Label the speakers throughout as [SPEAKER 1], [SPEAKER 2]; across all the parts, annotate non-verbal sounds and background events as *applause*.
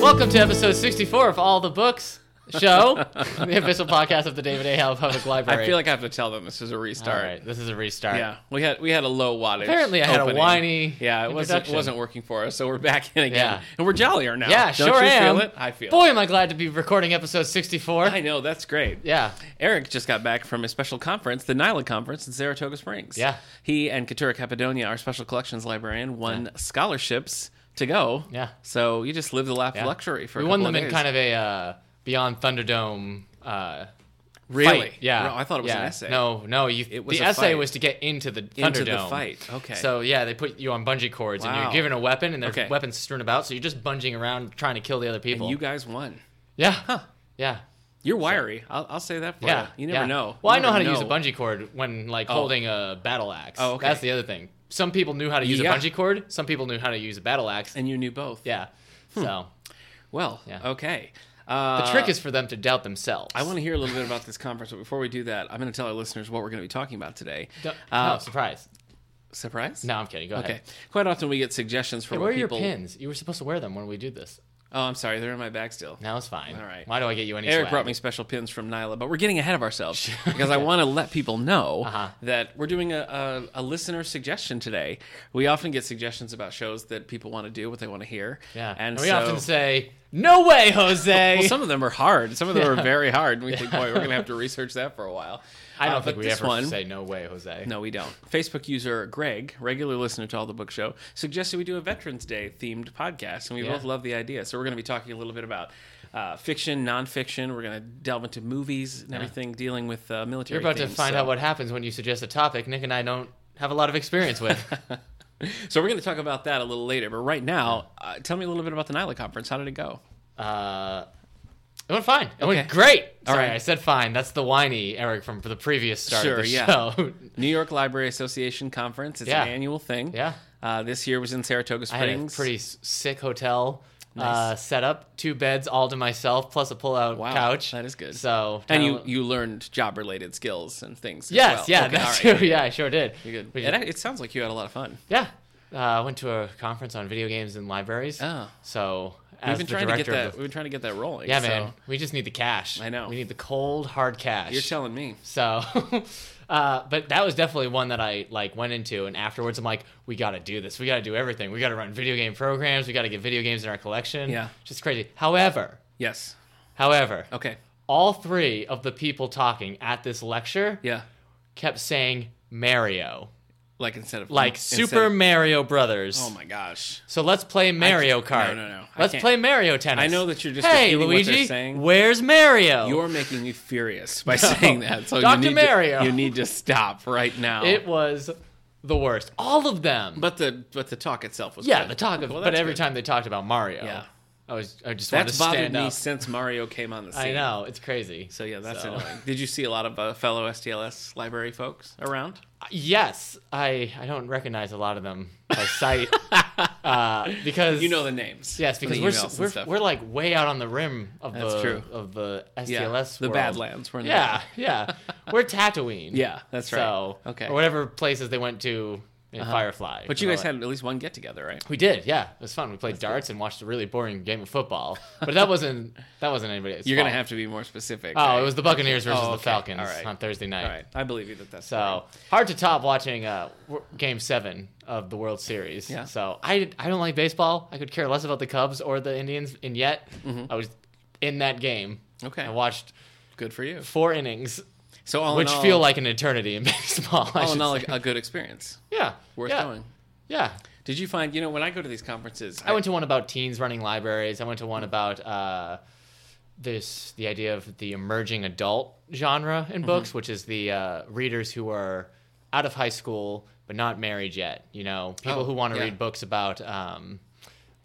[SPEAKER 1] Welcome to episode 64 of All the Books Show, *laughs* the official podcast of the David A. Howe Public Library.
[SPEAKER 2] I feel like I have to tell them this is a
[SPEAKER 1] All
[SPEAKER 2] restart.
[SPEAKER 1] right, this is a restart.
[SPEAKER 2] Yeah, we had we had a low wattage.
[SPEAKER 1] Apparently, I had
[SPEAKER 2] opening.
[SPEAKER 1] a whiny.
[SPEAKER 2] Yeah, it wasn't
[SPEAKER 1] introduction.
[SPEAKER 2] it wasn't working for us, so we're back in again,
[SPEAKER 1] Yeah.
[SPEAKER 2] and we're jollier now.
[SPEAKER 1] Yeah,
[SPEAKER 2] Don't
[SPEAKER 1] sure
[SPEAKER 2] you
[SPEAKER 1] am.
[SPEAKER 2] Feel it? I feel.
[SPEAKER 1] Boy,
[SPEAKER 2] it.
[SPEAKER 1] am I glad to be recording episode 64.
[SPEAKER 2] I know that's great.
[SPEAKER 1] yeah,
[SPEAKER 2] Eric just got back from a special conference, the NILA conference in Saratoga Springs.
[SPEAKER 1] Yeah.
[SPEAKER 2] He and Katura Cappadonia, our special collections librarian, won scholarships to go.
[SPEAKER 1] Yeah.
[SPEAKER 2] So you just live the life
[SPEAKER 1] yeah.
[SPEAKER 2] of luxury for
[SPEAKER 1] we
[SPEAKER 2] a
[SPEAKER 1] won
[SPEAKER 2] couple
[SPEAKER 1] them
[SPEAKER 2] of
[SPEAKER 1] in
[SPEAKER 2] days.
[SPEAKER 1] kind of a uh, Beyond Thunderdome. Uh,
[SPEAKER 2] really.
[SPEAKER 1] fight. Yeah.
[SPEAKER 2] No, I thought it was
[SPEAKER 1] Yeah.
[SPEAKER 2] an essay.
[SPEAKER 1] No, no. You,
[SPEAKER 2] was
[SPEAKER 1] the
[SPEAKER 2] a
[SPEAKER 1] essay
[SPEAKER 2] fight.
[SPEAKER 1] was to get into the Thunderdome.
[SPEAKER 2] Into the fight, okay.
[SPEAKER 1] So yeah, they put you on bungee cords and you're
[SPEAKER 2] Wow.
[SPEAKER 1] given a weapon and there's
[SPEAKER 2] Okay.
[SPEAKER 1] weapons strewn about, so you're just bungeeing around trying to kill the other people.
[SPEAKER 2] And you guys won.
[SPEAKER 1] yeah. Yeah.
[SPEAKER 2] You're wiry. I'll, I'll say that for
[SPEAKER 1] Yeah.
[SPEAKER 2] you. You never
[SPEAKER 1] yeah.
[SPEAKER 2] know.
[SPEAKER 1] Well, I
[SPEAKER 2] You
[SPEAKER 1] know
[SPEAKER 2] never
[SPEAKER 1] how to use a bungee cord when like holding a battle axe.
[SPEAKER 2] Oh, okay.
[SPEAKER 1] That's the other thing. Some people knew how to use
[SPEAKER 2] Yeah.
[SPEAKER 1] a bungee cord. Some people knew how to use a battle axe.
[SPEAKER 2] And you knew both.
[SPEAKER 1] yeah. So
[SPEAKER 2] Well,
[SPEAKER 1] Yeah.
[SPEAKER 2] okay. Uh,
[SPEAKER 1] the trick is for them to doubt themselves.
[SPEAKER 2] I want to hear a little bit about this conference, but before we do that, I'm going to tell our listeners what we're going to be talking about today.
[SPEAKER 1] Don't-
[SPEAKER 2] Uh,
[SPEAKER 1] no surprise.
[SPEAKER 2] Surprise?
[SPEAKER 1] No, I'm kidding. Go
[SPEAKER 2] Okay.
[SPEAKER 1] ahead.
[SPEAKER 2] Quite often we get suggestions for
[SPEAKER 1] Hey,
[SPEAKER 2] what
[SPEAKER 1] where are your
[SPEAKER 2] people.
[SPEAKER 1] pins? You were supposed to wear them when we did this.
[SPEAKER 2] Oh, I'm sorry. They're in my bag still.
[SPEAKER 1] Now it's fine.
[SPEAKER 2] All right.
[SPEAKER 1] Why do I get you any?
[SPEAKER 2] Eric
[SPEAKER 1] swag?
[SPEAKER 2] brought me special pins from Nyla, but we're getting ahead of ourselves
[SPEAKER 1] *laughs*
[SPEAKER 2] because I want to let people know
[SPEAKER 1] Uh-huh.
[SPEAKER 2] that we're doing a, a, a listener suggestion today. We often get suggestions about shows that people want to do, what they want to hear.
[SPEAKER 1] Yeah.
[SPEAKER 2] And,
[SPEAKER 1] we
[SPEAKER 2] so-
[SPEAKER 1] often say, "No way, Jose."
[SPEAKER 2] *laughs* Well, some of them are hard. Some of
[SPEAKER 1] *laughs*
[SPEAKER 2] them are very hard. And we think, boy, we're going to have to research that for a while.
[SPEAKER 1] I don't
[SPEAKER 2] Uh,
[SPEAKER 1] think we
[SPEAKER 2] but this
[SPEAKER 1] ever
[SPEAKER 2] one,
[SPEAKER 1] say, "No way, Jose."
[SPEAKER 2] No, we don't. Facebook user Greg, regular listener to All the Book Show, suggested we do a Veterans Day themed podcast, and we
[SPEAKER 1] Yeah.
[SPEAKER 2] both love the idea. So we're going to be talking a little bit about uh, fiction, nonfiction. We're going to delve into movies and everything dealing with uh, military.
[SPEAKER 1] You're about to
[SPEAKER 2] themes,
[SPEAKER 1] find
[SPEAKER 2] so.
[SPEAKER 1] out what happens when you suggest a topic Nick and I don't have a lot of experience with.
[SPEAKER 2] So we're going to talk about that a little later. But right now, uh, tell me a little bit about the NILA conference. How did it go?
[SPEAKER 1] Uh, it went fine. It went
[SPEAKER 2] Okay.
[SPEAKER 1] great.
[SPEAKER 2] All
[SPEAKER 1] Sorry,
[SPEAKER 2] right.
[SPEAKER 1] I said fine. That's the whiny Eric from for the previous start
[SPEAKER 2] Sure,
[SPEAKER 1] of the
[SPEAKER 2] yeah.
[SPEAKER 1] show. *laughs*
[SPEAKER 2] New York Library Association conference. It's an
[SPEAKER 1] Yeah.
[SPEAKER 2] annual thing.
[SPEAKER 1] Yeah.
[SPEAKER 2] Uh, this year was in Saratoga
[SPEAKER 1] I
[SPEAKER 2] Springs.
[SPEAKER 1] had a pretty s- sick hotel uh, set up, two beds all to myself, plus a pull-out
[SPEAKER 2] Wow,
[SPEAKER 1] couch.
[SPEAKER 2] that is good.
[SPEAKER 1] So
[SPEAKER 2] and you,
[SPEAKER 1] kinda-
[SPEAKER 2] you learned job related skills and things. as
[SPEAKER 1] yes,
[SPEAKER 2] well.
[SPEAKER 1] yeah,
[SPEAKER 2] Okay,
[SPEAKER 1] that's
[SPEAKER 2] all right.
[SPEAKER 1] true. Yeah, I sure did.
[SPEAKER 2] You're good.
[SPEAKER 1] We-
[SPEAKER 2] It, it sounds like you had a lot of fun.
[SPEAKER 1] Yeah, uh, I went to a conference on video games in libraries.
[SPEAKER 2] Oh.
[SPEAKER 1] so
[SPEAKER 2] We've
[SPEAKER 1] as
[SPEAKER 2] been
[SPEAKER 1] the
[SPEAKER 2] trying to get
[SPEAKER 1] director
[SPEAKER 2] that.
[SPEAKER 1] of the,
[SPEAKER 2] We've been trying to get that rolling.
[SPEAKER 1] yeah,
[SPEAKER 2] so
[SPEAKER 1] man, we just need the cash.
[SPEAKER 2] I know.
[SPEAKER 1] we need the cold hard cash.
[SPEAKER 2] You're telling me.
[SPEAKER 1] So, *laughs* uh, but that was definitely one that I like went into, and afterwards I'm like, we got to do this. We got to do everything. We got to run video game programs. We got to get video games in our collection.
[SPEAKER 2] Yeah. Oh.
[SPEAKER 1] just crazy. However,
[SPEAKER 2] Yes.
[SPEAKER 1] however,
[SPEAKER 2] Okay.
[SPEAKER 1] all three of the people talking at this lecture
[SPEAKER 2] Yeah.
[SPEAKER 1] kept saying Mario,
[SPEAKER 2] Like instead of
[SPEAKER 1] like
[SPEAKER 2] instead
[SPEAKER 1] Super
[SPEAKER 2] of-
[SPEAKER 1] Mario Brothers.
[SPEAKER 2] oh my gosh.
[SPEAKER 1] So let's play Mario Kart.
[SPEAKER 2] no, no. I
[SPEAKER 1] Let's
[SPEAKER 2] can't.
[SPEAKER 1] play Mario Tennis.
[SPEAKER 2] I know that you're just
[SPEAKER 1] hey
[SPEAKER 2] repeating what
[SPEAKER 1] Luigi,
[SPEAKER 2] they're saying.
[SPEAKER 1] where's Mario?
[SPEAKER 2] You're making me furious *laughs* by saying that. So
[SPEAKER 1] Dr.
[SPEAKER 2] You need
[SPEAKER 1] Mario.
[SPEAKER 2] To, you need to stop right now.
[SPEAKER 1] it was the worst. All of them.
[SPEAKER 2] but the but the talk itself was
[SPEAKER 1] Yeah,
[SPEAKER 2] good.
[SPEAKER 1] the talk of
[SPEAKER 2] Well,
[SPEAKER 1] but
[SPEAKER 2] that's
[SPEAKER 1] every
[SPEAKER 2] good.
[SPEAKER 1] time they talked about Mario,
[SPEAKER 2] Yeah.
[SPEAKER 1] I was I just wanted to
[SPEAKER 2] that's bothered
[SPEAKER 1] stand
[SPEAKER 2] me
[SPEAKER 1] up.
[SPEAKER 2] since Mario came on the scene.
[SPEAKER 1] I know it's crazy.
[SPEAKER 2] So yeah, that's
[SPEAKER 1] So-
[SPEAKER 2] annoying. Did you see a lot of uh, fellow STLS library folks around?
[SPEAKER 1] uh, Yes, I I don't recognize a lot of them by
[SPEAKER 2] *laughs*
[SPEAKER 1] sight uh, because
[SPEAKER 2] You know the names.
[SPEAKER 1] yes
[SPEAKER 2] from
[SPEAKER 1] because
[SPEAKER 2] the
[SPEAKER 1] we're
[SPEAKER 2] emails
[SPEAKER 1] s-
[SPEAKER 2] and
[SPEAKER 1] we're,
[SPEAKER 2] stuff.
[SPEAKER 1] we're like way out on the rim of
[SPEAKER 2] That's
[SPEAKER 1] the
[SPEAKER 2] true.
[SPEAKER 1] of the STLS
[SPEAKER 2] yeah, the
[SPEAKER 1] world.
[SPEAKER 2] Badlands. We're in the
[SPEAKER 1] Yeah, yeah, we're Tatooine.
[SPEAKER 2] Yeah, that's right.
[SPEAKER 1] So
[SPEAKER 2] Okay. Uh-huh.
[SPEAKER 1] or whatever places they went to in Firefly.
[SPEAKER 2] But you
[SPEAKER 1] and all
[SPEAKER 2] guys
[SPEAKER 1] that.
[SPEAKER 2] had at least one get together, right?
[SPEAKER 1] We did, yeah. It was fun. We played darts and watched a really boring game of football. But
[SPEAKER 2] *laughs*
[SPEAKER 1] that wasn't that wasn't anybody's.
[SPEAKER 2] You're gonna
[SPEAKER 1] fault.
[SPEAKER 2] have to be more specific.
[SPEAKER 1] Oh,
[SPEAKER 2] right?
[SPEAKER 1] it was the Buccaneers versus
[SPEAKER 2] Oh,
[SPEAKER 1] the
[SPEAKER 2] okay.
[SPEAKER 1] Falcons
[SPEAKER 2] All right.
[SPEAKER 1] on Thursday night.
[SPEAKER 2] All right, I believe you that that's
[SPEAKER 1] So hard to top watching uh, w- Game Seven of the World Series.
[SPEAKER 2] Yeah.
[SPEAKER 1] So I I don't like baseball. I could care less about the Cubs or the Indians, and yet I was in that game.
[SPEAKER 2] Mm-hmm. Okay.
[SPEAKER 1] I watched
[SPEAKER 2] good for you.
[SPEAKER 1] four innings,
[SPEAKER 2] So all
[SPEAKER 1] which
[SPEAKER 2] in all,
[SPEAKER 1] feel like an eternity in *laughs* baseball. I
[SPEAKER 2] all in
[SPEAKER 1] should
[SPEAKER 2] all,
[SPEAKER 1] say.
[SPEAKER 2] a good experience
[SPEAKER 1] yeah,
[SPEAKER 2] worth
[SPEAKER 1] yeah,
[SPEAKER 2] going.
[SPEAKER 1] Yeah.
[SPEAKER 2] Did you find you know when I go to these conferences?
[SPEAKER 1] I went to one about teens running libraries. I went to one about uh, this the idea of the emerging adult genre in
[SPEAKER 2] Mm-hmm.
[SPEAKER 1] books, which is the uh, readers who are out of high school but not married yet. You know, people
[SPEAKER 2] Oh,
[SPEAKER 1] who want to
[SPEAKER 2] yeah.
[SPEAKER 1] read books about um,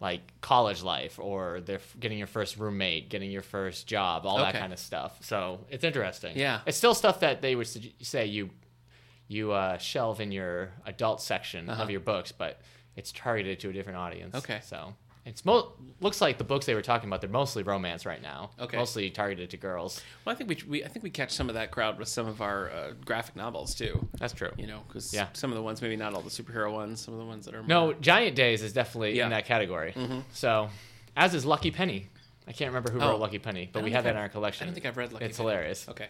[SPEAKER 1] like college life or they're f- getting your first roommate, getting your first job, all that
[SPEAKER 2] Okay.
[SPEAKER 1] kind of stuff. So it's interesting.
[SPEAKER 2] Yeah.
[SPEAKER 1] it's still stuff that they would sug- say you you uh, shelve in your adult section of your books, but it's targeted to a different audience.
[SPEAKER 2] Uh-huh. Okay.
[SPEAKER 1] So it's mo- looks like the books they were talking about, they're mostly romance right now.
[SPEAKER 2] Okay.
[SPEAKER 1] Mostly targeted to girls.
[SPEAKER 2] Well, I think we, we I think we catch some of that crowd with some of our uh, graphic novels too.
[SPEAKER 1] That's true.
[SPEAKER 2] You know, because
[SPEAKER 1] Yeah.
[SPEAKER 2] some of the ones maybe not all the superhero ones, some of the ones that are
[SPEAKER 1] No,
[SPEAKER 2] more-
[SPEAKER 1] Giant Days is definitely
[SPEAKER 2] Yeah.
[SPEAKER 1] in that category. So, as is Lucky Penny. I can't remember who wrote
[SPEAKER 2] Mm-hmm. Oh.
[SPEAKER 1] Lucky Penny,
[SPEAKER 2] I
[SPEAKER 1] but
[SPEAKER 2] don't
[SPEAKER 1] we
[SPEAKER 2] think
[SPEAKER 1] have that in
[SPEAKER 2] I've-
[SPEAKER 1] our collection.
[SPEAKER 2] I don't think I've read Lucky
[SPEAKER 1] It's
[SPEAKER 2] Penny.
[SPEAKER 1] hilarious.
[SPEAKER 2] Okay.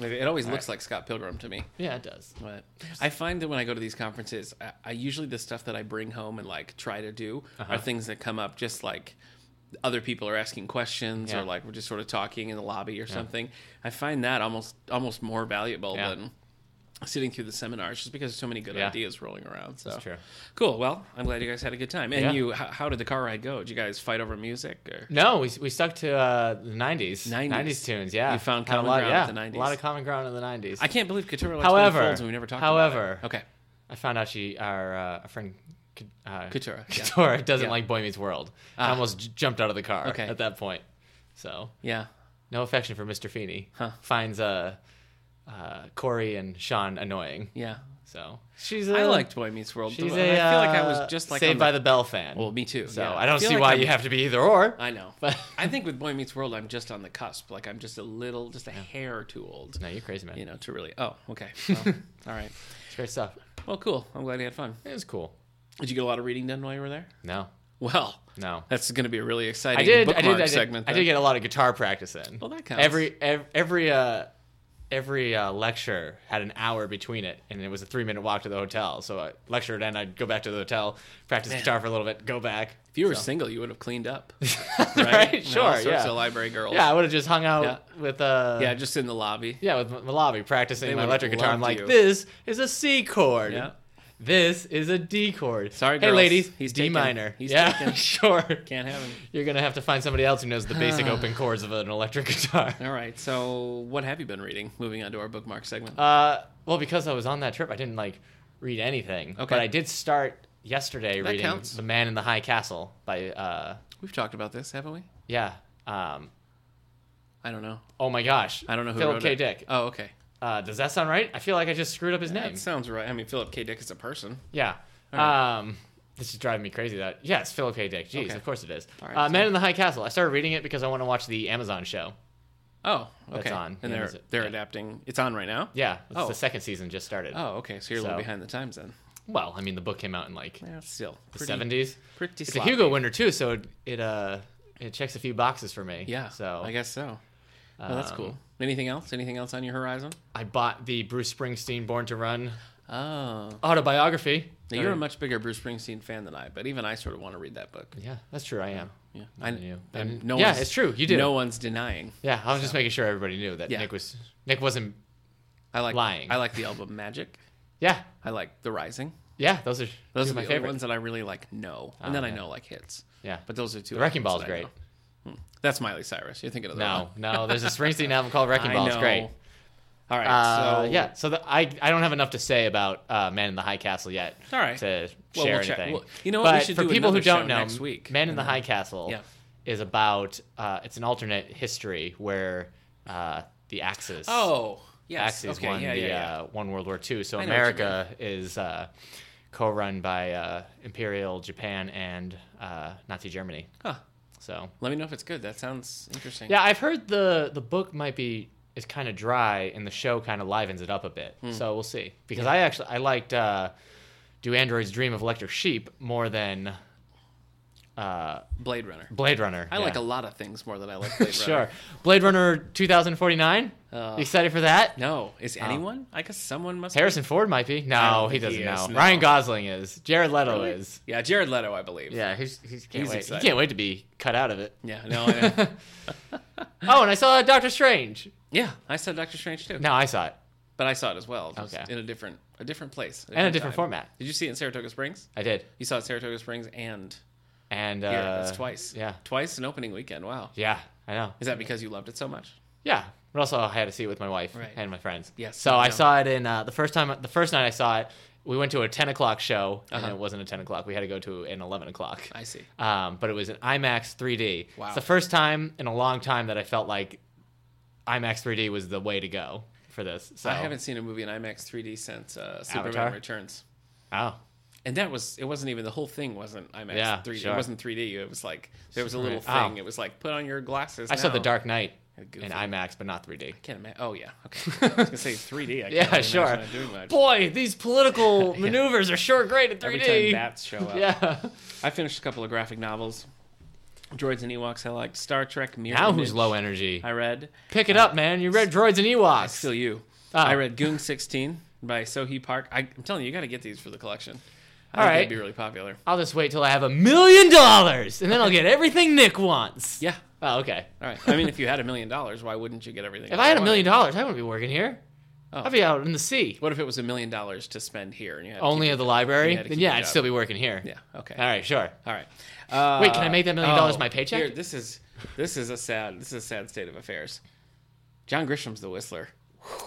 [SPEAKER 2] It always
[SPEAKER 1] All
[SPEAKER 2] looks like Scott Pilgrim to me.
[SPEAKER 1] Yeah, it does.
[SPEAKER 2] But I find that when I go to these conferences, I, I usually the stuff that I bring home and like try to do
[SPEAKER 1] Uh-huh.
[SPEAKER 2] are things that come up just like other people are asking questions
[SPEAKER 1] Yeah.
[SPEAKER 2] or like we're just sort of talking in the lobby or something. I find that almost almost more valuable
[SPEAKER 1] Yeah.
[SPEAKER 2] than sitting through the seminars just because there's so many good
[SPEAKER 1] Yeah.
[SPEAKER 2] ideas rolling around. So
[SPEAKER 1] That's true.
[SPEAKER 2] cool. Well, I'm glad you guys had a good time. And
[SPEAKER 1] Yeah.
[SPEAKER 2] you, how, how did the car ride go? Did you guys fight over music or?
[SPEAKER 1] No, we, we stuck to uh, the 90s.
[SPEAKER 2] 90s.
[SPEAKER 1] tunes, yeah.
[SPEAKER 2] You found
[SPEAKER 1] Had
[SPEAKER 2] common
[SPEAKER 1] a lot,
[SPEAKER 2] ground
[SPEAKER 1] yeah,
[SPEAKER 2] with the 90s.
[SPEAKER 1] A lot of common ground in the 90s.
[SPEAKER 2] I can't believe Couture Electric
[SPEAKER 1] However-
[SPEAKER 2] Folds and we never talked
[SPEAKER 1] however-
[SPEAKER 2] about it. Okay.
[SPEAKER 1] I found out she, our, uh, our friend uh,
[SPEAKER 2] Keturah, *laughs*
[SPEAKER 1] *laughs*
[SPEAKER 2] yeah.
[SPEAKER 1] Keturah doesn't
[SPEAKER 2] Yeah. Ah.
[SPEAKER 1] like Boy Meets World. I almost j- jumped out of the car
[SPEAKER 2] Okay.
[SPEAKER 1] at that point. So,
[SPEAKER 2] Yeah.
[SPEAKER 1] no affection for Mr. Feeney.
[SPEAKER 2] Huh.
[SPEAKER 1] Finds uh, uh, Corey and Sean annoying.
[SPEAKER 2] Yeah.
[SPEAKER 1] So, she's
[SPEAKER 2] I
[SPEAKER 1] uh,
[SPEAKER 2] liked Boy Meets World.
[SPEAKER 1] She's
[SPEAKER 2] I
[SPEAKER 1] a,
[SPEAKER 2] feel like I
[SPEAKER 1] uh,
[SPEAKER 2] was just like
[SPEAKER 1] Saved
[SPEAKER 2] on
[SPEAKER 1] by the Bell fan.
[SPEAKER 2] Well, me too.
[SPEAKER 1] so,
[SPEAKER 2] yeah.
[SPEAKER 1] I don't
[SPEAKER 2] feel
[SPEAKER 1] see
[SPEAKER 2] like
[SPEAKER 1] why
[SPEAKER 2] I'm-
[SPEAKER 1] you have to be either or. *laughs*
[SPEAKER 2] I know, but
[SPEAKER 1] But-
[SPEAKER 2] I think with Boy Meets World, I'm just on the cusp. Like I'm just a little, just a hair too old,
[SPEAKER 1] no, you're crazy, man.
[SPEAKER 2] you know, to really. Oh,
[SPEAKER 1] *laughs*
[SPEAKER 2] okay. Well, all right.
[SPEAKER 1] It's great stuff.
[SPEAKER 2] Well, cool. I'm glad you had fun.
[SPEAKER 1] It was cool.
[SPEAKER 2] Did you get a lot of reading done while you were there?
[SPEAKER 1] No,
[SPEAKER 2] Well,
[SPEAKER 1] no.
[SPEAKER 2] that's going to be a really exciting
[SPEAKER 1] I did, I
[SPEAKER 2] bookmark
[SPEAKER 1] did, I did,
[SPEAKER 2] segment.
[SPEAKER 1] I
[SPEAKER 2] then.
[SPEAKER 1] did get a lot of guitar practice in.
[SPEAKER 2] Well, that counts.
[SPEAKER 1] Every every every, uh, every uh, lecture had an hour between it, and it was a three minute walk to the hotel. So uh, I lectured, and I'd go back to the hotel, practice guitar for a little bit, go back.
[SPEAKER 2] if you were single, you would have
[SPEAKER 1] *laughs*
[SPEAKER 2] cleaned up, right?
[SPEAKER 1] Right,
[SPEAKER 2] You know,
[SPEAKER 1] sure,
[SPEAKER 2] all sorts
[SPEAKER 1] yeah.
[SPEAKER 2] of library girls.
[SPEAKER 1] Yeah, I would have just hung out with uh,
[SPEAKER 2] yeah, just in the lobby.
[SPEAKER 1] yeah, with M- Malavi practicing
[SPEAKER 2] They
[SPEAKER 1] my
[SPEAKER 2] would've
[SPEAKER 1] electric guitar. I'm
[SPEAKER 2] loved
[SPEAKER 1] like,
[SPEAKER 2] you.
[SPEAKER 1] this is a C chord.
[SPEAKER 2] Yeah.
[SPEAKER 1] This is a D chord.
[SPEAKER 2] Sorry,
[SPEAKER 1] hey
[SPEAKER 2] girls.
[SPEAKER 1] ladies,
[SPEAKER 2] He's
[SPEAKER 1] D
[SPEAKER 2] taken.
[SPEAKER 1] minor.
[SPEAKER 2] He's
[SPEAKER 1] yeah, *laughs*
[SPEAKER 2] taken.
[SPEAKER 1] sure.
[SPEAKER 2] Can't have him.
[SPEAKER 1] You're gonna have to find somebody else who knows the basic
[SPEAKER 2] Ah.
[SPEAKER 1] open chords of an electric
[SPEAKER 2] *laughs*
[SPEAKER 1] guitar.
[SPEAKER 2] All right. So, what have you been reading? Moving on to our bookmark segment.
[SPEAKER 1] Uh, well, because I was on that trip, I didn't like read anything.
[SPEAKER 2] Okay.
[SPEAKER 1] But I did start yesterday
[SPEAKER 2] That
[SPEAKER 1] reading
[SPEAKER 2] counts.
[SPEAKER 1] "The Man in the High Castle" by uh,
[SPEAKER 2] We've talked about this, haven't we?
[SPEAKER 1] yeah. Um,
[SPEAKER 2] I don't know.
[SPEAKER 1] oh my gosh,
[SPEAKER 2] I don't know who
[SPEAKER 1] Philip
[SPEAKER 2] wrote
[SPEAKER 1] K.
[SPEAKER 2] it.
[SPEAKER 1] Dick.
[SPEAKER 2] Oh, okay.
[SPEAKER 1] Uh, does that sound right? I feel like I just screwed up his name.
[SPEAKER 2] That sounds right. I mean, Philip K. Dick is a person.
[SPEAKER 1] Yeah. Um, this is driving me crazy. That yes, Philip K. Dick. Jeez,
[SPEAKER 2] Okay.
[SPEAKER 1] of course it is.
[SPEAKER 2] All right,
[SPEAKER 1] uh,
[SPEAKER 2] so-
[SPEAKER 1] Man in the High Castle. I started reading it because I want to watch the Amazon show.
[SPEAKER 2] Oh, okay.
[SPEAKER 1] That's on.
[SPEAKER 2] And
[SPEAKER 1] Yeah,
[SPEAKER 2] they're
[SPEAKER 1] is it?
[SPEAKER 2] they're
[SPEAKER 1] Yeah.
[SPEAKER 2] adapting. It's on right now.
[SPEAKER 1] Yeah, it's
[SPEAKER 2] Oh.
[SPEAKER 1] the second season just started.
[SPEAKER 2] Oh, okay. So you're a little
[SPEAKER 1] So-
[SPEAKER 2] behind the times then.
[SPEAKER 1] Well, I mean, the book came out in like
[SPEAKER 2] Yeah, still
[SPEAKER 1] the seventies.
[SPEAKER 2] Pretty
[SPEAKER 1] It's
[SPEAKER 2] sloppy.
[SPEAKER 1] a Hugo winner too, so it, it uh it checks a few boxes for me.
[SPEAKER 2] Yeah.
[SPEAKER 1] So um,
[SPEAKER 2] I guess so. Oh, that's cool. Anything else? Anything else on your horizon?
[SPEAKER 1] I bought the Bruce Springsteen Born to Run
[SPEAKER 2] Oh,
[SPEAKER 1] autobiography.
[SPEAKER 2] now, you're a much bigger Bruce Springsteen fan than I, but even I sort of want to read that book.
[SPEAKER 1] yeah, that's true. I am.
[SPEAKER 2] Yeah,
[SPEAKER 1] I knew.
[SPEAKER 2] I'm-
[SPEAKER 1] And-
[SPEAKER 2] no
[SPEAKER 1] yeah,
[SPEAKER 2] one's-
[SPEAKER 1] it's true. You do.
[SPEAKER 2] No one's denying.
[SPEAKER 1] Yeah, I was just making sure everybody knew that
[SPEAKER 2] Yeah.
[SPEAKER 1] Nick was Nick wasn't.
[SPEAKER 2] I like
[SPEAKER 1] Lying.
[SPEAKER 2] I like the album Magic.
[SPEAKER 1] Yeah,
[SPEAKER 2] I like The Rising.
[SPEAKER 1] yeah. Those are
[SPEAKER 2] Those
[SPEAKER 1] two
[SPEAKER 2] are
[SPEAKER 1] of my
[SPEAKER 2] the only
[SPEAKER 1] favorites.
[SPEAKER 2] ones that I really like know, and then
[SPEAKER 1] Oh,
[SPEAKER 2] I
[SPEAKER 1] yeah.
[SPEAKER 2] know like hits.
[SPEAKER 1] Yeah,
[SPEAKER 2] But those are two.
[SPEAKER 1] the Wrecking
[SPEAKER 2] albums
[SPEAKER 1] Ball is
[SPEAKER 2] that I
[SPEAKER 1] great.
[SPEAKER 2] know. That's Miley Cyrus. You're thinking of that?
[SPEAKER 1] No, no. There's a Springsteen album called Wrecking
[SPEAKER 2] *laughs* I
[SPEAKER 1] Ball. It's
[SPEAKER 2] know.
[SPEAKER 1] great.
[SPEAKER 2] All right.
[SPEAKER 1] Uh,
[SPEAKER 2] so
[SPEAKER 1] yeah, so the, I I don't have enough to say about uh, Man in the High Castle yet.
[SPEAKER 2] All right.
[SPEAKER 1] To
[SPEAKER 2] Well,
[SPEAKER 1] share
[SPEAKER 2] we'll check-
[SPEAKER 1] anything.
[SPEAKER 2] well, you know what? We
[SPEAKER 1] But
[SPEAKER 2] should
[SPEAKER 1] for
[SPEAKER 2] do
[SPEAKER 1] people who
[SPEAKER 2] another
[SPEAKER 1] don't
[SPEAKER 2] show
[SPEAKER 1] know,
[SPEAKER 2] next week. Uh-huh.
[SPEAKER 1] Man in the High Castle
[SPEAKER 2] Yeah.
[SPEAKER 1] is about uh, it's an alternate history where uh, the Axis
[SPEAKER 2] Oh, yes.
[SPEAKER 1] Axis
[SPEAKER 2] okay.
[SPEAKER 1] won
[SPEAKER 2] yeah,
[SPEAKER 1] the
[SPEAKER 2] yeah, yeah.
[SPEAKER 1] Uh, won World War II. So
[SPEAKER 2] I know what you
[SPEAKER 1] America is uh, co-run by uh, Imperial Japan and uh, Nazi Germany.
[SPEAKER 2] Huh.
[SPEAKER 1] So
[SPEAKER 2] Let me know if it's good. That sounds interesting.
[SPEAKER 1] yeah, I've heard the the book might be is kind of dry, and the show kind of livens it up a bit.
[SPEAKER 2] Hmm.
[SPEAKER 1] So we'll see. Because I actually I liked uh, "Do Androids Dream of Electric Sheep" more than uh,
[SPEAKER 2] Blade Runner.
[SPEAKER 1] Blade Runner.
[SPEAKER 2] I like a lot of things more than I like
[SPEAKER 1] *laughs*
[SPEAKER 2] Blade Runner.
[SPEAKER 1] sure Blade Runner 2049.
[SPEAKER 2] Uh,
[SPEAKER 1] you excited for that?
[SPEAKER 2] No, is
[SPEAKER 1] Oh.
[SPEAKER 2] anyone? I guess someone must.
[SPEAKER 1] Harrison Ford might be.
[SPEAKER 2] I
[SPEAKER 1] No,
[SPEAKER 2] don't
[SPEAKER 1] he
[SPEAKER 2] think
[SPEAKER 1] doesn't
[SPEAKER 2] he
[SPEAKER 1] know.
[SPEAKER 2] is, no.
[SPEAKER 1] Ryan Gosling is. Jared Leto
[SPEAKER 2] Be.
[SPEAKER 1] is.
[SPEAKER 2] Yeah, Jared Leto, I believe.
[SPEAKER 1] Yeah, he's, he's, can't
[SPEAKER 2] He's
[SPEAKER 1] wait.
[SPEAKER 2] excited.
[SPEAKER 1] He can't wait to be cut out of it.
[SPEAKER 2] Yeah.
[SPEAKER 1] *laughs*
[SPEAKER 2] No. I,
[SPEAKER 1] Oh, and I saw Doctor Strange.
[SPEAKER 2] yeah, I saw Doctor Strange too,
[SPEAKER 1] No, I saw it
[SPEAKER 2] but I saw it as well. Just
[SPEAKER 1] Okay.
[SPEAKER 2] In a different, a different place,
[SPEAKER 1] and a different
[SPEAKER 2] time.
[SPEAKER 1] format.
[SPEAKER 2] Did you see it in Saratoga Springs?
[SPEAKER 1] I did.
[SPEAKER 2] You saw it in Saratoga Springs and
[SPEAKER 1] And uh,
[SPEAKER 2] here. That's twice.
[SPEAKER 1] Yeah,
[SPEAKER 2] Twice an opening weekend. Wow.
[SPEAKER 1] yeah, I know.
[SPEAKER 2] Is that because you loved it so much?
[SPEAKER 1] Yeah, but also I had to see it with my wife
[SPEAKER 2] Right.
[SPEAKER 1] and my friends.
[SPEAKER 2] Yes,
[SPEAKER 1] So
[SPEAKER 2] I
[SPEAKER 1] I
[SPEAKER 2] know.
[SPEAKER 1] saw it in uh, the first time. The first night I saw it, we went to a ten o'clock show,
[SPEAKER 2] Uh-huh.
[SPEAKER 1] and it wasn't a ten o'clock. We had to go to an eleven o'clock.
[SPEAKER 2] I see.
[SPEAKER 1] um, but it was an IMAX 3D.
[SPEAKER 2] Wow.
[SPEAKER 1] It's the first time in a long time that I felt like IMAX 3D was the way to go for this. So
[SPEAKER 2] I haven't seen a movie in IMAX 3D since uh, Superman
[SPEAKER 1] Avatar?
[SPEAKER 2] Returns.
[SPEAKER 1] Oh,
[SPEAKER 2] And that was it. Wasn't even the whole thing wasn't IMAX
[SPEAKER 1] Yeah,
[SPEAKER 2] 3D.
[SPEAKER 1] sure.
[SPEAKER 2] It wasn't 3D. It was like there was a little
[SPEAKER 1] Right.
[SPEAKER 2] thing.
[SPEAKER 1] Oh.
[SPEAKER 2] It was like put on your glasses.
[SPEAKER 1] I saw
[SPEAKER 2] now.
[SPEAKER 1] The Dark Knight
[SPEAKER 2] goofy.
[SPEAKER 1] in IMAX, but not 3D.
[SPEAKER 2] Can't imagine. Oh yeah.
[SPEAKER 1] *laughs*
[SPEAKER 2] Okay. I was gonna say 3D. I can't
[SPEAKER 1] Yeah,
[SPEAKER 2] really
[SPEAKER 1] sure.
[SPEAKER 2] imagine it Doing much.
[SPEAKER 1] Boy, these
[SPEAKER 2] *laughs*
[SPEAKER 1] political maneuvers are sure great in 3D.
[SPEAKER 2] Every time bats show up.
[SPEAKER 1] yeah.
[SPEAKER 2] I finished a couple of graphic novels. Droids and Ewoks. I liked Star Trek. Mirror
[SPEAKER 1] Now
[SPEAKER 2] Image,
[SPEAKER 1] who's low energy?
[SPEAKER 2] I read.
[SPEAKER 1] Pick it up, man. You read Droids and Ewoks.
[SPEAKER 2] Still you.
[SPEAKER 1] Oh.
[SPEAKER 2] I read Goon 16 by Sohee Park. I, I'm telling you, you got to get these for the collection. I
[SPEAKER 1] All
[SPEAKER 2] think
[SPEAKER 1] right.
[SPEAKER 2] They'd be really popular.
[SPEAKER 1] I'll just wait till I have a million dollars, and then I'll get everything Nick wants.
[SPEAKER 2] Yeah.
[SPEAKER 1] Oh, okay.
[SPEAKER 2] All right. I mean, if you had a million dollars, why wouldn't you get everything?
[SPEAKER 1] If
[SPEAKER 2] that
[SPEAKER 1] I had a
[SPEAKER 2] wanted?
[SPEAKER 1] million dollars, I wouldn't be working here.
[SPEAKER 2] Oh.
[SPEAKER 1] I'd be out in the sea.
[SPEAKER 2] what if it was a million dollars to spend here and you had to
[SPEAKER 1] Only at the library?
[SPEAKER 2] you had to
[SPEAKER 1] Then
[SPEAKER 2] keep
[SPEAKER 1] yeah,
[SPEAKER 2] your
[SPEAKER 1] I'd
[SPEAKER 2] job.
[SPEAKER 1] still be working here.
[SPEAKER 2] keep- Yeah. Okay.
[SPEAKER 1] All right, sure.
[SPEAKER 2] All right. Uh,
[SPEAKER 1] Wait, can I make that million dollars my paycheck?
[SPEAKER 2] Here, this is this is a sad this is a sad state of affairs. John Grisham's the Whistler,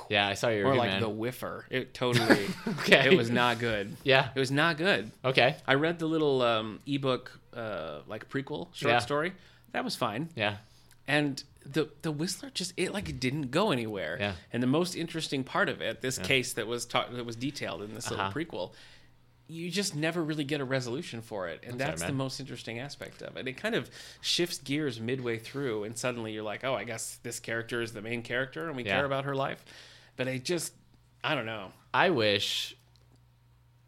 [SPEAKER 1] Yeah, I saw your
[SPEAKER 2] or
[SPEAKER 1] review,
[SPEAKER 2] like
[SPEAKER 1] man.
[SPEAKER 2] the Whiffer. It totally.
[SPEAKER 1] *laughs* Okay.
[SPEAKER 2] It was not good.
[SPEAKER 1] Yeah.
[SPEAKER 2] It was not good.
[SPEAKER 1] Okay.
[SPEAKER 2] I read the little um, ebook uh, like prequel short
[SPEAKER 1] Yeah.
[SPEAKER 2] story. That was fine.
[SPEAKER 1] Yeah.
[SPEAKER 2] and the the Whistler just it like didn't go anywhere.
[SPEAKER 1] Yeah.
[SPEAKER 2] And the most interesting part of it, this case that was ta- that was detailed in this
[SPEAKER 1] Uh-huh.
[SPEAKER 2] little prequel, you just never really get a resolution for it, and
[SPEAKER 1] sorry,
[SPEAKER 2] that's the
[SPEAKER 1] man.
[SPEAKER 2] most interesting aspect of it. It kind of shifts gears midway through, and suddenly you're like, oh, I guess this character is the main character, and we
[SPEAKER 1] Yeah.
[SPEAKER 2] care about her life. But I just, I don't know.
[SPEAKER 1] I wish.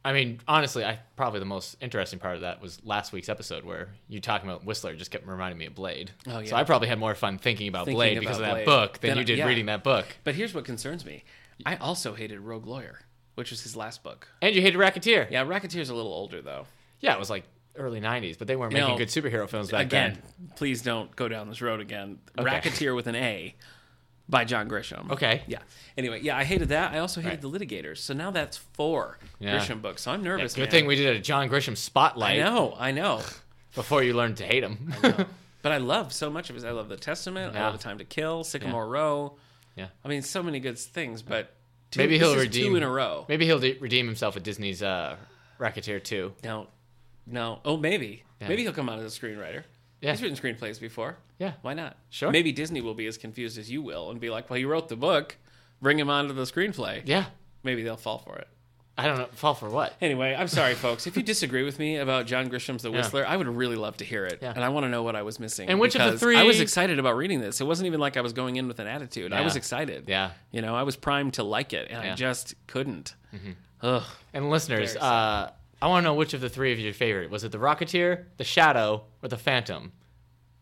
[SPEAKER 1] I mean, honestly, I probably the most interesting part of that was last week's episode where you talking about Whistler just kept reminding me of Blade.
[SPEAKER 2] Oh, yeah.
[SPEAKER 1] So I probably had more fun thinking about
[SPEAKER 2] Thinking
[SPEAKER 1] Blade because of
[SPEAKER 2] about
[SPEAKER 1] that
[SPEAKER 2] Blade.
[SPEAKER 1] book than
[SPEAKER 2] Then-
[SPEAKER 1] you did
[SPEAKER 2] yeah.
[SPEAKER 1] reading that book.
[SPEAKER 2] But here's what concerns me: I also hated Rogue Lawyer, which was his last book.
[SPEAKER 1] And you hated Racketeer.
[SPEAKER 2] Yeah, Racketeer's a little older though.
[SPEAKER 1] Yeah, it was like early 90s, but they weren't
[SPEAKER 2] You
[SPEAKER 1] making
[SPEAKER 2] know,
[SPEAKER 1] good superhero films back
[SPEAKER 2] again,
[SPEAKER 1] then.
[SPEAKER 2] please don't go down this road again. Racketeer with an A by John Grisham.
[SPEAKER 1] Okay.
[SPEAKER 2] Yeah. Anyway, yeah, I hated that. I also hated
[SPEAKER 1] Right.
[SPEAKER 2] The Litigators. So now that's four
[SPEAKER 1] Yeah.
[SPEAKER 2] Grisham books. So I'm nervous.
[SPEAKER 1] Good
[SPEAKER 2] man.
[SPEAKER 1] thing we did a John Grisham
[SPEAKER 2] I
[SPEAKER 1] spotlight
[SPEAKER 2] know, I know.
[SPEAKER 1] before you learned to hate him.
[SPEAKER 2] but I love so much of his. I love The Testament. I
[SPEAKER 1] Yeah.
[SPEAKER 2] love The Time to Kill, Sycamore Row.
[SPEAKER 1] Yeah.
[SPEAKER 2] I mean, so many good things, but two,
[SPEAKER 1] Maybe
[SPEAKER 2] this
[SPEAKER 1] he'll
[SPEAKER 2] is
[SPEAKER 1] redeem
[SPEAKER 2] two in a row.
[SPEAKER 1] *laughs* Maybe he'll de- redeem himself with Disney's uh, Racketeer 2.
[SPEAKER 2] No, no. Oh, maybe. Maybe he'll come out as a screenwriter.
[SPEAKER 1] Yeah.
[SPEAKER 2] He's written screenplays before.
[SPEAKER 1] Yeah.
[SPEAKER 2] Why not?
[SPEAKER 1] Sure.
[SPEAKER 2] Maybe Disney will be as confused as you will and be like, well, you wrote the book. Bring him onto the screenplay.
[SPEAKER 1] Yeah.
[SPEAKER 2] Maybe they'll fall for it.
[SPEAKER 1] I don't know. Fall for what?
[SPEAKER 2] Anyway, I'm sorry, folks. If you disagree with me about John Grisham's The Whistler, I would really love to hear it.
[SPEAKER 1] Yeah.
[SPEAKER 2] And I want to know what I was missing.
[SPEAKER 1] And which of the
[SPEAKER 2] because
[SPEAKER 1] three-
[SPEAKER 2] I was excited about reading this. It wasn't even like I was going in with an attitude. I
[SPEAKER 1] Yeah.
[SPEAKER 2] was excited.
[SPEAKER 1] Yeah.
[SPEAKER 2] You know, I was primed to like it, and I
[SPEAKER 1] Yeah. Mm-hmm.
[SPEAKER 2] just couldn't. Ugh.
[SPEAKER 1] And listeners,
[SPEAKER 2] Very
[SPEAKER 1] uh, I want to know which of the three of your favorite. Was it The Rocketeer, The Shadow, or The Phantom?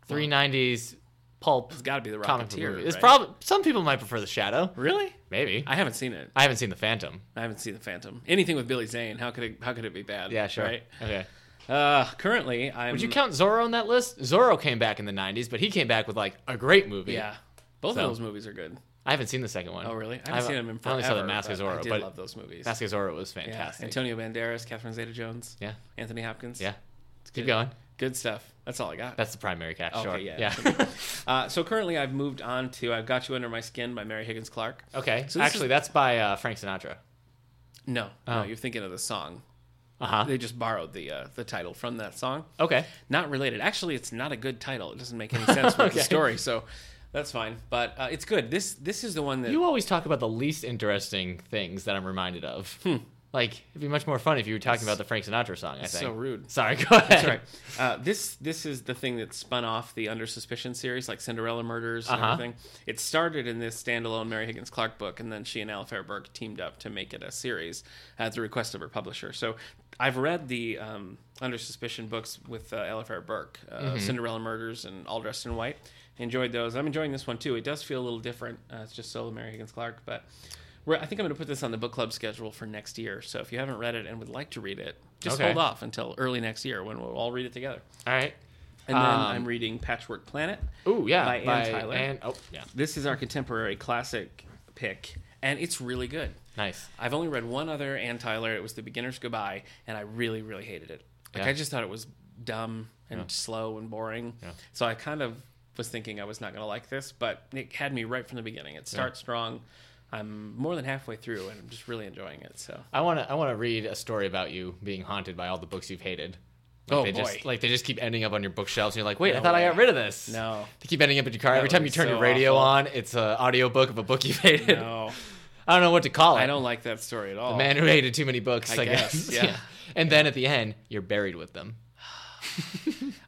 [SPEAKER 1] 390s pulp
[SPEAKER 2] It's got to be The
[SPEAKER 1] comic book movie.
[SPEAKER 2] Rocketeer.
[SPEAKER 1] It's
[SPEAKER 2] right?
[SPEAKER 1] probably some people might prefer The Shadow.
[SPEAKER 2] Really?
[SPEAKER 1] Maybe.
[SPEAKER 2] I haven't seen it.
[SPEAKER 1] I haven't seen The Phantom.
[SPEAKER 2] I haven't seen the Phantom. Anything with Billy Zane, how could it, how could it be bad?
[SPEAKER 1] Yeah, sure.
[SPEAKER 2] Right? *laughs*
[SPEAKER 1] Okay.
[SPEAKER 2] Uh, currently, I'm.
[SPEAKER 1] Would you count Zorro on that list? Zorro came back in the 90s, but he came back with like a great movie.
[SPEAKER 2] Yeah, both
[SPEAKER 1] So-
[SPEAKER 2] of those movies are good.
[SPEAKER 1] I haven't seen the second one.
[SPEAKER 2] Oh, really? I haven't
[SPEAKER 1] I've-
[SPEAKER 2] seen them in
[SPEAKER 1] I
[SPEAKER 2] forever.
[SPEAKER 1] only saw The Mask of
[SPEAKER 2] but
[SPEAKER 1] Zorro,
[SPEAKER 2] I did
[SPEAKER 1] but
[SPEAKER 2] love those movies.
[SPEAKER 1] Mask of Zorro was
[SPEAKER 2] yeah.
[SPEAKER 1] fantastic.
[SPEAKER 2] Antonio Banderas, Catherine Zeta-Jones,
[SPEAKER 1] Yeah.
[SPEAKER 2] Anthony Hopkins.
[SPEAKER 1] Yeah.
[SPEAKER 2] It's
[SPEAKER 1] Keep
[SPEAKER 2] good.
[SPEAKER 1] going.
[SPEAKER 2] Good stuff. That's all I got.
[SPEAKER 1] That's the primary cast.
[SPEAKER 2] Okay, *laughs*
[SPEAKER 1] sure.
[SPEAKER 2] yeah. uh, so currently, I've moved on to "I've Got You Under My Skin" by Mary Higgins Clark.
[SPEAKER 1] *laughs* okay.
[SPEAKER 2] So this
[SPEAKER 1] Actually,
[SPEAKER 2] is-
[SPEAKER 1] that's by uh, Frank Sinatra.
[SPEAKER 2] No, no,
[SPEAKER 1] Oh.
[SPEAKER 2] you're thinking of the song.
[SPEAKER 1] Uh huh.
[SPEAKER 2] They just borrowed the uh, the title from that song.
[SPEAKER 1] Okay.
[SPEAKER 2] not related. Actually, it's not a good title. It doesn't make
[SPEAKER 1] *laughs*
[SPEAKER 2] any sense with
[SPEAKER 1] Okay.
[SPEAKER 2] the story, so that's fine. But uh, it's good. This this is the one that
[SPEAKER 1] You always talk about the least interesting things that I'm reminded of.
[SPEAKER 2] Hmm.
[SPEAKER 1] Like, it'd be much more fun if you were talking about the Frank Sinatra song, I think.
[SPEAKER 2] so rude.
[SPEAKER 1] Sorry, go ahead.
[SPEAKER 2] Sorry. Uh, this this is the thing that spun off the Under Suspicion series, like Cinderella Murders and
[SPEAKER 1] Uh-huh.
[SPEAKER 2] everything. It started in this standalone Mary Higgins Clark book, and then she and Al Fairberg teamed up to make it a series at the request of her publisher. So I've read the um, Under Suspicion books with uh, Al Fairberg, uh, Cinderella Murders and All Dressed in White. Enjoyed those. I'm enjoying this one too. It does feel a little different. Uh, it's just solo Mary Higgins Clark, but. We're, I think I'm going to put this on the book club schedule for next year. So if you haven't read it and would like to read it, just
[SPEAKER 1] Okay.
[SPEAKER 2] hold off until early next year when we'll all read it together.
[SPEAKER 1] All right.
[SPEAKER 2] And then
[SPEAKER 1] Um,
[SPEAKER 2] I'm reading Patchwork Planet.
[SPEAKER 1] Ooh, yeah.
[SPEAKER 2] By Ann Tyler.
[SPEAKER 1] Ann- oh, yeah.
[SPEAKER 2] This is our contemporary classic pick, and it's really good.
[SPEAKER 1] Nice.
[SPEAKER 2] I've only read one other Ann Tyler. It was The Beginner's Goodbye, and I really, really hated it. Like
[SPEAKER 1] Yeah.
[SPEAKER 2] I just thought it was dumb and slow and boring.
[SPEAKER 1] Yeah.
[SPEAKER 2] So I kind of was thinking I was not going to like this, but it had me right from the beginning. It starts strong. I'm more than halfway through, and I'm just really enjoying it. So
[SPEAKER 1] I want to I want to read a story about you being haunted by all the books you've hated. Like
[SPEAKER 2] Oh,
[SPEAKER 1] they just
[SPEAKER 2] boy.
[SPEAKER 1] like they just keep ending up on your bookshelves and you're like, "Wait, I
[SPEAKER 2] No
[SPEAKER 1] thought I
[SPEAKER 2] way.
[SPEAKER 1] got rid of this."
[SPEAKER 2] *laughs* no,
[SPEAKER 1] They keep ending up in your car every
[SPEAKER 2] would
[SPEAKER 1] time
[SPEAKER 2] be
[SPEAKER 1] you turn
[SPEAKER 2] so
[SPEAKER 1] your radio on.
[SPEAKER 2] awful.
[SPEAKER 1] It's an audiobook of a book you've hated.
[SPEAKER 2] no,
[SPEAKER 1] I don't know what to call it.
[SPEAKER 2] I don't like that story at all.
[SPEAKER 1] A man who hated too many books, I,
[SPEAKER 2] I
[SPEAKER 1] guess. *laughs*
[SPEAKER 2] guess, yeah.
[SPEAKER 1] And then at the end, you're buried with them.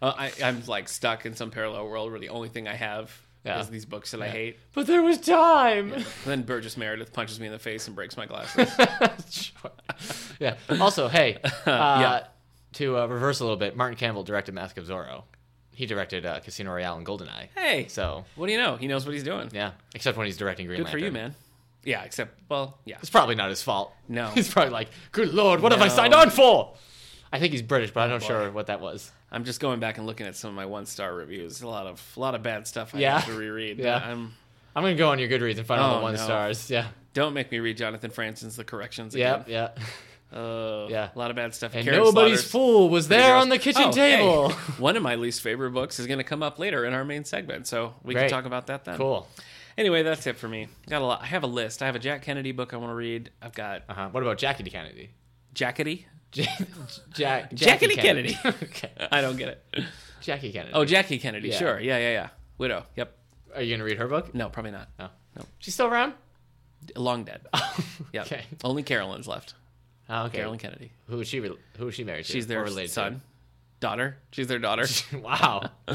[SPEAKER 2] Uh, I, I'm like stuck in some parallel world where the only thing I have
[SPEAKER 1] Yeah.
[SPEAKER 2] is these books that I hate.
[SPEAKER 1] But there was time.
[SPEAKER 2] then Burgess Meredith punches me in the face and breaks my glasses.
[SPEAKER 1] *laughs* Sure. yeah. Also, hey, uh,
[SPEAKER 2] *laughs* Yeah.
[SPEAKER 1] to uh, reverse a little bit, Martin Campbell directed Mask of Zorro. he directed uh, Casino Royale and Goldeneye.
[SPEAKER 2] Hey.
[SPEAKER 1] So
[SPEAKER 2] What do you know? He knows what he's doing.
[SPEAKER 1] yeah, except when he's directing Green
[SPEAKER 2] Good
[SPEAKER 1] Lantern.
[SPEAKER 2] for you, man. Yeah, except well, yeah.
[SPEAKER 1] It's probably not his fault. *laughs*
[SPEAKER 2] No.
[SPEAKER 1] he's probably like, "Good lord, what have I
[SPEAKER 2] No.
[SPEAKER 1] signed on for?" I think he's British, but I'm not
[SPEAKER 2] boy.
[SPEAKER 1] sure what that was.
[SPEAKER 2] I'm just going back and looking at some of my one star reviews. A lot of a lot of bad stuff I
[SPEAKER 1] Yeah.
[SPEAKER 2] have to reread.
[SPEAKER 1] Yeah.
[SPEAKER 2] I'm
[SPEAKER 1] I'm gonna go on your Goodreads and find all the
[SPEAKER 2] Oh,
[SPEAKER 1] one
[SPEAKER 2] no.
[SPEAKER 1] stars. Yeah,
[SPEAKER 2] don't make me read Jonathan Franzen's The Corrections
[SPEAKER 1] yeah,
[SPEAKER 2] again.
[SPEAKER 1] yeah.
[SPEAKER 2] Uh,
[SPEAKER 1] Yeah.
[SPEAKER 2] A lot of bad stuff.
[SPEAKER 1] And
[SPEAKER 2] Karen
[SPEAKER 1] nobody's
[SPEAKER 2] Slaughter's
[SPEAKER 1] fool was
[SPEAKER 2] pretty
[SPEAKER 1] there
[SPEAKER 2] gross.
[SPEAKER 1] on the kitchen
[SPEAKER 2] Oh, hey.
[SPEAKER 1] table.
[SPEAKER 2] *laughs* One of my least favorite books is going to come up later in our main segment, so we
[SPEAKER 1] Great.
[SPEAKER 2] can talk about that then.
[SPEAKER 1] Cool.
[SPEAKER 2] Anyway, that's it for me. Got a lot. I have a list. I have a Jack Kennedy book I want to read. I've got
[SPEAKER 1] Uh-huh. What about Jackie Kennedy?
[SPEAKER 2] Jackety.
[SPEAKER 1] Ja- *laughs* Jack
[SPEAKER 2] Jackie
[SPEAKER 1] Jackie
[SPEAKER 2] Kennedy.
[SPEAKER 1] okay.
[SPEAKER 2] I don't get it.
[SPEAKER 1] *laughs* Jackie Kennedy.
[SPEAKER 2] Oh, Jackie Kennedy.
[SPEAKER 1] Yeah.
[SPEAKER 2] Sure. Yeah, yeah, yeah. Widow. Yep.
[SPEAKER 1] are you gonna read her book?
[SPEAKER 2] No, probably not.
[SPEAKER 1] No.
[SPEAKER 2] No.
[SPEAKER 1] She's still around.
[SPEAKER 2] Long dead. Yep.
[SPEAKER 1] *laughs* Okay.
[SPEAKER 2] Only Carolyn's left.
[SPEAKER 1] Oh, okay.
[SPEAKER 2] Carolyn Kennedy.
[SPEAKER 1] Who is she? Re- who is she married to?
[SPEAKER 2] She's
[SPEAKER 1] or
[SPEAKER 2] their
[SPEAKER 1] related
[SPEAKER 2] son, daughter. She's their daughter.
[SPEAKER 1] To? *laughs* wow. *laughs*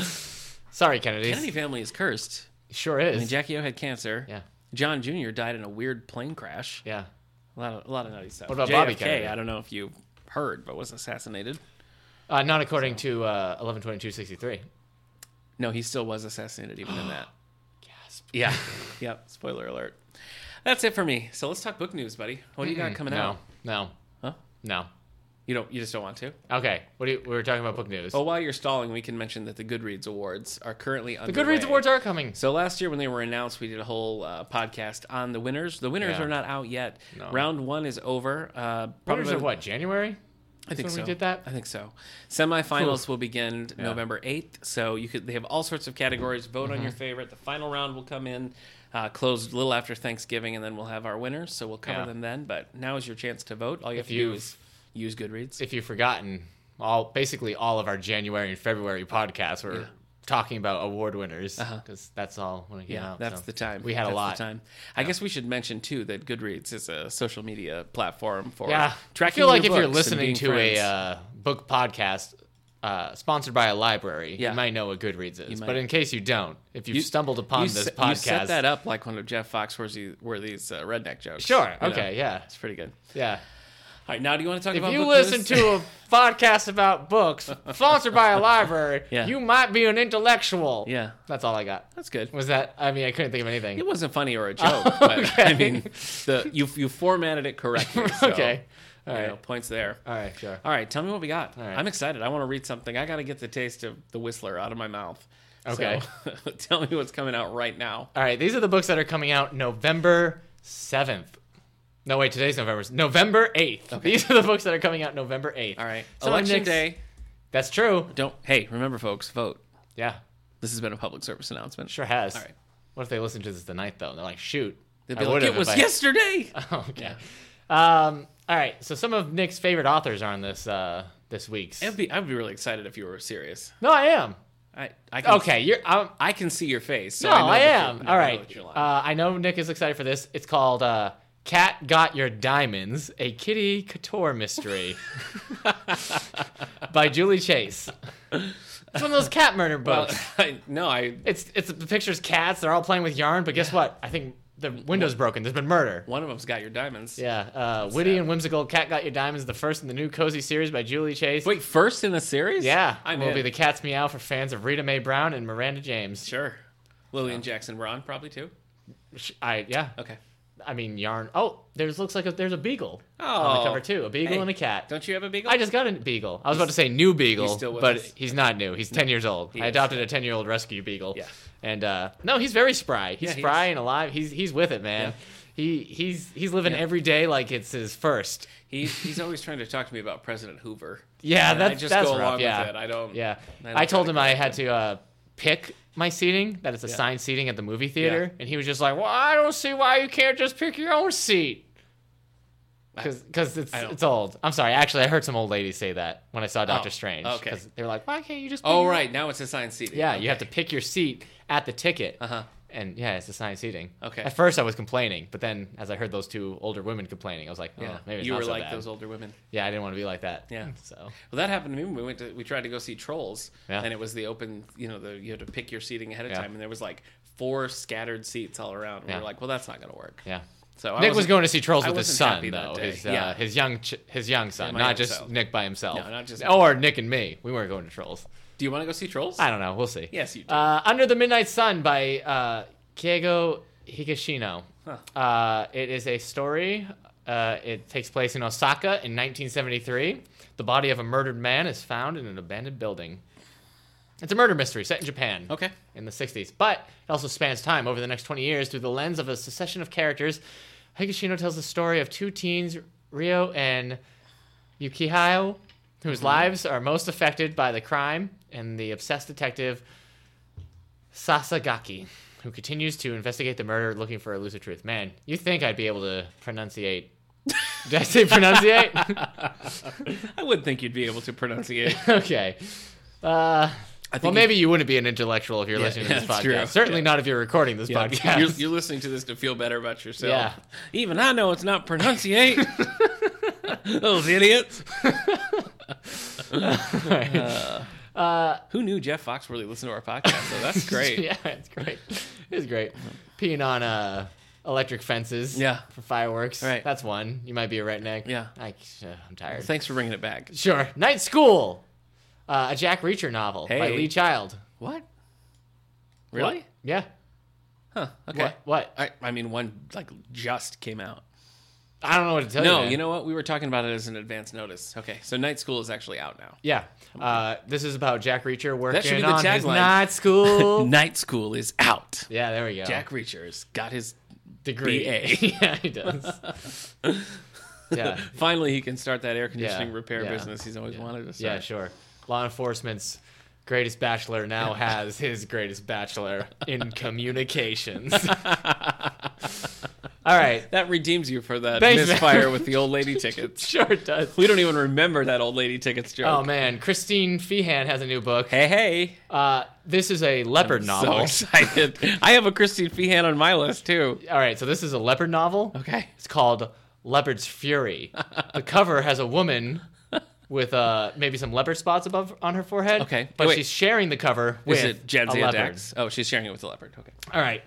[SPEAKER 1] Sorry, Kennedy.
[SPEAKER 2] *laughs* Kennedy family is cursed.
[SPEAKER 1] Sure
[SPEAKER 2] I
[SPEAKER 1] is.
[SPEAKER 2] mean, Jackie O had cancer.
[SPEAKER 1] yeah.
[SPEAKER 2] John Jr. died in a weird plane crash.
[SPEAKER 1] Yeah.
[SPEAKER 2] A lot of a lot of nutty stuff.
[SPEAKER 1] What about Bobby
[SPEAKER 2] JFK,
[SPEAKER 1] Kennedy?
[SPEAKER 2] I don't know if you heard, but was assassinated.
[SPEAKER 1] Uh, not according to uh, 112263.
[SPEAKER 2] No, he still was assassinated even
[SPEAKER 1] *gasps*
[SPEAKER 2] in that.
[SPEAKER 1] Gasp. *laughs*
[SPEAKER 2] Yeah. yep. Spoiler alert. That's it for me. So let's talk book news, buddy. What do you got coming
[SPEAKER 1] no.
[SPEAKER 2] out?
[SPEAKER 1] No.
[SPEAKER 2] Huh?
[SPEAKER 1] No.
[SPEAKER 2] You don't. You just don't want to.
[SPEAKER 1] Okay. What do you, we were talking about book news.
[SPEAKER 2] Oh, while you're stalling, we can mention that the Goodreads Awards are currently
[SPEAKER 1] the
[SPEAKER 2] underway.
[SPEAKER 1] Goodreads awards are coming.
[SPEAKER 2] So last year when they were announced, we did a whole uh, podcast on the winners. The winners
[SPEAKER 1] Yeah.
[SPEAKER 2] are not out yet.
[SPEAKER 1] No.
[SPEAKER 2] Round one is over. Uh, probably
[SPEAKER 1] Winners are what? January.
[SPEAKER 2] I think
[SPEAKER 1] when
[SPEAKER 2] so.
[SPEAKER 1] we did that?
[SPEAKER 2] I think so. Semifinals will begin November eighth. So you could they have all sorts of categories. Vote
[SPEAKER 1] Mm-hmm.
[SPEAKER 2] on your favorite. The final round will come in, uh, closed a little after Thanksgiving, and then we'll have our winners. So we'll cover
[SPEAKER 1] Yeah.
[SPEAKER 2] them then. But now is your chance to vote. All you have
[SPEAKER 1] If
[SPEAKER 2] to do
[SPEAKER 1] you've-
[SPEAKER 2] is use Goodreads.
[SPEAKER 1] If you've forgotten, all basically all of our January and February podcasts were talking about award winners because that's all when it came
[SPEAKER 2] Uh-huh. Yeah,
[SPEAKER 1] out.
[SPEAKER 2] that's
[SPEAKER 1] so
[SPEAKER 2] the time.
[SPEAKER 1] We had a
[SPEAKER 2] That's the
[SPEAKER 1] lot.
[SPEAKER 2] time. I guess we should mention too that Goodreads is a social media platform for
[SPEAKER 1] Yeah.
[SPEAKER 2] tracking.
[SPEAKER 1] I feel like
[SPEAKER 2] your
[SPEAKER 1] if you're
[SPEAKER 2] books and
[SPEAKER 1] listening
[SPEAKER 2] being
[SPEAKER 1] to
[SPEAKER 2] friends.
[SPEAKER 1] a uh, book podcast uh, sponsored by a library,
[SPEAKER 2] Yeah.
[SPEAKER 1] you might know what Goodreads is. But
[SPEAKER 2] might.
[SPEAKER 1] in case you don't, if you've stumbled upon
[SPEAKER 2] you
[SPEAKER 1] this
[SPEAKER 2] se-
[SPEAKER 1] podcast,
[SPEAKER 2] you set that up like one of Jeff Foxworthy's uh, redneck jokes.
[SPEAKER 1] sure.
[SPEAKER 2] you know?
[SPEAKER 1] Okay. Yeah.
[SPEAKER 2] it's pretty good.
[SPEAKER 1] Yeah.
[SPEAKER 2] All right, now do you want to talk
[SPEAKER 1] If
[SPEAKER 2] about
[SPEAKER 1] you
[SPEAKER 2] book
[SPEAKER 1] listen
[SPEAKER 2] news?
[SPEAKER 1] to
[SPEAKER 2] *laughs*
[SPEAKER 1] a podcast about books sponsored by a library,
[SPEAKER 2] Yeah.
[SPEAKER 1] you might be an intellectual.
[SPEAKER 2] Yeah.
[SPEAKER 1] That's all I got.
[SPEAKER 2] That's good.
[SPEAKER 1] Was that? I mean, I couldn't think of anything.
[SPEAKER 2] It wasn't
[SPEAKER 1] *laughs*
[SPEAKER 2] funny or a joke, but I
[SPEAKER 1] okay.
[SPEAKER 2] mean, the you you formatted
[SPEAKER 1] *laughs*
[SPEAKER 2] it correctly. So,
[SPEAKER 1] okay.
[SPEAKER 2] you
[SPEAKER 1] All right.
[SPEAKER 2] know, points there.
[SPEAKER 1] All right. Sure.
[SPEAKER 2] All right, tell me what we got.
[SPEAKER 1] right.
[SPEAKER 2] I'm excited. I want to read something. I got to get the taste of the Whistler out of my mouth. So,
[SPEAKER 1] Okay.
[SPEAKER 2] *laughs* tell me what's coming out right now.
[SPEAKER 1] All right. These are the books that are coming out November seventh. No, wait. Today's November. November eighth. These are the books that are coming out November eighth.
[SPEAKER 2] All right,
[SPEAKER 1] So
[SPEAKER 2] election
[SPEAKER 1] next-
[SPEAKER 2] day.
[SPEAKER 1] That's true.
[SPEAKER 2] Don't. Hey, remember, folks, vote.
[SPEAKER 1] Yeah.
[SPEAKER 2] This has been a public service announcement.
[SPEAKER 1] Sure has.
[SPEAKER 2] All right.
[SPEAKER 1] What if they listen to this the ninth though? And they're like, shoot.
[SPEAKER 2] They'll
[SPEAKER 1] I
[SPEAKER 2] be like,
[SPEAKER 1] would've
[SPEAKER 2] it was
[SPEAKER 1] if I-
[SPEAKER 2] yesterday.
[SPEAKER 1] *laughs* okay. Um, all right. So some of Nick's favorite authors are on this uh, this week's.
[SPEAKER 2] I'd be, I'd be really excited if you were serious.
[SPEAKER 1] No, I am.
[SPEAKER 2] I, I can,
[SPEAKER 1] Okay, you're. I'm,
[SPEAKER 2] I can see your face. So
[SPEAKER 1] no,
[SPEAKER 2] I, know
[SPEAKER 1] I,
[SPEAKER 2] that
[SPEAKER 1] am.
[SPEAKER 2] you're-
[SPEAKER 1] All
[SPEAKER 2] I know
[SPEAKER 1] right.
[SPEAKER 2] that you're lying.
[SPEAKER 1] Uh, I know Nick is excited for this. It's called uh, "Cat Got Your Diamonds: A Kitty Couture Mystery" *laughs* by Julie Chase. It's one of those cat murder books.
[SPEAKER 2] *laughs* I, no, I
[SPEAKER 1] it's it's the pictures cats. They're all playing with yarn, but guess what? I think the window's broken. There's been murder.
[SPEAKER 2] one of them's got your diamonds.
[SPEAKER 1] Yeah, uh, witty and whimsical. Cat Got Your Diamonds, the first in the new cozy series by Julie Chase.
[SPEAKER 2] Wait, first in a series?
[SPEAKER 1] yeah,
[SPEAKER 2] I'm
[SPEAKER 1] will
[SPEAKER 2] in.
[SPEAKER 1] be the cat's meow for fans of Rita Mae Brown and Miranda James.
[SPEAKER 2] sure. Lillian Jackson Braun probably too.
[SPEAKER 1] Sh- I yeah,
[SPEAKER 2] Okay.
[SPEAKER 1] I mean yarn. Oh, there's looks like a, there's a beagle on
[SPEAKER 2] Oh.
[SPEAKER 1] the cover too. A beagle
[SPEAKER 2] Hey,
[SPEAKER 1] and a cat.
[SPEAKER 2] Don't you have a beagle?
[SPEAKER 1] I just got a beagle. I was about to say new beagle,
[SPEAKER 2] he's still with
[SPEAKER 1] but
[SPEAKER 2] us.
[SPEAKER 1] he's not new. He's ten years old. I
[SPEAKER 2] is.
[SPEAKER 1] adopted a ten year old rescue beagle.
[SPEAKER 2] Yeah.
[SPEAKER 1] and uh, no, he's very spry. He's
[SPEAKER 2] Yeah, he
[SPEAKER 1] spry and alive. He's he's with it, man.
[SPEAKER 2] Yeah.
[SPEAKER 1] He he's he's living every day like it's his first.
[SPEAKER 2] he's he's always trying to talk to me about President Hoover.
[SPEAKER 1] Yeah,
[SPEAKER 2] And
[SPEAKER 1] that's
[SPEAKER 2] I just
[SPEAKER 1] that's
[SPEAKER 2] go
[SPEAKER 1] rough,
[SPEAKER 2] along
[SPEAKER 1] yeah.
[SPEAKER 2] with it. I don't.
[SPEAKER 1] Yeah.
[SPEAKER 2] I
[SPEAKER 1] I,
[SPEAKER 2] like
[SPEAKER 1] told
[SPEAKER 2] that
[SPEAKER 1] him I had to uh, pick my seating, that it's assigned seating at the movie theater.
[SPEAKER 2] Yeah.
[SPEAKER 1] And he was just like, well, I don't see why you can't just pick your own seat. Because it's,
[SPEAKER 2] I don't-
[SPEAKER 1] it's old. I'm sorry. Actually, I heard some old lady say that when I saw Doctor
[SPEAKER 2] Oh,
[SPEAKER 1] Strange.
[SPEAKER 2] okay.
[SPEAKER 1] 'Cause They were like, why can't you just pick
[SPEAKER 2] Oh
[SPEAKER 1] your-"
[SPEAKER 2] right, now it's assigned seating.
[SPEAKER 1] Yeah, you have to pick your seat at the ticket.
[SPEAKER 2] Uh-huh.
[SPEAKER 1] And yeah, it's assigned seating.
[SPEAKER 2] Okay.
[SPEAKER 1] At first, I was complaining, but then as I heard those two older women complaining, I was like, oh,
[SPEAKER 2] Yeah.
[SPEAKER 1] maybe it's
[SPEAKER 2] you
[SPEAKER 1] not
[SPEAKER 2] were
[SPEAKER 1] so
[SPEAKER 2] like
[SPEAKER 1] bad.
[SPEAKER 2] those older women.
[SPEAKER 1] Yeah, I didn't want to be like that.
[SPEAKER 2] Yeah.
[SPEAKER 1] So.
[SPEAKER 2] Well, that happened to me when we went to we tried to go see Trolls,
[SPEAKER 1] Yeah.
[SPEAKER 2] and it was the open. You know, the you had to pick your seating ahead of
[SPEAKER 1] Yeah.
[SPEAKER 2] time, and there was like four scattered seats all around. And
[SPEAKER 1] Yeah.
[SPEAKER 2] We were like, well, that's not going to work.
[SPEAKER 1] Yeah.
[SPEAKER 2] So I
[SPEAKER 1] Nick was
[SPEAKER 2] wasn't-
[SPEAKER 1] going to see Trolls
[SPEAKER 2] I
[SPEAKER 1] with his
[SPEAKER 2] wasn't
[SPEAKER 1] son,
[SPEAKER 2] happy that
[SPEAKER 1] though.
[SPEAKER 2] day.
[SPEAKER 1] His, uh,
[SPEAKER 2] Yeah.
[SPEAKER 1] his young ch- his young son,
[SPEAKER 2] my
[SPEAKER 1] not
[SPEAKER 2] young
[SPEAKER 1] just
[SPEAKER 2] self.
[SPEAKER 1] Nick by himself.
[SPEAKER 2] No, not just-
[SPEAKER 1] or Nick and me. We weren't going to Trolls.
[SPEAKER 2] Do you want to go see Trolls?
[SPEAKER 1] I don't know. We'll see.
[SPEAKER 2] Yes, you do.
[SPEAKER 1] Uh, Under the Midnight Sun by uh, Kiego Higashino. Uh, it is a story. Uh, it takes place in Osaka in 1973. The body of a murdered man is found in an abandoned building. It's a murder mystery set in Japan.
[SPEAKER 2] Okay.
[SPEAKER 1] In the 60s. But it also spans time over the next 20 years through the lens of a succession of characters. Higashino tells the story of two teens, Rio and Yukihio, whose lives are most affected by the crime, and the obsessed detective Sasagaki, who continues to investigate the murder looking for elusive truth. Man, you think I'd be able to pronunciate. Did I say pronunciate? *laughs*
[SPEAKER 2] I would think you'd be able to pronounce it.
[SPEAKER 1] okay. Uh,
[SPEAKER 2] *laughs* I think
[SPEAKER 1] well, maybe you wouldn't be an intellectual if you're listening to
[SPEAKER 2] yeah,
[SPEAKER 1] this
[SPEAKER 2] that's
[SPEAKER 1] podcast.
[SPEAKER 2] true.
[SPEAKER 1] Certainly not if you're recording this
[SPEAKER 2] Yeah, because
[SPEAKER 1] podcast. *laughs*
[SPEAKER 2] you're, you're listening to this to feel better about yourself.
[SPEAKER 1] Yeah.
[SPEAKER 2] Even I know it's
[SPEAKER 1] *laughs*
[SPEAKER 2] not pronunciate. *laughs* Those idiots. uh, Who knew Jeff Fox really listened to our podcast? So
[SPEAKER 1] *laughs*
[SPEAKER 2] that's great. Uh-huh.
[SPEAKER 1] yeah, it's great. It's great. Peeing on uh, electric fences.
[SPEAKER 2] Yeah.
[SPEAKER 1] For fireworks.
[SPEAKER 2] Right.
[SPEAKER 1] That's one. You might be a redneck.
[SPEAKER 2] Yeah.
[SPEAKER 1] I, uh, I'm tired.
[SPEAKER 2] Thanks for bringing it back.
[SPEAKER 1] Sure. Night School, uh, a Jack Reacher novel by
[SPEAKER 2] Hey.
[SPEAKER 1] Lee Child.
[SPEAKER 2] What? Really?
[SPEAKER 1] What? Yeah.
[SPEAKER 2] Huh. Okay.
[SPEAKER 1] What? What?
[SPEAKER 2] I, I mean, one like just came out.
[SPEAKER 1] I don't know what to tell you.
[SPEAKER 2] No,
[SPEAKER 1] man.
[SPEAKER 2] you know what? We were talking about it as an advance notice. Okay, so Night School is actually out now.
[SPEAKER 1] Yeah. Uh, this is about Jack Reacher working
[SPEAKER 2] should be the
[SPEAKER 1] on his
[SPEAKER 2] tagline.
[SPEAKER 1] night
[SPEAKER 2] *laughs*
[SPEAKER 1] school.
[SPEAKER 2] Night School is out.
[SPEAKER 1] yeah, there we go.
[SPEAKER 2] Jack Reacher's got his.
[SPEAKER 1] degree.
[SPEAKER 2] BA.
[SPEAKER 1] *laughs* yeah, he does. *laughs* yeah.
[SPEAKER 2] Finally, he can start that air conditioning
[SPEAKER 1] Yeah,
[SPEAKER 2] repair
[SPEAKER 1] yeah,
[SPEAKER 2] business he's always wanted to
[SPEAKER 1] Yeah,
[SPEAKER 2] start.
[SPEAKER 1] sure. Law enforcement's greatest bachelor *laughs* now has his greatest bachelor *laughs* in *laughs* communications. All right.
[SPEAKER 2] That redeems you for that
[SPEAKER 1] Thanks, man.
[SPEAKER 2] misfire with the old lady tickets.
[SPEAKER 1] Sure it does.
[SPEAKER 2] We don't even remember that old lady tickets joke.
[SPEAKER 1] Oh man, Christine Feehan has a new book.
[SPEAKER 2] hey, hey.
[SPEAKER 1] Uh, this is a leopard
[SPEAKER 2] So
[SPEAKER 1] novel.
[SPEAKER 2] *laughs* excited. I have a Christine Feehan on my list, too.
[SPEAKER 1] All right, so this is a leopard novel.
[SPEAKER 2] Okay.
[SPEAKER 1] It's called Leopard's Fury. the cover has a woman with uh, maybe some leopard spots above on her forehead.
[SPEAKER 2] Okay.
[SPEAKER 1] but
[SPEAKER 2] Wait.
[SPEAKER 1] she's sharing the cover with
[SPEAKER 2] Is it Jadzia
[SPEAKER 1] a leopard.
[SPEAKER 2] Dax? Oh, she's sharing it with the leopard. Okay.
[SPEAKER 1] All right,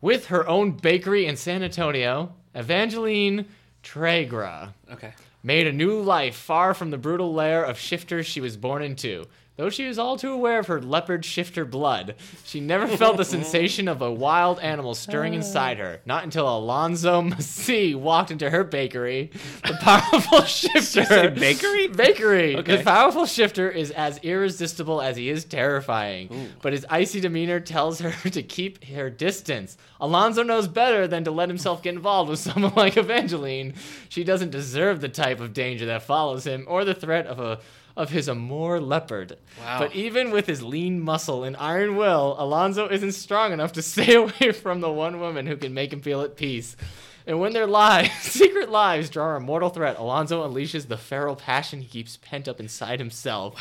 [SPEAKER 1] with her own bakery in San Antonio, Evangeline Tragra
[SPEAKER 2] Okay.
[SPEAKER 1] made a new life far from the brutal lair of shifters she was born into. Though she was all too aware of her leopard shifter blood, she never felt the sensation of a wild animal stirring inside her. Not until Alonzo Massey walked into her bakery. The powerful shifter.
[SPEAKER 2] say
[SPEAKER 1] *laughs*
[SPEAKER 2] bakery?
[SPEAKER 1] Bakery.
[SPEAKER 2] Okay.
[SPEAKER 1] The powerful shifter is as irresistible as he is terrifying, but his icy demeanor tells her *laughs* to keep her distance. Alonzo knows better than to let himself get involved with *laughs* someone like Evangeline. She doesn't deserve the type of danger that follows him or the threat of a of his amour leopard.
[SPEAKER 2] Wow.
[SPEAKER 1] But even with his lean muscle and iron will, Alonzo isn't strong enough to *laughs* stay away from the one woman who can make him feel at peace. And when their lives, *laughs* secret lives, draw a mortal threat, Alonzo unleashes the feral passion he keeps pent up inside himself.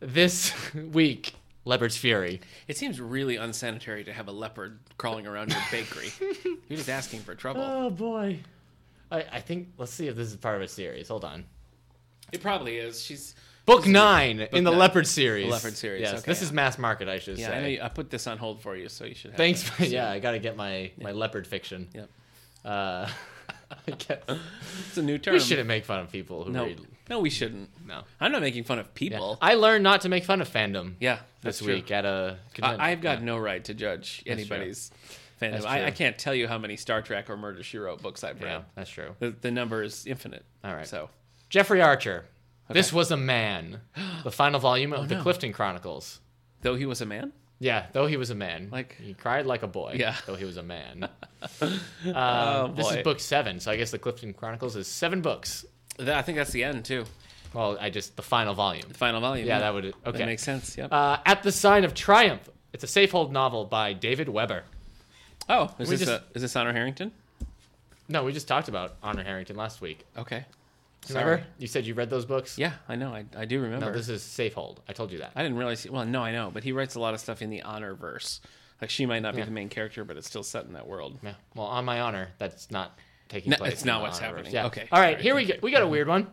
[SPEAKER 1] This *laughs* week, Leopard's Fury.
[SPEAKER 2] It seems really unsanitary to have a leopard crawling around your *laughs* bakery. You're just asking for trouble.
[SPEAKER 1] Oh boy. I, I think let's see if this is part of a series. Hold on.
[SPEAKER 2] It probably is. She's.
[SPEAKER 1] Book nine in the
[SPEAKER 2] nine.
[SPEAKER 1] Leopard series.
[SPEAKER 2] The Leopard series,
[SPEAKER 1] Yes,
[SPEAKER 2] okay,
[SPEAKER 1] this
[SPEAKER 2] yeah.
[SPEAKER 1] is mass market, I should
[SPEAKER 2] Yeah,
[SPEAKER 1] say.
[SPEAKER 2] I, know you- I put this on hold for you, *laughs* so you should have
[SPEAKER 1] Thanks.
[SPEAKER 2] that.
[SPEAKER 1] For, *laughs* yeah, I gotta get my my leopard fiction.
[SPEAKER 2] Yep.
[SPEAKER 1] Uh, *laughs* I guess
[SPEAKER 2] It's a new term.
[SPEAKER 1] we shouldn't make fun of people who
[SPEAKER 2] No,
[SPEAKER 1] read.
[SPEAKER 2] no, we shouldn't.
[SPEAKER 1] No.
[SPEAKER 2] I'm not making fun of
[SPEAKER 1] Yeah.
[SPEAKER 2] people.
[SPEAKER 1] I learned not to make fun of fandom.
[SPEAKER 2] Yeah,
[SPEAKER 1] This
[SPEAKER 2] that's true.
[SPEAKER 1] week at a convention.
[SPEAKER 2] I, I've got no right to judge anybody's fandom.
[SPEAKER 1] That's
[SPEAKER 2] I, I
[SPEAKER 1] true.
[SPEAKER 2] can't tell you how many Star Trek or Murder She Wrote books I've
[SPEAKER 1] Yeah,
[SPEAKER 2] read.
[SPEAKER 1] that's true.
[SPEAKER 2] The, the number is infinite.
[SPEAKER 1] All right.
[SPEAKER 2] So
[SPEAKER 1] Jeffrey Archer. This was a man.
[SPEAKER 2] *gasps*
[SPEAKER 1] The final volume of the
[SPEAKER 2] Oh, no.
[SPEAKER 1] Clifton Chronicles.
[SPEAKER 2] though he was a man,
[SPEAKER 1] Yeah, though he was a man,
[SPEAKER 2] Like-
[SPEAKER 1] he cried like a boy.
[SPEAKER 2] Yeah.
[SPEAKER 1] though he was a
[SPEAKER 2] *laughs*
[SPEAKER 1] man.
[SPEAKER 2] oh
[SPEAKER 1] Uh, This is
[SPEAKER 2] boy.
[SPEAKER 1] book seven, so I guess the Clifton Chronicles is seven books.
[SPEAKER 2] That- I think that's the end too.
[SPEAKER 1] Well, I just the final volume.
[SPEAKER 2] The final volume.
[SPEAKER 1] Yeah, that would okay.
[SPEAKER 2] That makes sense. Yep.
[SPEAKER 1] Uh, At the Sign of Triumph. It's a safehold novel by David Weber.
[SPEAKER 2] oh, is
[SPEAKER 1] we
[SPEAKER 2] this
[SPEAKER 1] just-
[SPEAKER 2] a, is this Honor Harrington?
[SPEAKER 1] No, we just talked about Honor Harrington last week.
[SPEAKER 2] Okay.
[SPEAKER 1] Remember?
[SPEAKER 2] Sorry.
[SPEAKER 1] You said you read those books?
[SPEAKER 2] Yeah, I know. I, I do remember.
[SPEAKER 1] No, this is Safehold. I told you that.
[SPEAKER 2] I didn't realize. He, well, no, I know, but he writes a lot of stuff in the honor verse. Like she might not be
[SPEAKER 1] Yeah.
[SPEAKER 2] the main character, but it's still set in that world.
[SPEAKER 1] Yeah. Well, on my honor, that's not taking
[SPEAKER 2] No,
[SPEAKER 1] place.
[SPEAKER 2] it's
[SPEAKER 1] in
[SPEAKER 2] not
[SPEAKER 1] the
[SPEAKER 2] what's
[SPEAKER 1] Honorverse.
[SPEAKER 2] happening.
[SPEAKER 1] Yeah.
[SPEAKER 2] Okay.
[SPEAKER 1] All right,
[SPEAKER 2] Sorry.
[SPEAKER 1] here we go. We got a weird one.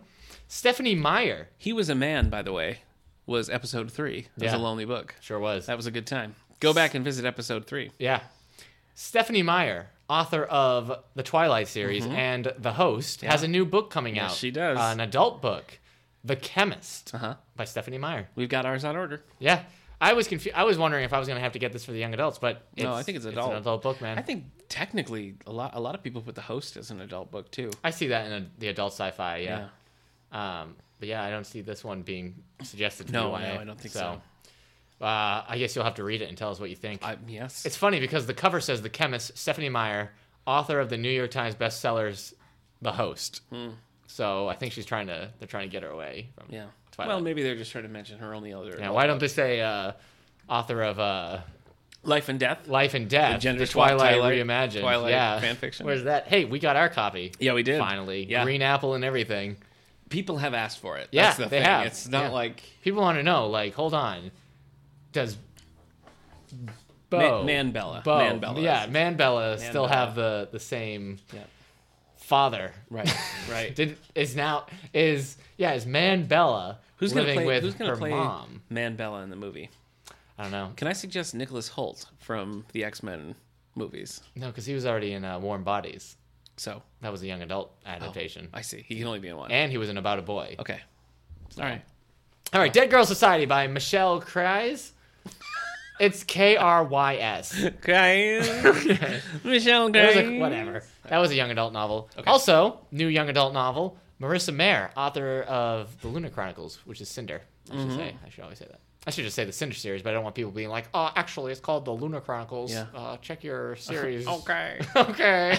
[SPEAKER 1] Stephanie Meyer.
[SPEAKER 2] He was a man, by the way. Was episode three? It was
[SPEAKER 1] Yeah.
[SPEAKER 2] a lonely book.
[SPEAKER 1] Sure was.
[SPEAKER 2] That was a good time. Go back and visit episode three.
[SPEAKER 1] Yeah. Stephanie Meyer, author of the Twilight series and The Host, has a new book coming out.
[SPEAKER 2] Mm-hmm. she does.
[SPEAKER 1] an adult book The Chemist
[SPEAKER 2] Uh huh.
[SPEAKER 1] by Stephanie Meyer.
[SPEAKER 2] We've got ours on order.
[SPEAKER 1] Yeah. I was confused. I was wondering if I was going to have to get this for the young adults, but
[SPEAKER 2] No, I think it's adult.
[SPEAKER 1] an adult book, man.
[SPEAKER 2] I think technically a lot a lot of people put the host as an adult book too.
[SPEAKER 1] I see that in a, the adult sci-fi, yeah. Um, but yeah, I don't see this one being suggested. To
[SPEAKER 2] No,
[SPEAKER 1] me
[SPEAKER 2] no, I don't think so.
[SPEAKER 1] Uh, I guess you'll have to read it and tell us what you think.
[SPEAKER 2] I, yes.
[SPEAKER 1] it's funny because the cover says the chemist Stephanie Meyer, author of the New York Times bestsellers, The Host. So I think she's trying to they're trying to get her away from
[SPEAKER 2] Hmm. yeah.
[SPEAKER 1] Twilight.
[SPEAKER 2] Well, maybe they're just trying to mention her only other
[SPEAKER 1] yeah, why don't they say uh, author of uh,
[SPEAKER 2] life and death.
[SPEAKER 1] Life and Death,
[SPEAKER 2] The gender
[SPEAKER 1] the
[SPEAKER 2] swap
[SPEAKER 1] Twilight,
[SPEAKER 2] Twilight-
[SPEAKER 1] reimagined,
[SPEAKER 2] Twilight
[SPEAKER 1] yeah.
[SPEAKER 2] fan fiction.
[SPEAKER 1] Where's that? Hey, we got our copy.
[SPEAKER 2] Yeah, we did.
[SPEAKER 1] Finally,
[SPEAKER 2] Yeah.
[SPEAKER 1] green apple and everything.
[SPEAKER 2] People have asked for it.
[SPEAKER 1] Yeah,
[SPEAKER 2] That's the
[SPEAKER 1] they
[SPEAKER 2] thing.
[SPEAKER 1] have.
[SPEAKER 2] It's not
[SPEAKER 1] Yeah.
[SPEAKER 2] like
[SPEAKER 1] People want to know, like, hold on, does Bo
[SPEAKER 2] Man, Man Bella.
[SPEAKER 1] Bo,
[SPEAKER 2] Man Bella.
[SPEAKER 1] yeah, Man Bella still
[SPEAKER 2] Bella.
[SPEAKER 1] have the the same *laughs*
[SPEAKER 2] Yeah.
[SPEAKER 1] father?
[SPEAKER 2] Right. Right.
[SPEAKER 1] Did is now is yeah is Man Bella
[SPEAKER 2] who's gonna
[SPEAKER 1] living
[SPEAKER 2] play?
[SPEAKER 1] with
[SPEAKER 2] who's gonna
[SPEAKER 1] her
[SPEAKER 2] play
[SPEAKER 1] mom?
[SPEAKER 2] Man Bella in the movie?
[SPEAKER 1] I don't know.
[SPEAKER 2] Can I suggest Nicholas Holt from the X Men movies?
[SPEAKER 1] No, because he was already in uh, Warm Bodies.
[SPEAKER 2] So
[SPEAKER 1] That was a young adult adaptation,
[SPEAKER 2] I see. He can only be in one.
[SPEAKER 1] and he was in About a Boy.
[SPEAKER 2] okay. All right.
[SPEAKER 1] All right, Dead Girl Society by Michelle Kryes. It's K R Y S. *laughs*
[SPEAKER 2] Okay. Michelle
[SPEAKER 1] It was a- whatever. That was a young adult novel. Also, new young adult novel, Marissa Mayer, author of The Luna Chronicles, which is Cinder. I
[SPEAKER 2] Mm-hmm.
[SPEAKER 1] should say. I should always say that. I should just say the Cinder series, but I don't want people being like, "Oh, actually, it's called The Luna Chronicles.
[SPEAKER 2] Yeah.
[SPEAKER 1] Uh, check your series."
[SPEAKER 2] *laughs* Okay.
[SPEAKER 1] okay.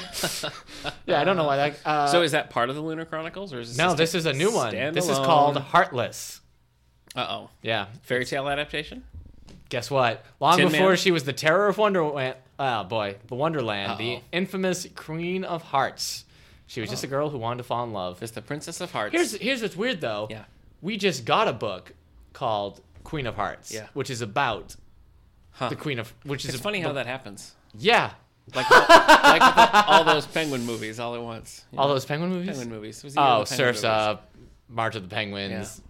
[SPEAKER 2] *laughs*
[SPEAKER 1] yeah, I don't know why that. Uh,
[SPEAKER 2] So is that part of the Lunar Chronicles, or is this
[SPEAKER 1] no,
[SPEAKER 2] just
[SPEAKER 1] this is a new one. This is called Heartless.
[SPEAKER 2] Uh oh,
[SPEAKER 1] Yeah.
[SPEAKER 2] fairy tale adaptation.
[SPEAKER 1] Guess what? Long
[SPEAKER 2] Tin
[SPEAKER 1] before
[SPEAKER 2] Man?
[SPEAKER 1] she was the terror of Wonderland, oh boy, the Wonderland, the
[SPEAKER 2] Uh-oh. Oh.
[SPEAKER 1] infamous Queen of Hearts. She was just a girl who wanted to fall in love.
[SPEAKER 2] It's the Princess of Hearts.
[SPEAKER 1] Here's here's what's weird though.
[SPEAKER 2] Yeah.
[SPEAKER 1] We just got a book called Queen of Hearts,
[SPEAKER 2] Yeah.
[SPEAKER 1] which is about
[SPEAKER 2] Huh.
[SPEAKER 1] the Queen of which is
[SPEAKER 2] it's funny how that happens.
[SPEAKER 1] Yeah.
[SPEAKER 2] Like,
[SPEAKER 1] *laughs*
[SPEAKER 2] like with all those Penguin movies all at once. You
[SPEAKER 1] All
[SPEAKER 2] know,
[SPEAKER 1] those penguin movies?
[SPEAKER 2] Penguin movies. It was the year
[SPEAKER 1] oh,
[SPEAKER 2] of the Penguin
[SPEAKER 1] Surf's
[SPEAKER 2] movies.
[SPEAKER 1] Up, March of the Penguins,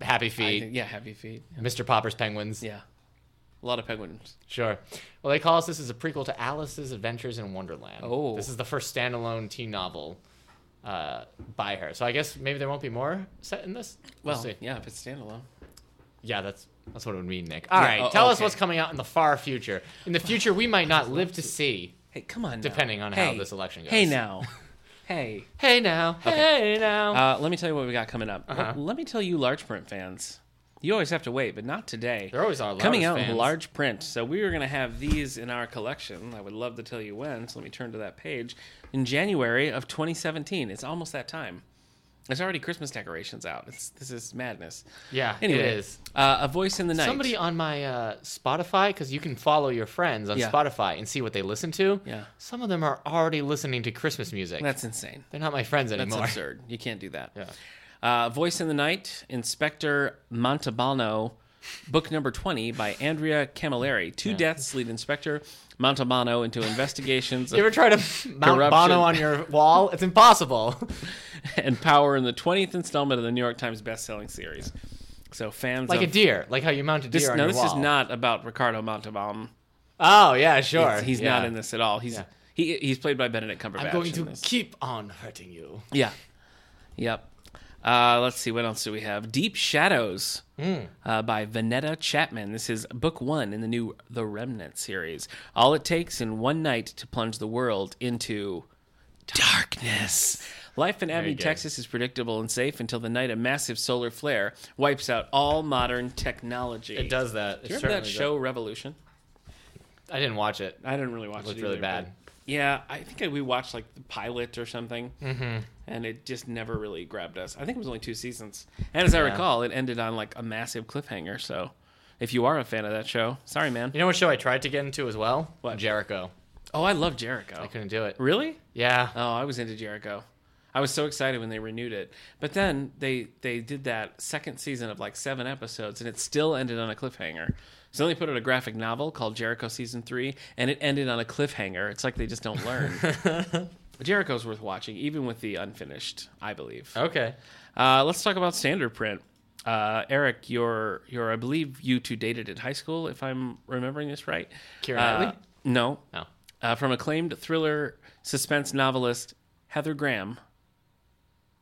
[SPEAKER 1] Happy
[SPEAKER 2] I
[SPEAKER 1] Feet,
[SPEAKER 2] think- yeah, Happy Feet.
[SPEAKER 1] Mr. Popper's Penguins.
[SPEAKER 2] Yeah, a lot of penguins.
[SPEAKER 1] Sure. Well, they call us this is a prequel to Alice's Adventures in Wonderland.
[SPEAKER 2] Oh.
[SPEAKER 1] This is the first standalone teen novel uh, by her. So I guess maybe there won't be more set in this. We'll,
[SPEAKER 2] Well,
[SPEAKER 1] see.
[SPEAKER 2] yeah, if it's standalone.
[SPEAKER 1] Yeah, that's that's what it would mean, Nick. All right,
[SPEAKER 2] oh,
[SPEAKER 1] tell us
[SPEAKER 2] okay.
[SPEAKER 1] what's coming out in the far future. In the future, we might not live to see.
[SPEAKER 2] Hey, come on. now.
[SPEAKER 1] Depending on how
[SPEAKER 2] Hey.
[SPEAKER 1] this election goes.
[SPEAKER 2] Hey
[SPEAKER 1] *laughs*
[SPEAKER 2] now. hey.
[SPEAKER 1] Hey now, hey now.
[SPEAKER 2] Uh, let me tell you what we got coming up.
[SPEAKER 1] Uh-huh.
[SPEAKER 2] Let me tell you, large print fans, you always have to wait, but not today.
[SPEAKER 1] They're always our
[SPEAKER 2] coming out
[SPEAKER 1] loudest
[SPEAKER 2] in
[SPEAKER 1] fans.
[SPEAKER 2] large print. So we are going to have these in our collection. I would love to tell you when. So let me turn to that page. In January of 2017, it's almost that time. There's already Christmas decorations out. It's, this is madness.
[SPEAKER 1] yeah,
[SPEAKER 2] Anyway,
[SPEAKER 1] it is.
[SPEAKER 2] Uh, a voice in the night.
[SPEAKER 1] Somebody on my uh, Spotify, because you can follow your friends on
[SPEAKER 2] Yeah.
[SPEAKER 1] Spotify and see what they listen to.
[SPEAKER 2] Yeah.
[SPEAKER 1] Some of them are already listening to Christmas music.
[SPEAKER 2] That's insane.
[SPEAKER 1] They're not my friends
[SPEAKER 2] That's
[SPEAKER 1] anymore.
[SPEAKER 2] absurd. You can't do that. Uh, Voice in the Night, Inspector Montalbano, book number 20 by Andrea Camilleri. Two deaths lead Inspector
[SPEAKER 1] *laughs*
[SPEAKER 2] Montalbano into investigations
[SPEAKER 1] You ever *laughs* try to mount
[SPEAKER 2] Corruption.
[SPEAKER 1] Bono on your wall? It's *laughs* impossible.
[SPEAKER 2] *laughs* and power in the 20th installment of the New York Times best-selling series. So fans
[SPEAKER 1] like a
[SPEAKER 2] of,
[SPEAKER 1] deer, like how you mount a deer
[SPEAKER 2] this,
[SPEAKER 1] on
[SPEAKER 2] no,
[SPEAKER 1] your
[SPEAKER 2] this
[SPEAKER 1] wall.
[SPEAKER 2] is not about Ricardo Montalbano.
[SPEAKER 1] Oh yeah, sure.
[SPEAKER 2] He's
[SPEAKER 1] Yeah.
[SPEAKER 2] not in this at all. He's
[SPEAKER 1] Yeah.
[SPEAKER 2] he, he's played by Benedict Cumberbatch.
[SPEAKER 1] I'm going
[SPEAKER 2] in
[SPEAKER 1] to
[SPEAKER 2] this.
[SPEAKER 1] keep on hurting you.
[SPEAKER 2] Yeah. Yep. Uh, let's see, what else do we have? Deep Shadows
[SPEAKER 1] Hmm.
[SPEAKER 2] uh, by Vanetta Chapman. This is book one in the new The Remnant series. All it takes in one night to plunge the world into darkness. Life in Abbey,
[SPEAKER 1] good.
[SPEAKER 2] Texas is predictable and safe until the night a massive solar flare wipes out all modern technology.
[SPEAKER 1] It does that.
[SPEAKER 2] Do you remember that show, Revolution?
[SPEAKER 1] I didn't watch it.
[SPEAKER 2] I didn't really watch it.
[SPEAKER 1] looked really
[SPEAKER 2] either,
[SPEAKER 1] bad.
[SPEAKER 2] but- Yeah, I think we watched like the pilot or something,
[SPEAKER 1] Mm-hmm.
[SPEAKER 2] and it just never really grabbed us. I think it was only two seasons, and as I recall, it ended on like a massive cliffhanger. So, if you are a fan of that show, sorry, man.
[SPEAKER 1] You know what show I tried to get into as well?
[SPEAKER 2] What?
[SPEAKER 1] Jericho.
[SPEAKER 2] Oh, I love Jericho.
[SPEAKER 1] I couldn't do it.
[SPEAKER 2] Really?
[SPEAKER 1] Yeah.
[SPEAKER 2] Oh, I was into Jericho. I was so excited when they renewed it, but then they they did that second season of like seven episodes, and it still ended on a cliffhanger. So then they put out a graphic novel called Jericho Season Three, and it ended on a cliffhanger. It's like they just don't learn.
[SPEAKER 1] *laughs*
[SPEAKER 2] Jericho's worth watching, even with the unfinished. I believe.
[SPEAKER 1] Okay.
[SPEAKER 2] Uh, let's talk about standard print. Uh, Eric, you're you're I believe you two dated in high school, if I'm remembering this right.
[SPEAKER 1] Keira
[SPEAKER 2] Uh,
[SPEAKER 1] Knightley?
[SPEAKER 2] no,
[SPEAKER 1] No.
[SPEAKER 2] uh, from acclaimed thriller suspense novelist Heather Graham.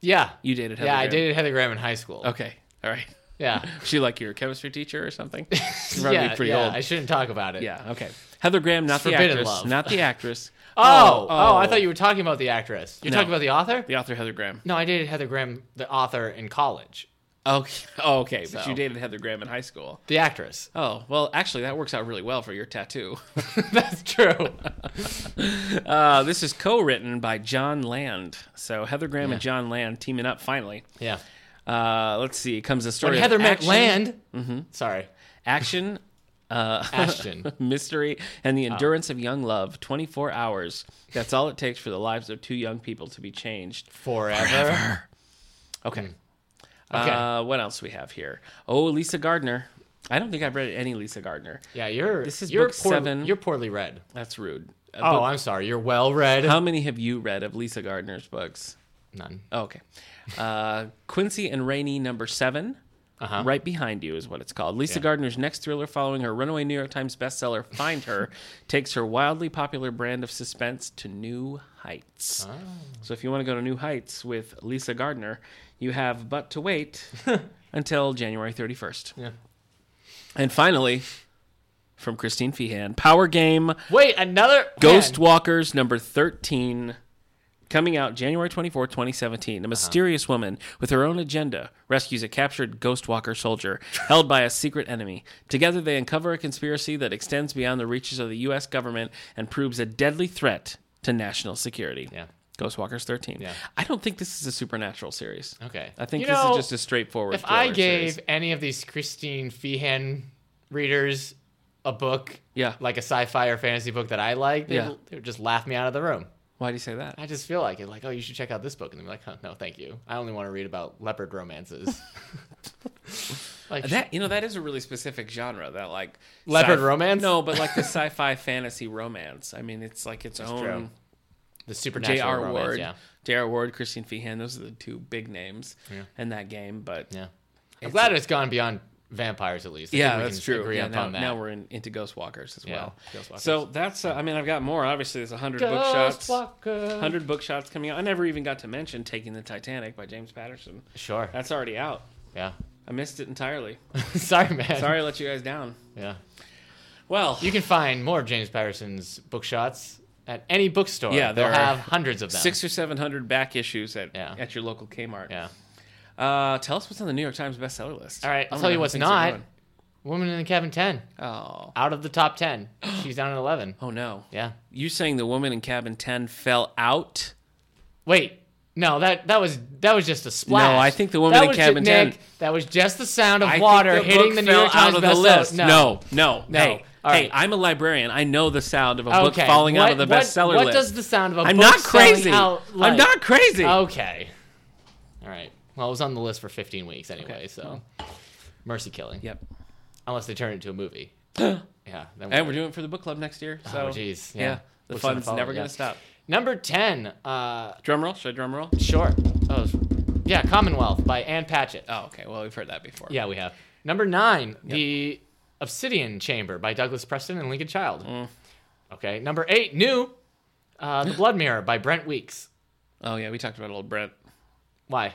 [SPEAKER 1] Yeah.
[SPEAKER 2] You dated Heather
[SPEAKER 1] yeah, I
[SPEAKER 2] Graham.
[SPEAKER 1] dated Heather Graham in high school.
[SPEAKER 2] Okay. All right. *laughs*
[SPEAKER 1] Yeah.
[SPEAKER 2] She like your chemistry teacher
[SPEAKER 1] *laughs*
[SPEAKER 2] or something? She's probably
[SPEAKER 1] yeah,
[SPEAKER 2] pretty
[SPEAKER 1] yeah,
[SPEAKER 2] old.
[SPEAKER 1] I shouldn't talk about it.
[SPEAKER 2] yeah. Okay. Heather Graham, not
[SPEAKER 1] It's
[SPEAKER 2] the
[SPEAKER 1] forbidden
[SPEAKER 2] actress.
[SPEAKER 1] love.
[SPEAKER 2] Not the actress.
[SPEAKER 1] *laughs* Oh, oh, I thought you were talking about the actress. You're
[SPEAKER 2] No.
[SPEAKER 1] talking about the author?
[SPEAKER 2] the author Heather Graham.
[SPEAKER 1] No, I dated Heather Graham, the author, in college.
[SPEAKER 2] Okay. *laughs* Oh, okay. But
[SPEAKER 1] So-
[SPEAKER 2] you dated Heather Graham in high school.
[SPEAKER 1] The actress.
[SPEAKER 2] Oh, well, actually, that works out really well for your tattoo.
[SPEAKER 1] *laughs* That's true.
[SPEAKER 2] uh, this is co written by John Land. So Heather Graham and John Land teaming up finally.
[SPEAKER 1] Yeah.
[SPEAKER 2] Uh, let's see. Comes the story
[SPEAKER 1] When
[SPEAKER 2] of
[SPEAKER 1] Heather meant
[SPEAKER 2] action-
[SPEAKER 1] land.
[SPEAKER 2] mm-hmm.
[SPEAKER 1] Sorry.
[SPEAKER 2] Action. Uh, *laughs*
[SPEAKER 1] Ashton.
[SPEAKER 2] mystery and the endurance of young love 24 hours that's all it takes for the lives of two young people to be changed
[SPEAKER 1] Forever. Mm.
[SPEAKER 2] okay
[SPEAKER 1] Okay.
[SPEAKER 2] uh, what else we have here oh lisa gardner i don't think i've read any lisa gardner
[SPEAKER 1] yeah, you're
[SPEAKER 2] this is
[SPEAKER 1] you're
[SPEAKER 2] book
[SPEAKER 1] poor-
[SPEAKER 2] seven.
[SPEAKER 1] You're poorly read.
[SPEAKER 2] that's rude A
[SPEAKER 1] Oh,
[SPEAKER 2] book-
[SPEAKER 1] I'm sorry. You're well read.
[SPEAKER 2] how many have you read of lisa gardner's books
[SPEAKER 1] None.
[SPEAKER 2] oh, okay uh, quincy and rainey number seven
[SPEAKER 1] Uh-huh.
[SPEAKER 2] Right behind you is what it's called. Lisa Gardner's next thriller following her runaway New York Times bestseller, Find
[SPEAKER 1] *laughs*
[SPEAKER 2] Her, takes her wildly popular brand of suspense to new heights.
[SPEAKER 1] Oh.
[SPEAKER 2] So if you want to go to new heights with Lisa Gardner, you have but to
[SPEAKER 1] *laughs*
[SPEAKER 2] wait until January 31st.
[SPEAKER 1] Yeah.
[SPEAKER 2] And finally, from Christine Feehan, Power Game
[SPEAKER 1] Wait, another
[SPEAKER 2] Ghost
[SPEAKER 1] Man.
[SPEAKER 2] Walkers number 13 coming out January 24, 2017.
[SPEAKER 1] Uh-huh.
[SPEAKER 2] A mysterious woman with her own agenda rescues a captured Ghost Walker soldier held by a secret enemy. Together they uncover a conspiracy that extends beyond the reaches of the US government and proves a deadly threat to national security.
[SPEAKER 1] Yeah.
[SPEAKER 2] Ghost Walkers 13.
[SPEAKER 1] Yeah.
[SPEAKER 2] I don't think this is a supernatural series.
[SPEAKER 1] Okay.
[SPEAKER 2] I think
[SPEAKER 1] You
[SPEAKER 2] this
[SPEAKER 1] know,
[SPEAKER 2] is just a straightforward
[SPEAKER 1] If I
[SPEAKER 2] thriller
[SPEAKER 1] gave
[SPEAKER 2] series.
[SPEAKER 1] any of these Christine Feehan readers a book,
[SPEAKER 2] Yeah.
[SPEAKER 1] like a sci-fi or fantasy book that I like, they,
[SPEAKER 2] Yeah.
[SPEAKER 1] they would just laugh me out of the room.
[SPEAKER 2] Why do you say that?
[SPEAKER 1] I just feel like it. Like, oh, you should check out this book, and they're like, huh, no, thank you. I only want to read about leopard romances. *laughs* like
[SPEAKER 2] That you know that is a really specific genre that like
[SPEAKER 1] Leopard
[SPEAKER 2] sci-
[SPEAKER 1] romance?
[SPEAKER 2] No, but
[SPEAKER 1] *laughs*
[SPEAKER 2] like the sci-fi fantasy romance. I mean, it's like its own
[SPEAKER 1] true. the supernatural
[SPEAKER 2] J.R.
[SPEAKER 1] romance.
[SPEAKER 2] Ward,
[SPEAKER 1] Yeah,
[SPEAKER 2] J.R. Ward, Christine Feehan. Those are the two big names in that game. But
[SPEAKER 1] yeah. I'm glad it's gone beyond vampires at least. I
[SPEAKER 2] Yeah,
[SPEAKER 1] think we
[SPEAKER 2] that's
[SPEAKER 1] can
[SPEAKER 2] true.
[SPEAKER 1] Agree
[SPEAKER 2] Yeah, now,
[SPEAKER 1] upon that.
[SPEAKER 2] now we're in, into Ghost Walkers as well.
[SPEAKER 1] Ghost Walkers.
[SPEAKER 2] So that's uh, I mean I've got more. Obviously, there's hundred book shots.
[SPEAKER 1] Ghost Walker.
[SPEAKER 2] Hundred book shots coming out. I never even got to mention Taking the Titanic by James Patterson.
[SPEAKER 1] Sure.
[SPEAKER 2] That's already out.
[SPEAKER 1] Yeah. *laughs*
[SPEAKER 2] I missed it entirely.
[SPEAKER 1] Sorry, man.
[SPEAKER 2] Sorry, I let you guys down.
[SPEAKER 1] Yeah.
[SPEAKER 2] Well,
[SPEAKER 1] You can find more of James Patterson's book shots at any bookstore.
[SPEAKER 2] Yeah, there
[SPEAKER 1] they'll
[SPEAKER 2] are
[SPEAKER 1] have hundreds of them.
[SPEAKER 2] six or seven hundred back issues at
[SPEAKER 1] Yeah.
[SPEAKER 2] at your local Kmart.
[SPEAKER 1] Yeah.
[SPEAKER 2] Uh, tell us what's on the New York Times bestseller list.
[SPEAKER 1] All right, I'll
[SPEAKER 2] I wanna
[SPEAKER 1] tell you
[SPEAKER 2] know how
[SPEAKER 1] what's
[SPEAKER 2] things are
[SPEAKER 1] not.
[SPEAKER 2] going.
[SPEAKER 1] Woman in the Cabin 10,
[SPEAKER 2] Oh,
[SPEAKER 1] out of the top 10. She's down at 11.
[SPEAKER 2] oh no.
[SPEAKER 1] Yeah.
[SPEAKER 2] You saying the woman in cabin 10 fell out?
[SPEAKER 1] Wait. No, that that was that was just a splash.
[SPEAKER 2] No, I think the woman
[SPEAKER 1] That
[SPEAKER 2] in
[SPEAKER 1] was ju-
[SPEAKER 2] Cabin 10
[SPEAKER 1] Nick, That was just the sound of
[SPEAKER 2] I think
[SPEAKER 1] water
[SPEAKER 2] the
[SPEAKER 1] hitting
[SPEAKER 2] book
[SPEAKER 1] the New
[SPEAKER 2] fell
[SPEAKER 1] York Times
[SPEAKER 2] out of the
[SPEAKER 1] bestseller-
[SPEAKER 2] list.
[SPEAKER 1] No.
[SPEAKER 2] No, no,
[SPEAKER 1] No.
[SPEAKER 2] Hey,
[SPEAKER 1] All
[SPEAKER 2] hey,
[SPEAKER 1] right.
[SPEAKER 2] I'm a librarian. I know the sound of a book
[SPEAKER 1] Okay.
[SPEAKER 2] falling out of
[SPEAKER 1] what-
[SPEAKER 2] the bestseller
[SPEAKER 1] what, What
[SPEAKER 2] list.
[SPEAKER 1] does the sound of a
[SPEAKER 2] I'm
[SPEAKER 1] book
[SPEAKER 2] not
[SPEAKER 1] selling
[SPEAKER 2] crazy.
[SPEAKER 1] out
[SPEAKER 2] I'm
[SPEAKER 1] like? Oh.
[SPEAKER 2] not crazy.
[SPEAKER 1] Okay. All right. Well, it was on the list for 15 weeks anyway, so
[SPEAKER 2] Mm-hmm.
[SPEAKER 1] mercy killing.
[SPEAKER 2] Yep.
[SPEAKER 1] Unless they turn it into a
[SPEAKER 2] *gasps*
[SPEAKER 1] movie. yeah. Then
[SPEAKER 2] And we're doing it for the book club next year.
[SPEAKER 1] Oh,
[SPEAKER 2] So,
[SPEAKER 1] jeez.
[SPEAKER 2] Yeah.
[SPEAKER 1] Yeah.
[SPEAKER 2] The
[SPEAKER 1] Books on the
[SPEAKER 2] fun's
[SPEAKER 1] phone,
[SPEAKER 2] never
[SPEAKER 1] yeah.
[SPEAKER 2] going to stop.
[SPEAKER 1] Number 10, uh,
[SPEAKER 2] Drum roll. Should I drum roll?
[SPEAKER 1] Sure. Oh, yeah, Commonwealth by Anne Patchett.
[SPEAKER 2] Oh, okay. Well, we've heard that before.
[SPEAKER 1] Yeah, we have. Number nine, The Obsidian Chamber by Douglas Preston and Lincoln Child.
[SPEAKER 2] Mm.
[SPEAKER 1] Okay. Number eight, new, uh, The Blood Mirror by Brent Weeks.
[SPEAKER 2] Oh, yeah. We talked about old Brent.
[SPEAKER 1] Why?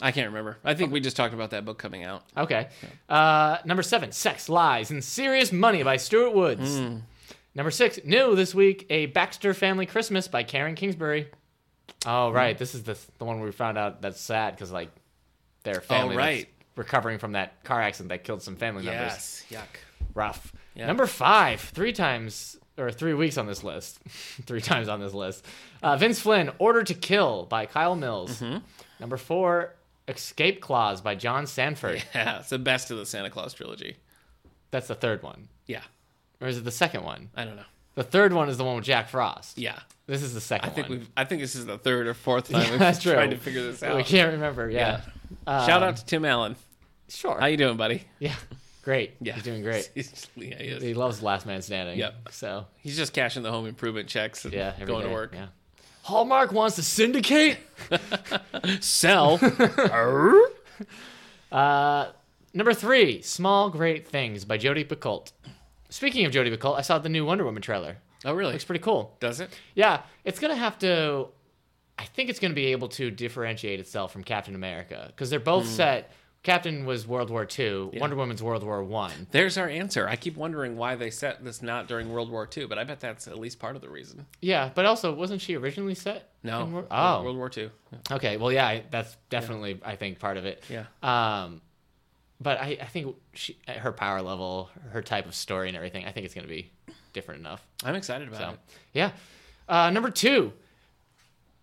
[SPEAKER 2] I can't remember. I
[SPEAKER 1] Oh.
[SPEAKER 2] think we just talked about that book coming out.
[SPEAKER 1] Okay. Uh, number seven, Sex, Lies, and Serious Money by Stuart Woods.
[SPEAKER 2] Mm.
[SPEAKER 1] Number six, new this week, A Baxter Family Christmas by Karen Kingsbury.
[SPEAKER 2] Mm.
[SPEAKER 1] Oh, right. This is the, the one where we found out that's sad because, like, their family that's
[SPEAKER 2] Oh, right.
[SPEAKER 1] recovering from that car accident that killed some family members.
[SPEAKER 2] Yes. Yuck.
[SPEAKER 1] Rough.
[SPEAKER 2] Yeah.
[SPEAKER 1] Number five, three times or three weeks on this list, *laughs* three times on this list. Uh, Vince Flynn, Order to Kill by Kyle Mills.
[SPEAKER 2] Mm-hmm.
[SPEAKER 1] Number four, Escape Clause by John Sanford.
[SPEAKER 2] *laughs* Yeah. It's the best of the Santa Claus trilogy.
[SPEAKER 1] That's the third one.
[SPEAKER 2] Yeah.
[SPEAKER 1] Or is it the second one?
[SPEAKER 2] I don't know.
[SPEAKER 1] The third one is the one with Jack Frost.
[SPEAKER 2] Yeah.
[SPEAKER 1] This is the second
[SPEAKER 2] I think
[SPEAKER 1] one.
[SPEAKER 2] we've. I think this is the third or fourth
[SPEAKER 1] *laughs*
[SPEAKER 2] time we've
[SPEAKER 1] That's true.
[SPEAKER 2] tried to figure this out.
[SPEAKER 1] We can't remember. Yeah. Uh, Um,
[SPEAKER 2] Shout out to Tim Allen.
[SPEAKER 1] Sure.
[SPEAKER 2] How you doing, buddy?
[SPEAKER 1] yeah. Great.
[SPEAKER 2] Yeah,
[SPEAKER 1] He's doing great.
[SPEAKER 2] *laughs* He's, yeah, he
[SPEAKER 1] He
[SPEAKER 2] is.
[SPEAKER 1] loves Last Man Standing.
[SPEAKER 2] Yep.
[SPEAKER 1] So,
[SPEAKER 2] He's just cashing the home improvement checks and
[SPEAKER 1] yeah. every
[SPEAKER 2] going to
[SPEAKER 1] day.
[SPEAKER 2] work.
[SPEAKER 1] Yeah. Hallmark wants to syndicate? *laughs*
[SPEAKER 2] Sell. Oh,
[SPEAKER 1] Uh, number three, Small Great Things by Jodi Picoult. Speaking of Jodi Picoult, I saw the new Wonder Woman trailer.
[SPEAKER 2] oh, really?
[SPEAKER 1] Looks pretty cool.
[SPEAKER 2] Does it?
[SPEAKER 1] Yeah, it's gonna have to. I think it's going to be able to differentiate itself from Captain America because they're both set. Captain was World War II. Wonder Woman's World War One.
[SPEAKER 2] There's our answer. I keep wondering why they set this not during World War II, but I bet that's at least part of the reason.
[SPEAKER 1] Yeah, but also wasn't she originally set?
[SPEAKER 2] No.
[SPEAKER 1] in Wor-
[SPEAKER 2] World-
[SPEAKER 1] oh,
[SPEAKER 2] World War II. Yeah.
[SPEAKER 1] Okay, well, yeah, I- that's definitely I think part of it.
[SPEAKER 2] Yeah.
[SPEAKER 1] Um, but I, I think she, her power level, her type of story, and everything, I think it's going to be different enough.
[SPEAKER 2] I'm excited about
[SPEAKER 1] So,
[SPEAKER 2] it.
[SPEAKER 1] yeah. Uh, number two,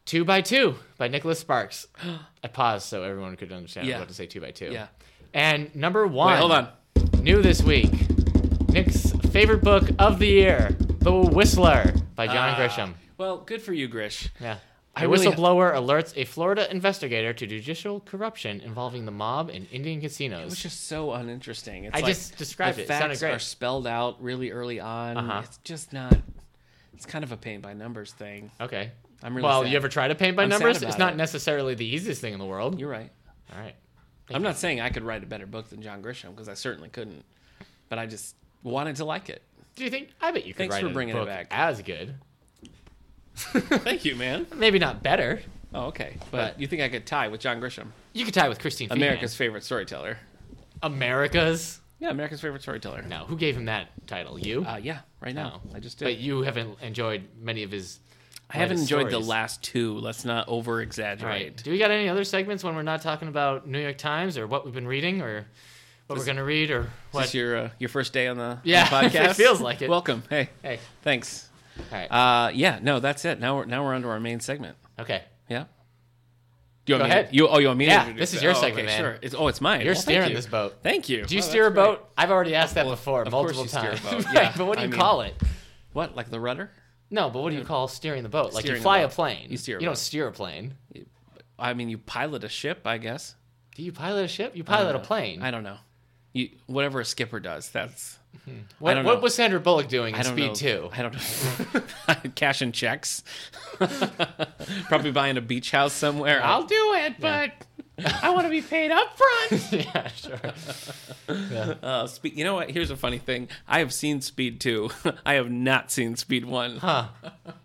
[SPEAKER 1] Two by Two by Nicholas Sparks. *gasps* I paused so everyone could understand.
[SPEAKER 2] Yeah.
[SPEAKER 1] what to say two by two.
[SPEAKER 2] Yeah.
[SPEAKER 1] And number one.
[SPEAKER 2] Wait, hold on.
[SPEAKER 1] New this week, Nick's favorite book of the year, The Whistler by John
[SPEAKER 2] Ah,
[SPEAKER 1] Grisham.
[SPEAKER 2] Well, good for you, Grish.
[SPEAKER 1] Yeah.
[SPEAKER 2] I
[SPEAKER 1] A
[SPEAKER 2] really-
[SPEAKER 1] whistleblower alerts a Florida investigator to judicial corruption involving the mob and Indian
[SPEAKER 2] It was
[SPEAKER 1] casinos.
[SPEAKER 2] just so uninteresting. It's
[SPEAKER 1] I
[SPEAKER 2] like
[SPEAKER 1] just described
[SPEAKER 2] the
[SPEAKER 1] it. It
[SPEAKER 2] Facts
[SPEAKER 1] sounded great.
[SPEAKER 2] are spelled out really early on.
[SPEAKER 1] Uh-huh.
[SPEAKER 2] It's just not. It's kind of a paint by numbers thing.
[SPEAKER 1] Okay.
[SPEAKER 2] I'm really
[SPEAKER 1] well,
[SPEAKER 2] sad.
[SPEAKER 1] you ever try to paint by
[SPEAKER 2] I'm sad
[SPEAKER 1] numbers?
[SPEAKER 2] about
[SPEAKER 1] It's not
[SPEAKER 2] it.
[SPEAKER 1] necessarily the easiest thing in the world.
[SPEAKER 2] You're right.
[SPEAKER 1] All right.
[SPEAKER 2] I'm not saying I could write a better book than John Grisham because I certainly couldn't, but I just wanted to
[SPEAKER 1] *laughs*
[SPEAKER 2] like it.
[SPEAKER 1] Do you think? I bet you could
[SPEAKER 2] Thanks
[SPEAKER 1] write
[SPEAKER 2] for
[SPEAKER 1] a
[SPEAKER 2] bringing it
[SPEAKER 1] book
[SPEAKER 2] back.
[SPEAKER 1] as good.
[SPEAKER 2] Thank you, man.
[SPEAKER 1] Maybe not better.
[SPEAKER 2] Oh, okay. But,
[SPEAKER 1] But-
[SPEAKER 2] you think I could tie with John Grisham,
[SPEAKER 1] You could tie with Christine. Feehan.
[SPEAKER 2] America's favorite storyteller?
[SPEAKER 1] America's.
[SPEAKER 2] Yeah, America's favorite storyteller.
[SPEAKER 1] No, who gave him that title? You. Oh.
[SPEAKER 2] Uh, yeah, right now. I just did.
[SPEAKER 1] But you haven't enjoyed many of his.
[SPEAKER 2] I haven't
[SPEAKER 1] latest
[SPEAKER 2] enjoyed the
[SPEAKER 1] stories.
[SPEAKER 2] last two. Let's not over
[SPEAKER 1] All
[SPEAKER 2] exaggerate.
[SPEAKER 1] right. Do we got any other segments when we're not talking about New York Times or what we've been reading or what we're gonna read or
[SPEAKER 2] Is
[SPEAKER 1] what?
[SPEAKER 2] this your uh, your first day on the, on the
[SPEAKER 1] Yeah, *laughs*
[SPEAKER 2] podcast?
[SPEAKER 1] it feels like it.
[SPEAKER 2] Welcome. Hey,
[SPEAKER 1] hey.
[SPEAKER 2] thanks.
[SPEAKER 1] All right.
[SPEAKER 2] Uh, yeah, no, that's it. Now we're now we're onto our main segment.
[SPEAKER 1] okay.
[SPEAKER 2] Yeah. Do you
[SPEAKER 1] Go
[SPEAKER 2] want me to-
[SPEAKER 1] ahead.
[SPEAKER 2] you oh you want me? to
[SPEAKER 1] Yeah,
[SPEAKER 2] introduce
[SPEAKER 1] this is
[SPEAKER 2] it?
[SPEAKER 1] your
[SPEAKER 2] oh,
[SPEAKER 1] segment,
[SPEAKER 2] okay,
[SPEAKER 1] man.
[SPEAKER 2] Sure. It's oh it's mine.
[SPEAKER 1] You're
[SPEAKER 2] Well, thank
[SPEAKER 1] steering
[SPEAKER 2] you.
[SPEAKER 1] this boat.
[SPEAKER 2] Thank you.
[SPEAKER 1] Do you
[SPEAKER 2] Oh,
[SPEAKER 1] steer a
[SPEAKER 2] that's great.
[SPEAKER 1] boat? I've already asked that before
[SPEAKER 2] of course
[SPEAKER 1] multiple
[SPEAKER 2] you steer a
[SPEAKER 1] times. *laughs*
[SPEAKER 2] boat,
[SPEAKER 1] Right,
[SPEAKER 2] yeah.
[SPEAKER 1] but what do
[SPEAKER 2] I
[SPEAKER 1] you
[SPEAKER 2] mean-
[SPEAKER 1] call it?
[SPEAKER 2] What like the rudder?
[SPEAKER 1] No, but what do you call steering the boat? Like you
[SPEAKER 2] Steering a
[SPEAKER 1] fly a
[SPEAKER 2] boat.
[SPEAKER 1] plane.
[SPEAKER 2] You steer a
[SPEAKER 1] You don't
[SPEAKER 2] boat.
[SPEAKER 1] steer a plane.
[SPEAKER 2] I mean, you pilot a ship, I guess.
[SPEAKER 1] Do you pilot a ship? You pilot a plane.
[SPEAKER 2] I don't know. You whatever a skipper does. That's
[SPEAKER 1] what,
[SPEAKER 2] don't
[SPEAKER 1] what
[SPEAKER 2] know.
[SPEAKER 1] was Sandra Bullock doing
[SPEAKER 2] I
[SPEAKER 1] in
[SPEAKER 2] don't
[SPEAKER 1] Speed Two?
[SPEAKER 2] know. I don't know. *laughs* Cash and checks. Probably buying a beach house somewhere.
[SPEAKER 1] I'll do it, but I want to be paid up front.
[SPEAKER 2] *laughs*
[SPEAKER 1] yeah, sure.
[SPEAKER 2] Uh, speed, you know what? Here's a funny thing. I have seen Speed 2. *laughs* I have not seen Speed 1.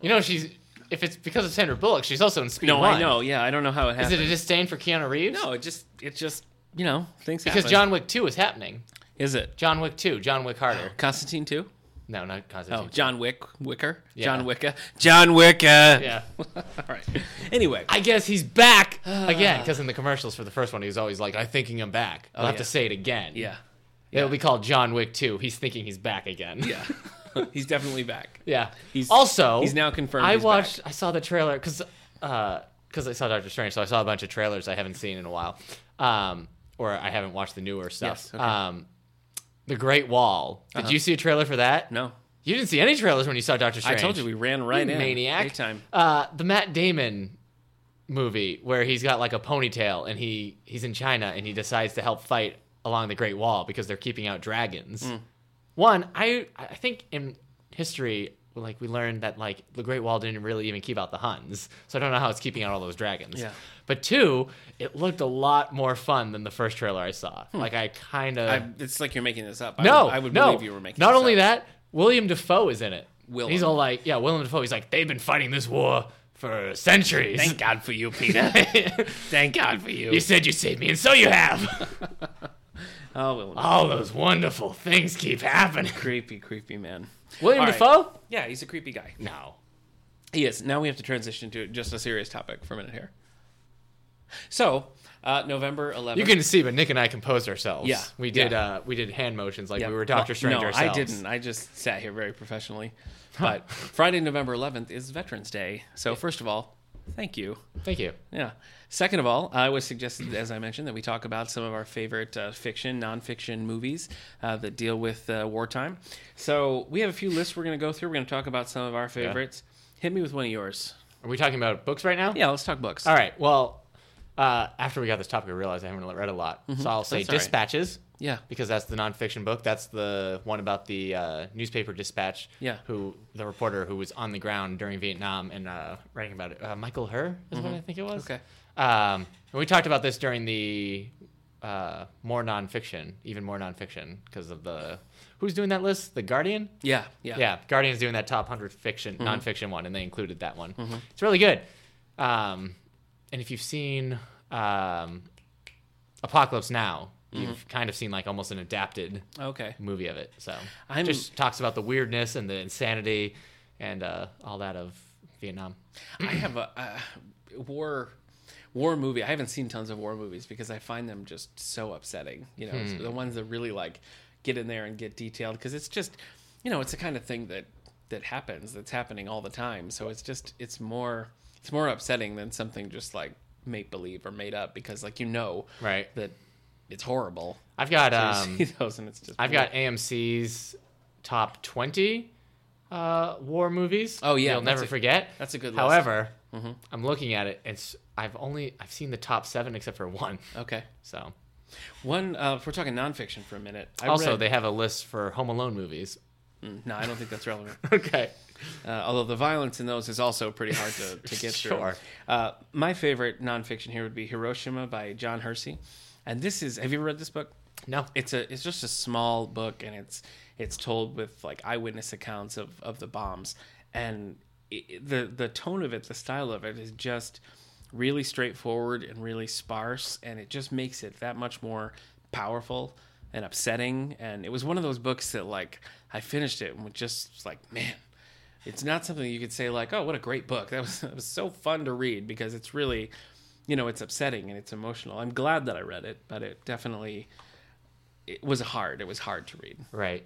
[SPEAKER 1] You know she's if it's because of Sandra Bullock, she's also in Speed
[SPEAKER 2] No,
[SPEAKER 1] One.
[SPEAKER 2] I know. Yeah, I don't know how it
[SPEAKER 1] Is
[SPEAKER 2] happened.
[SPEAKER 1] it a disdain for Keanu Reeves?
[SPEAKER 2] no, it just, it just, you know, things
[SPEAKER 1] Because
[SPEAKER 2] happen.
[SPEAKER 1] John Wick 2 is happening.
[SPEAKER 2] Is it?
[SPEAKER 1] John Wick 2, John Wick Harder.
[SPEAKER 2] Constantine 2?
[SPEAKER 1] No, not
[SPEAKER 2] Oh,
[SPEAKER 1] Constantine.
[SPEAKER 2] John Wick, Wicker?
[SPEAKER 1] Yeah.
[SPEAKER 2] John Wicker? John Wicker!
[SPEAKER 1] Yeah.
[SPEAKER 2] *laughs* All right. Anyway.
[SPEAKER 1] I guess he's back again.
[SPEAKER 2] *sighs*
[SPEAKER 1] Because in the commercials for the first one, he was always like, I'm thinking I'm back. I'll have
[SPEAKER 2] Oh, yeah.
[SPEAKER 1] to say it again.
[SPEAKER 2] yeah.
[SPEAKER 1] It'll be called John Wick 2. He's thinking he's back again.
[SPEAKER 2] Yeah. *laughs* he's definitely back.
[SPEAKER 1] Yeah.
[SPEAKER 2] He's-
[SPEAKER 1] also
[SPEAKER 2] he's now confirmed
[SPEAKER 1] I
[SPEAKER 2] he's
[SPEAKER 1] watched. I saw the trailer because because I saw Doctor Strange, so I saw a bunch of trailers I haven't seen in a while, um, or I haven't watched the newer stuff.
[SPEAKER 2] Yes, okay. Uh-huh.
[SPEAKER 1] um, the Great Wall. Did you see a trailer for that?
[SPEAKER 2] No.
[SPEAKER 1] You didn't see any trailers when you saw Doctor
[SPEAKER 2] I
[SPEAKER 1] Strange.
[SPEAKER 2] told you we ran right
[SPEAKER 1] You
[SPEAKER 2] in.
[SPEAKER 1] maniac.
[SPEAKER 2] Big time.
[SPEAKER 1] Uh, the Matt Damon movie where he's got like a ponytail and he he's in China and he decides to help fight along the Great Wall because they're keeping out dragons.
[SPEAKER 2] Hmm.
[SPEAKER 1] One, I I think in history like we learned that like the Great Wall didn't really even keep out the Huns, so I don't know how it's keeping out all those dragons.
[SPEAKER 2] Yeah.
[SPEAKER 1] But two, it looked a lot more fun than the first trailer I saw. Like I kind of
[SPEAKER 2] Hmm. I, it's like you're making this up. I
[SPEAKER 1] no,
[SPEAKER 2] would, I would
[SPEAKER 1] no.
[SPEAKER 2] believe you were making
[SPEAKER 1] Not
[SPEAKER 2] this
[SPEAKER 1] only
[SPEAKER 2] up.
[SPEAKER 1] that, William Defoe is in it.
[SPEAKER 2] Willem.
[SPEAKER 1] He's all like, yeah, William Defoe. He's like, they've been fighting this war for centuries.
[SPEAKER 2] Thank God for you, *laughs* Peter.
[SPEAKER 1] *laughs*
[SPEAKER 2] Thank God for you.
[SPEAKER 1] you said you saved me, and so you have. *laughs*
[SPEAKER 2] Oh, well,
[SPEAKER 1] all those wonderful things keep happening.
[SPEAKER 2] creepy, creepy man.
[SPEAKER 1] William
[SPEAKER 2] All right.
[SPEAKER 1] Defoe?
[SPEAKER 2] Yeah, he's a creepy guy.
[SPEAKER 1] No.
[SPEAKER 2] He is. Now we have to transition to just a serious topic for a minute here. So, uh, November 11th.
[SPEAKER 1] You can see, but Nick and I composed ourselves.
[SPEAKER 2] Yeah,
[SPEAKER 1] we did.
[SPEAKER 2] yeah.
[SPEAKER 1] Uh, we did hand motions like
[SPEAKER 2] Yeah.
[SPEAKER 1] we were Doctor
[SPEAKER 2] Well,
[SPEAKER 1] Strange
[SPEAKER 2] no,
[SPEAKER 1] ourselves.
[SPEAKER 2] I didn't. I just sat here very professionally. But Friday, November 11th is Veterans Day. So, first of all, thank you.
[SPEAKER 1] Thank you.
[SPEAKER 2] Yeah. Second of all, I was suggested, as I mentioned, that we talk about some of our favorite uh, fiction, nonfiction movies uh, that deal with uh, wartime. So we have a few lists we're going to go through. We're going to talk about some of our favorites. Hit me with one of yours.
[SPEAKER 1] Are we talking about books right now?
[SPEAKER 2] Yeah, let's talk books.
[SPEAKER 1] All right. Well, uh, after we got this topic, I realized I haven't read a lot, so I'll say
[SPEAKER 2] Mm-hmm. That's all right.
[SPEAKER 1] dispatches.
[SPEAKER 2] Yeah.
[SPEAKER 1] because that's the nonfiction book. That's the one about the uh, newspaper dispatch.
[SPEAKER 2] Yeah.
[SPEAKER 1] Who the reporter who was on the ground during Vietnam and uh, writing about it. Uh, Michael Herr is what I think it was.
[SPEAKER 2] Mm-hmm. Okay.
[SPEAKER 1] Um, and we talked about this during the uh, more nonfiction, even more nonfiction, because of the who's doing that list? The Guardian.
[SPEAKER 2] Yeah. Mm-hmm. Yeah. Mm-hmm.
[SPEAKER 1] Yeah, Guardian's doing that top 100 fiction, nonfiction one, and they included that one. It's really good. Um, and if you've seen um, Apocalypse Now,
[SPEAKER 2] Mm-hmm.
[SPEAKER 1] you've kind of seen like almost an adapted
[SPEAKER 2] Okay.
[SPEAKER 1] movie of it. So
[SPEAKER 2] I'm-
[SPEAKER 1] just talks about the weirdness and the insanity and uh, all that of Vietnam.
[SPEAKER 2] I have a uh, war war movie. I haven't seen tons of war movies because I find them just so upsetting. You know,
[SPEAKER 1] Hmm.
[SPEAKER 2] it's the ones that really like get in there and get detailed because it's just, you know, it's the kind of thing that that happens that's happening all the time. So it's just it's more it's more upsetting than something just like make believe or made up because like you know
[SPEAKER 1] Right.
[SPEAKER 2] that it's horrible. *laughs*
[SPEAKER 1] I've got
[SPEAKER 2] So
[SPEAKER 1] um,
[SPEAKER 2] you see those and it's just
[SPEAKER 1] I've got AMC's top 20 uh, war movies.
[SPEAKER 2] Oh, yeah,
[SPEAKER 1] you'll
[SPEAKER 2] that's
[SPEAKER 1] never
[SPEAKER 2] a-
[SPEAKER 1] forget.
[SPEAKER 2] that's a good list. Mm-hmm.
[SPEAKER 1] However, I'm looking at it. and It's I've only I've seen the top seven except for one.
[SPEAKER 2] okay.
[SPEAKER 1] So
[SPEAKER 2] One uh, if we're talking nonfiction for a minute. I
[SPEAKER 1] also
[SPEAKER 2] read-
[SPEAKER 1] they have a list for Home Alone movies. *laughs*
[SPEAKER 2] no, I don't think that's relevant.
[SPEAKER 1] okay.
[SPEAKER 2] Uh, although the violence in those is also pretty hard to, to get
[SPEAKER 1] Sure.
[SPEAKER 2] through. Uh, my favorite nonfiction here would be Hiroshima by John Hersey, and this is. Have you ever read this book?
[SPEAKER 1] No.
[SPEAKER 2] It's a. It's just a small book, and it's it's told with like eyewitness accounts of of the bombs, and i i- the the tone of it, the style of it, is just really straightforward and really sparse, and it just makes it that much more powerful and upsetting. And it was one of those books that like I finished it and was just like, man it's not something you could say like, "Oh, what a great book! *laughs* That was that was so fun to read," because it's really, you know, it's upsetting and it's emotional. I'm glad that I read it, but it definitely it was hard. It was hard to read.
[SPEAKER 1] Right.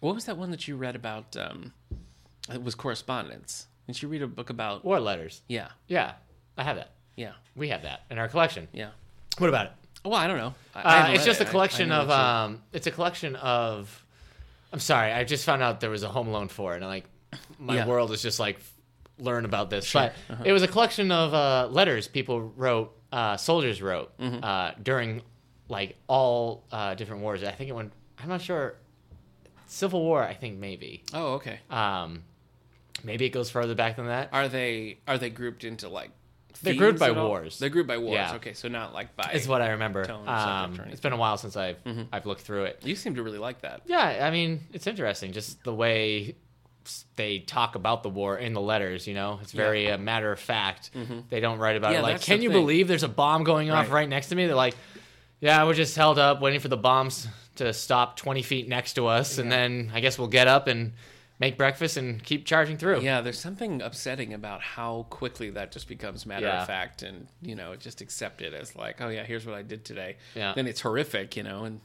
[SPEAKER 2] What was that one that you read about? Um, it was correspondence. Did you read a book about?
[SPEAKER 1] War letters.
[SPEAKER 2] Yeah,
[SPEAKER 1] Yeah. I have that.
[SPEAKER 2] yeah,
[SPEAKER 1] We have that in our collection.
[SPEAKER 2] yeah.
[SPEAKER 1] What about it?
[SPEAKER 2] Well, I don't know. I, I
[SPEAKER 1] Uh,
[SPEAKER 2] haven't
[SPEAKER 1] it's
[SPEAKER 2] read
[SPEAKER 1] just
[SPEAKER 2] it.
[SPEAKER 1] a
[SPEAKER 2] I- I
[SPEAKER 1] collection
[SPEAKER 2] know
[SPEAKER 1] of
[SPEAKER 2] that
[SPEAKER 1] um it's a collection of I'm sorry, I just found out there was a Home Alone 4 and like my
[SPEAKER 2] Yeah. Uh-huh.
[SPEAKER 1] world is just like f- learn about this. But it was a collection of uh, letters people wrote uh, soldiers wrote
[SPEAKER 2] Mm-hmm.
[SPEAKER 1] uh, during like all uh, different wars. I think it went I'm not sure Civil War, I think maybe.
[SPEAKER 2] you- oh, okay.
[SPEAKER 1] Um maybe it goes further back than that.
[SPEAKER 2] Are they are they grouped into like?
[SPEAKER 1] They're
[SPEAKER 2] themes
[SPEAKER 1] grouped by
[SPEAKER 2] at all?
[SPEAKER 1] wars.
[SPEAKER 2] They're grouped by wars.
[SPEAKER 1] Yeah.
[SPEAKER 2] Okay, so not like by.
[SPEAKER 1] Is what I remember.
[SPEAKER 2] Tone or subject or
[SPEAKER 1] Um,
[SPEAKER 2] anything.
[SPEAKER 1] it's been a while since I've
[SPEAKER 2] Mm-hmm.
[SPEAKER 1] I've looked through it.
[SPEAKER 2] you seem to really like that.
[SPEAKER 1] Yeah, I mean, it's interesting just the way s- they talk about the war in the letters, you know? It's very uh, matter of fact. They don't write about
[SPEAKER 2] Mm-hmm. Yeah,
[SPEAKER 1] it like,
[SPEAKER 2] that's the
[SPEAKER 1] can you
[SPEAKER 2] thing.
[SPEAKER 1] believe there's a bomb going off
[SPEAKER 2] Right.
[SPEAKER 1] right. next to me? They're like, yeah, we're just held up waiting for the bombs to stop 20 feet next to us, and then I guess we'll get up and make breakfast and keep charging through.
[SPEAKER 2] Yeah, there's something upsetting about how quickly that just becomes matter
[SPEAKER 1] Yeah.
[SPEAKER 2] of fact, and you know, just accept it as like, oh yeah, here's what I did today.
[SPEAKER 1] Yeah.
[SPEAKER 2] Then it's horrific, you know, and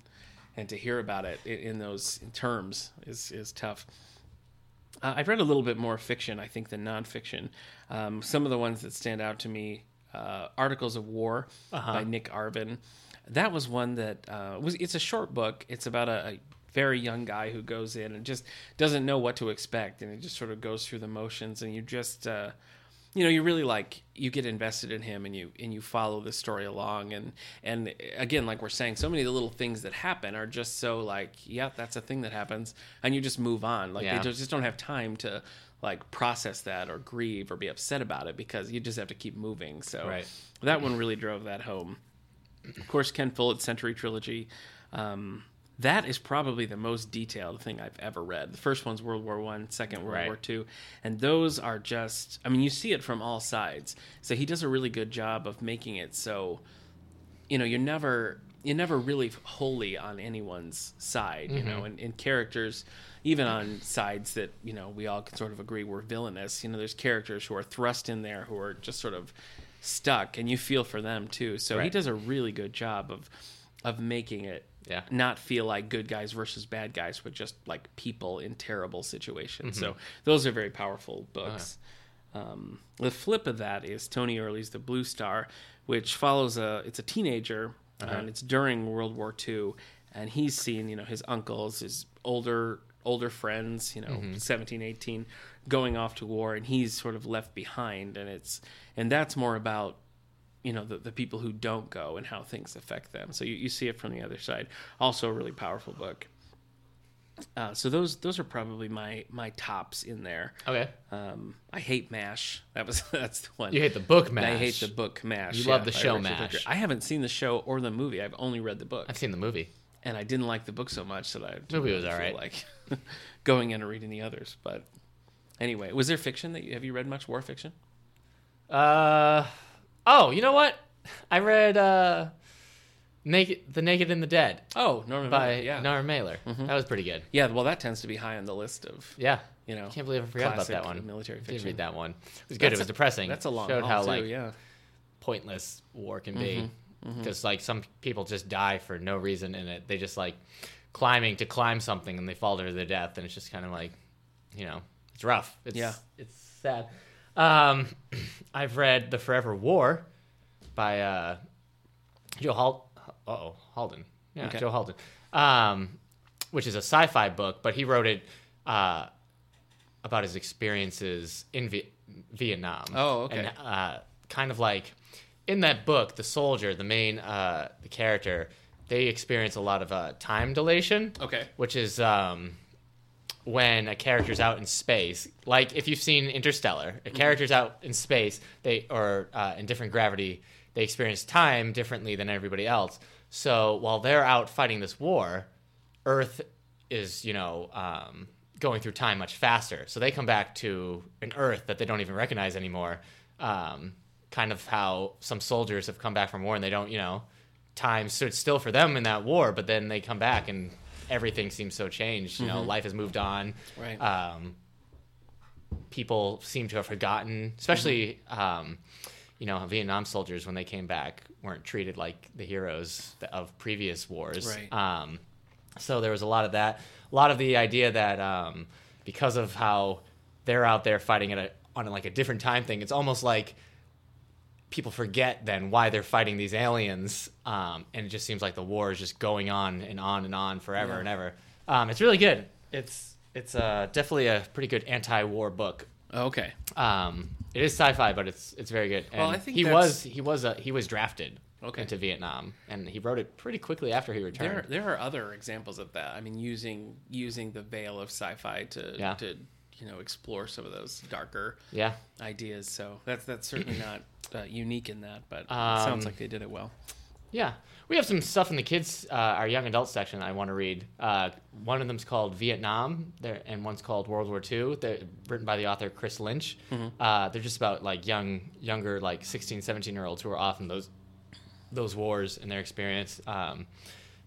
[SPEAKER 2] and to hear about it i- in those terms is is tough. Uh, I've read a little bit more fiction, I think, than nonfiction. Um, some of the ones that stand out to me: uh, Articles of War by Nick Arvin. That was one that uh, was. It's a short book. It's about a, a very young guy who goes in and just doesn't know what to expect, and it just sort of goes through the motions, and you just. Uh, you know you really like you get invested in him and you and you follow the story along and and again like we're saying so many of the little things that happen are just so like yeah that's a thing that happens and you just move on like
[SPEAKER 1] Yeah.
[SPEAKER 2] they just don't have time to like process that or grieve or be upset about it because you just have to keep moving so
[SPEAKER 1] Right.
[SPEAKER 2] that one really drove that home of course, Ken Follett's Century Trilogy. Um, that is probably the most detailed thing I've ever read. The first one's World War One, second World
[SPEAKER 1] Right.
[SPEAKER 2] War Two, and those are just. I mean, you see it from all sides. So he does a really good job of making it so you know you're never you're never really wholly on anyone's side you
[SPEAKER 1] Mm-hmm.
[SPEAKER 2] know and, and characters even on sides that you know we all can sort of agree were villainous you know there's characters who are thrust in there who are just sort of stuck and you feel for them too so he
[SPEAKER 1] Right.
[SPEAKER 2] does a really good job of of making it
[SPEAKER 1] Yeah.
[SPEAKER 2] not feel like good guys versus bad guys but just like people in terrible situations
[SPEAKER 1] Mm-hmm.
[SPEAKER 2] so those are very powerful
[SPEAKER 1] Uh-huh.
[SPEAKER 2] books um, the flip of that is Tony Early's The Blue Star, which follows a it's a teenager and it's during World War II, and he's seen you know his uncles, his older older friends, you know seventeen, eighteen, 17, 18, going off to war, and he's sort of left behind, and it's and that's more about you know the, the people who don't go and how things affect them. So you, you see it from the other side. Also, a really powerful book. Uh, so those those are probably my my tops in there.
[SPEAKER 1] Okay.
[SPEAKER 2] Um, I hate Mash. That was *laughs* that's the one.
[SPEAKER 1] You hate the book, man.
[SPEAKER 2] I hate the book Mash.
[SPEAKER 1] You love the
[SPEAKER 2] by
[SPEAKER 1] show
[SPEAKER 2] Richard
[SPEAKER 1] MASH.
[SPEAKER 2] Linklater. I haven't seen the show or the movie. I've only read the book,
[SPEAKER 1] I've seen the movie.
[SPEAKER 2] and I didn't like the book so much that I didn't
[SPEAKER 1] Movie was
[SPEAKER 2] really feel
[SPEAKER 1] alright.
[SPEAKER 2] Like *laughs* going in and reading the others, but anyway, was there fiction that you have you read much war fiction?
[SPEAKER 1] Uh, oh, you know what? I read uh, Naked, The Naked and the Dead
[SPEAKER 2] Oh, Norman.
[SPEAKER 1] by
[SPEAKER 2] Mailer, yeah. Mm-hmm.
[SPEAKER 1] Norm Mailer. That was pretty good.
[SPEAKER 2] yeah. Well, that tends to be high on the list of
[SPEAKER 1] Yeah.
[SPEAKER 2] you know.
[SPEAKER 1] Can't believe I forgot about
[SPEAKER 2] classic
[SPEAKER 1] that one.
[SPEAKER 2] Military
[SPEAKER 1] I did
[SPEAKER 2] fiction.
[SPEAKER 1] read that one. It was good.
[SPEAKER 2] That's
[SPEAKER 1] it was
[SPEAKER 2] a-
[SPEAKER 1] depressing.
[SPEAKER 2] That's a long
[SPEAKER 1] Showed
[SPEAKER 2] haul
[SPEAKER 1] how
[SPEAKER 2] too,
[SPEAKER 1] like
[SPEAKER 2] yeah.
[SPEAKER 1] pointless war can be,
[SPEAKER 2] Mm-hmm.
[SPEAKER 1] because like some people just die for no reason in it. They just like climbing to climb something and they fall to their death, and it's just kind of like, you know, it's rough. It's,
[SPEAKER 2] Yeah.
[SPEAKER 1] it's sad. Um, *clears throat* I've read The Forever War by uh, Joe Hal- oh Halden. Yeah,
[SPEAKER 2] Okay.
[SPEAKER 1] Joe Halden. Um, which is a sci-fi book, but he wrote it uh, about his experiences in v- Vietnam.
[SPEAKER 2] Oh, okay.
[SPEAKER 1] And uh, kind of like in that book, the soldier, the main uh, the character, they experience a lot of uh, time dilation
[SPEAKER 2] Okay.
[SPEAKER 1] which is um, when a character's out in space. Like if you've seen Interstellar, a character's out in space, they or uh, in different gravity, they experience time differently than everybody else. So while they're out fighting this war, Earth is you know um, going through time much faster. So they come back to an Earth that they don't even recognize anymore. Um, kind of how some soldiers have come back from war and they don't you know time stood still for them in that war, but then they come back and everything seems so changed. You know, life has moved on.
[SPEAKER 2] Right.
[SPEAKER 1] Um, people seem to have forgotten, especially, um, you know, Vietnam soldiers when they came back weren't treated like the heroes th- of previous wars.
[SPEAKER 2] Right.
[SPEAKER 1] Um, so there was a lot of that. A lot of the idea that um, because of how they're out there fighting at a, on like a different time thing, it's almost like people forget then why they're fighting these aliens, um, and it just seems like the war is just going on and on and on forever and ever. Um, it's really good. It's it's uh, definitely a pretty good anti-war book.
[SPEAKER 2] Okay.
[SPEAKER 1] Um, it is sci-fi, but it's it's very good. And
[SPEAKER 2] Well, I think
[SPEAKER 1] he
[SPEAKER 2] that's-
[SPEAKER 1] was he was a, he was drafted
[SPEAKER 2] Okay.
[SPEAKER 1] into Vietnam, and he wrote it pretty quickly after he returned.
[SPEAKER 2] There, there are other examples of that. I mean, using using the veil of sci-fi to
[SPEAKER 1] Yeah.
[SPEAKER 2] to you know explore some of those darker
[SPEAKER 1] yeah.
[SPEAKER 2] ideas. So that's
[SPEAKER 1] *clears throat*
[SPEAKER 2] that's certainly not uh, unique in that, but it
[SPEAKER 1] Um,
[SPEAKER 2] sounds like they did it well.
[SPEAKER 1] Yeah, we have some stuff in the kids, uh, our young adult section. I want to read. Uh, one of them's called Vietnam, there, and one's called World War II. They're written by the author Chris Lynch. Uh, they're just about like young, younger, like 16, 17 year olds who are off in those those wars and their experience. Um,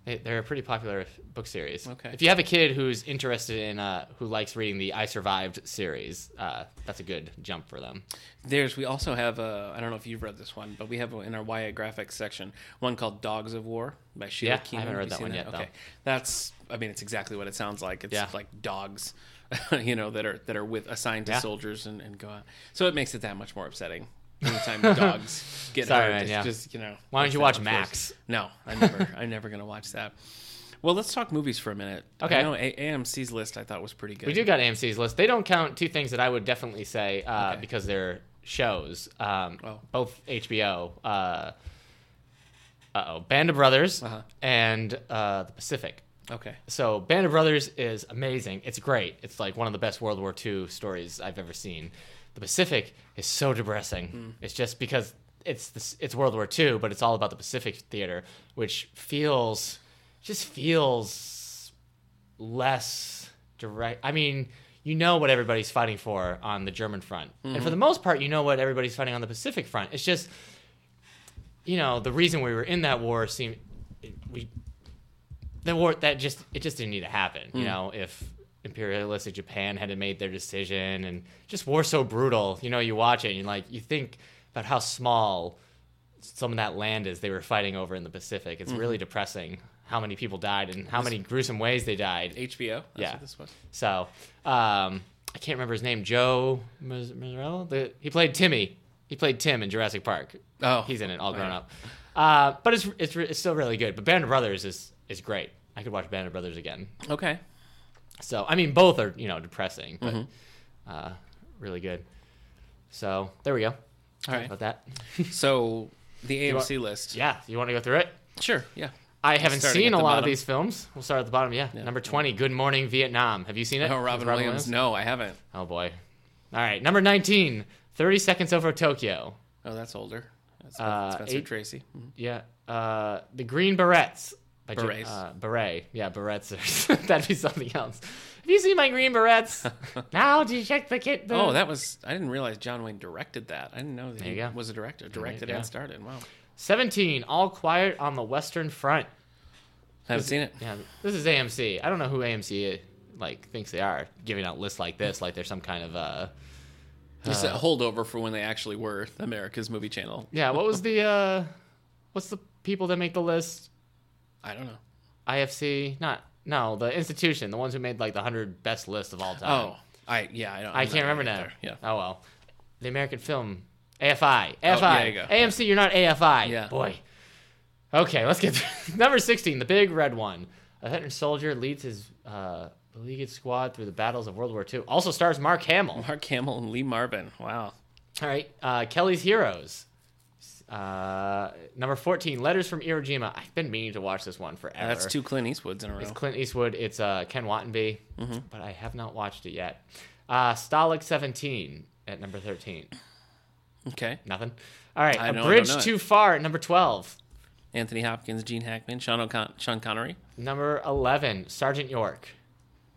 [SPEAKER 1] they, they're a pretty popular book series.
[SPEAKER 2] Okay.
[SPEAKER 1] If you have a kid who's interested in, uh, who likes reading the I Survived series, uh, that's a good jump for them.
[SPEAKER 2] There's we also have a I don't know if you've read this one, but we have in our YA graphics section one called Dogs of War by
[SPEAKER 1] Yeah,
[SPEAKER 2] Sheila
[SPEAKER 1] I
[SPEAKER 2] Keenan.
[SPEAKER 1] haven't read
[SPEAKER 2] Have you
[SPEAKER 1] that
[SPEAKER 2] seen
[SPEAKER 1] one yet, though.
[SPEAKER 2] Okay, that's I mean it's exactly what it sounds like. It's
[SPEAKER 1] Yeah.
[SPEAKER 2] like dogs, *laughs* you know, that are that are with assigned to
[SPEAKER 1] Yeah.
[SPEAKER 2] soldiers and, and go out. So it makes it that much more upsetting.
[SPEAKER 1] *laughs*
[SPEAKER 2] Anytime dogs get
[SPEAKER 1] Sorry,
[SPEAKER 2] hurt,
[SPEAKER 1] man,
[SPEAKER 2] it's
[SPEAKER 1] yeah.
[SPEAKER 2] just you know.
[SPEAKER 1] Why don't
[SPEAKER 2] it's
[SPEAKER 1] you
[SPEAKER 2] that
[SPEAKER 1] watch
[SPEAKER 2] much
[SPEAKER 1] Max?
[SPEAKER 2] worse. No, I'm never *laughs* I'm never gonna watch that. Well, let's talk movies for a minute.
[SPEAKER 1] Okay.
[SPEAKER 2] I know a- AMC's list I thought was pretty good.
[SPEAKER 1] We do got AMC's list. They don't count two things that I would definitely say uh,
[SPEAKER 2] Okay.
[SPEAKER 1] because they're shows. Um,
[SPEAKER 2] Oh.
[SPEAKER 1] Both HBO. Uh oh, Band of Brothers
[SPEAKER 2] Uh-huh.
[SPEAKER 1] and uh, The Pacific.
[SPEAKER 2] Okay.
[SPEAKER 1] So Band of Brothers is amazing. It's great. It's like one of the best World War II stories I've ever seen. The Pacific is so depressing. It's just because it's this, it's World War II, but it's all about the Pacific theater, which feels just feels less direct. I mean, you know what everybody's fighting for on the German front, and for the most part, you know what everybody's fighting on the Pacific front. It's just you know the reason we were in that war seemed we the war that just it just didn't need to happen you know if imperialistic japan had made their decision and just war so brutal you know you watch it and you like you think about how small some of that land is they were fighting over in the pacific it's really depressing how many people died and how many gruesome ways they died
[SPEAKER 2] HBO. That's
[SPEAKER 1] Yeah.
[SPEAKER 2] What this was.
[SPEAKER 1] so um i can't remember his name joe Maz- Mazzarella? the he played timmy he played tim in jurassic park
[SPEAKER 2] Oh,
[SPEAKER 1] he's in it all grown
[SPEAKER 2] yeah.
[SPEAKER 1] up. Uh, but it's it's it's still really good. But Band of Brothers is is great. I could watch Band of Brothers again.
[SPEAKER 2] Okay.
[SPEAKER 1] So I mean, both are you know depressing, but uh, really good. So there we go.
[SPEAKER 2] Mm-hmm. All right.
[SPEAKER 1] About that. *laughs*
[SPEAKER 2] So the AMC list.
[SPEAKER 1] Yeah, you want to go through it?
[SPEAKER 2] Sure. Yeah.
[SPEAKER 1] I haven't
[SPEAKER 2] Starting
[SPEAKER 1] seen
[SPEAKER 2] at
[SPEAKER 1] a
[SPEAKER 2] the
[SPEAKER 1] lot of
[SPEAKER 2] bottom.
[SPEAKER 1] these films. We'll start at the bottom. Yeah, number twenty, Good Morning Vietnam. Have you seen it?
[SPEAKER 2] No,
[SPEAKER 1] With
[SPEAKER 2] Oh, Robin, Williams. No, I haven't.
[SPEAKER 1] Oh boy. All right, number 19, 30 Seconds Over Tokyo.
[SPEAKER 2] Oh, that's older. That's
[SPEAKER 1] Uh,
[SPEAKER 2] Spencer
[SPEAKER 1] eight-
[SPEAKER 2] Tracy. Mhm.
[SPEAKER 1] Yeah, uh, the Green Berets. by Jim-
[SPEAKER 2] Berets.
[SPEAKER 1] uh, beret. Yeah, berets. or- *laughs* That'd be something else. Have you seen my green
[SPEAKER 2] *laughs*
[SPEAKER 1] berets? now, do you check the kit? The...
[SPEAKER 2] Oh, that was I didn't realize John Wayne directed that. I didn't know that he
[SPEAKER 1] you go.
[SPEAKER 2] was a director. Directed
[SPEAKER 1] yeah.
[SPEAKER 2] and started. Wow.
[SPEAKER 1] 17. All Quiet on the Western Front.
[SPEAKER 2] Haven't seen it.
[SPEAKER 1] Yeah, this is AMC. I don't know who AMC like thinks they are giving out lists like this. Like they're some kind of uh,
[SPEAKER 2] It's a holdover for when they actually were America's movie channel.
[SPEAKER 1] yeah. What was the uh, what's the people that make the list?
[SPEAKER 2] I don't know.
[SPEAKER 1] IFC? Not no, the institution, the ones who made like the hundred best list of all time.
[SPEAKER 2] Oh, I yeah, I don't.
[SPEAKER 1] Uh, I
[SPEAKER 2] I'm
[SPEAKER 1] can't
[SPEAKER 2] not
[SPEAKER 1] remember now.
[SPEAKER 2] right there. Yeah.
[SPEAKER 1] Oh well, the American Film AFI. AFI.
[SPEAKER 2] there you go.
[SPEAKER 1] AMC. You're not AFI.
[SPEAKER 2] Yeah.
[SPEAKER 1] Boy. Okay, let's get to *laughs* number sixteen. The big red one. A veteran soldier leads his uh, beleaguered squad through the battles of World War II. Also stars Mark Hamill.
[SPEAKER 2] *laughs* Mark Hamill and Lee Marvin. Wow.
[SPEAKER 1] All right, uh, Kelly's Heroes. Uh, number 14, Letters from Iwo Jima. I've been meaning to watch this one forever.
[SPEAKER 2] That's two Clint Eastwoods in a row.
[SPEAKER 1] It's Clint Eastwood. It's uh, Ken Wattenby,
[SPEAKER 2] Mm-hmm.
[SPEAKER 1] but I have not watched it yet. Uh, Stalag 17 at number 13.
[SPEAKER 2] okay.
[SPEAKER 1] Nothing. All right,
[SPEAKER 2] I
[SPEAKER 1] A
[SPEAKER 2] don't- I
[SPEAKER 1] Bridge
[SPEAKER 2] don't know it.
[SPEAKER 1] Too Far at number 12.
[SPEAKER 2] Anthony Hopkins, Gene Hackman, Sean, O'Con- Sean Connery.
[SPEAKER 1] Number 11, Sergeant York.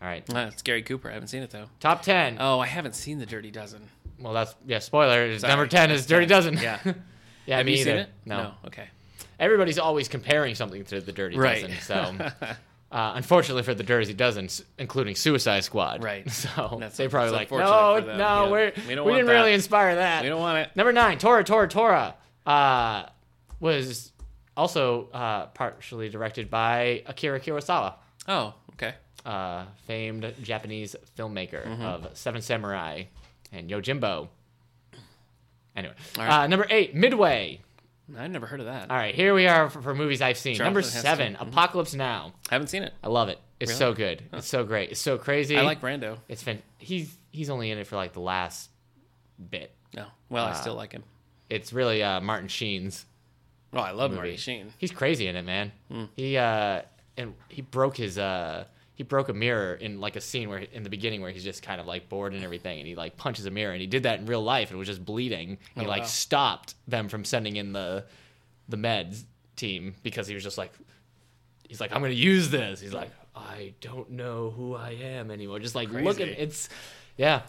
[SPEAKER 1] All right,
[SPEAKER 2] Ah, it's Gary Cooper. I haven't seen it though.
[SPEAKER 1] top 10.
[SPEAKER 2] Oh, I haven't seen The Dirty Dozen.
[SPEAKER 1] well, that's, yeah, spoiler. is
[SPEAKER 2] Sorry.
[SPEAKER 1] Number 10 is Dirty Dozen.
[SPEAKER 2] Yeah.
[SPEAKER 1] *laughs* yeah,
[SPEAKER 2] *laughs* Have
[SPEAKER 1] me
[SPEAKER 2] you seen
[SPEAKER 1] either.
[SPEAKER 2] it? Okay.
[SPEAKER 1] everybody's always comparing something to the Dirty
[SPEAKER 2] Right.
[SPEAKER 1] Dozen. So,
[SPEAKER 2] *laughs*
[SPEAKER 1] uh, unfortunately for the Dirty Dozen, s- including Suicide Squad,
[SPEAKER 2] Right.
[SPEAKER 1] *laughs* So
[SPEAKER 2] That's-
[SPEAKER 1] they probably like,
[SPEAKER 2] it's unfortunate
[SPEAKER 1] no,
[SPEAKER 2] for them,
[SPEAKER 1] no,
[SPEAKER 2] yeah.
[SPEAKER 1] we're,
[SPEAKER 2] We
[SPEAKER 1] we,
[SPEAKER 2] don't want
[SPEAKER 1] didn't
[SPEAKER 2] that.
[SPEAKER 1] really inspire that.
[SPEAKER 2] We don't want it.
[SPEAKER 1] Number nine, Tora, Tora, Tora, uh, was also uh, partially directed by Akira Kurosawa,
[SPEAKER 2] Oh, okay.
[SPEAKER 1] uh, famed Japanese filmmaker
[SPEAKER 2] Mm-hmm.
[SPEAKER 1] of Seven Samurai and Yojimbo. Anyway,
[SPEAKER 2] All right.
[SPEAKER 1] uh, number eight, Midway.
[SPEAKER 2] I've never heard of that.
[SPEAKER 1] All right, here we are for, for movies I've seen.
[SPEAKER 2] Charlton
[SPEAKER 1] Number
[SPEAKER 2] Heston.
[SPEAKER 1] seven, Apocalypse Now.
[SPEAKER 2] Haven't seen it.
[SPEAKER 1] I love it. It's so good. It's so great. It's so crazy.
[SPEAKER 2] I like Brando.
[SPEAKER 1] It's been he's he's only in it for like the last bit.
[SPEAKER 2] No. Well, I still like him.
[SPEAKER 1] It's really uh, Martin Sheen's.
[SPEAKER 2] Oh, I love Marty
[SPEAKER 1] movie.
[SPEAKER 2] Sheen. Hmm.
[SPEAKER 1] He's crazy in it, man. He uh and he broke his uh he broke a mirror in like a scene where in the beginning where he's just kind of like bored and everything and he like punches a mirror and he did that in real life and was just bleeding. He like
[SPEAKER 2] Oh, wow.
[SPEAKER 1] stopped them from sending in the the meds team because he was just like he's like I'm going to use this. He's like I don't know who I am anymore. Just like look at
[SPEAKER 2] Crazy.
[SPEAKER 1] it's yeah.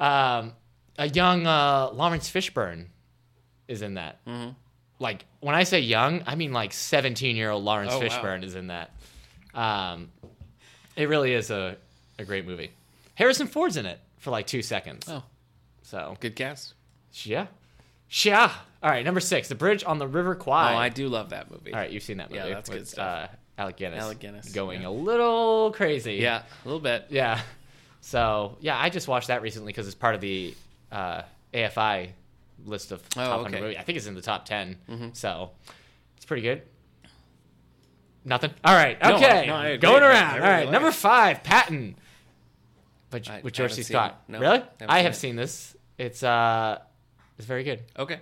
[SPEAKER 1] Um a young uh Lawrence Fishburne is in that
[SPEAKER 2] Mm-hmm.
[SPEAKER 1] like when I say young, I mean like 17 year old Lawrence
[SPEAKER 2] Oh, wow.
[SPEAKER 1] Fishburne is in that. Um, it really is a, a great movie. Harrison Ford's in it for like two seconds.
[SPEAKER 2] Oh.
[SPEAKER 1] So,
[SPEAKER 2] Good guess.
[SPEAKER 1] yeah. Yeah. All right, number six, The Bridge on the River Kwai.
[SPEAKER 2] Oh, I do love that movie.
[SPEAKER 1] All right, you've seen that
[SPEAKER 2] Yeah,
[SPEAKER 1] movie.
[SPEAKER 2] that's good
[SPEAKER 1] with,
[SPEAKER 2] stuff.
[SPEAKER 1] Uh, Alec Guinness.
[SPEAKER 2] Alec Guinness,
[SPEAKER 1] Going
[SPEAKER 2] yeah.
[SPEAKER 1] a little crazy.
[SPEAKER 2] Yeah, a little bit.
[SPEAKER 1] Yeah. So, yeah, I just watched that recently because it's part of the uh, AFI list of top 100
[SPEAKER 2] Oh, okay. Mm-hmm.
[SPEAKER 1] movies. I think it's in the top 10. So, it's pretty good. Nothing. All right.
[SPEAKER 2] No,
[SPEAKER 1] Okay.
[SPEAKER 2] no, I agree.
[SPEAKER 1] Going
[SPEAKER 2] I- I
[SPEAKER 1] around.
[SPEAKER 2] really
[SPEAKER 1] All right.
[SPEAKER 2] like
[SPEAKER 1] Number
[SPEAKER 2] it.
[SPEAKER 1] five, Patton. But
[SPEAKER 2] I-
[SPEAKER 1] with
[SPEAKER 2] I
[SPEAKER 1] George
[SPEAKER 2] haven't
[SPEAKER 1] C.
[SPEAKER 2] seen
[SPEAKER 1] Scott.
[SPEAKER 2] it. No,
[SPEAKER 1] really?
[SPEAKER 2] haven't
[SPEAKER 1] I
[SPEAKER 2] seen
[SPEAKER 1] have
[SPEAKER 2] it.
[SPEAKER 1] seen this. It's uh, it's very good.
[SPEAKER 2] Okay.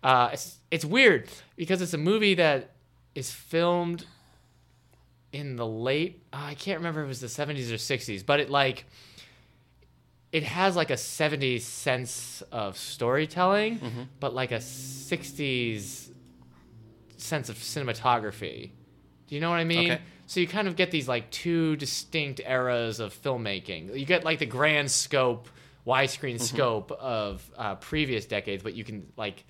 [SPEAKER 1] Uh, it's it's weird because it's a movie that is filmed in the late uh, I can't remember if it was the 70s or 60s, but it like it has like a 70s sense of storytelling, but like a 60s sense of cinematography. Do you know what I mean?
[SPEAKER 2] Okay.
[SPEAKER 1] So you kind of get these like two distinct eras of filmmaking. You get like the grand scope, widescreen scope of uh, previous decades, but you can like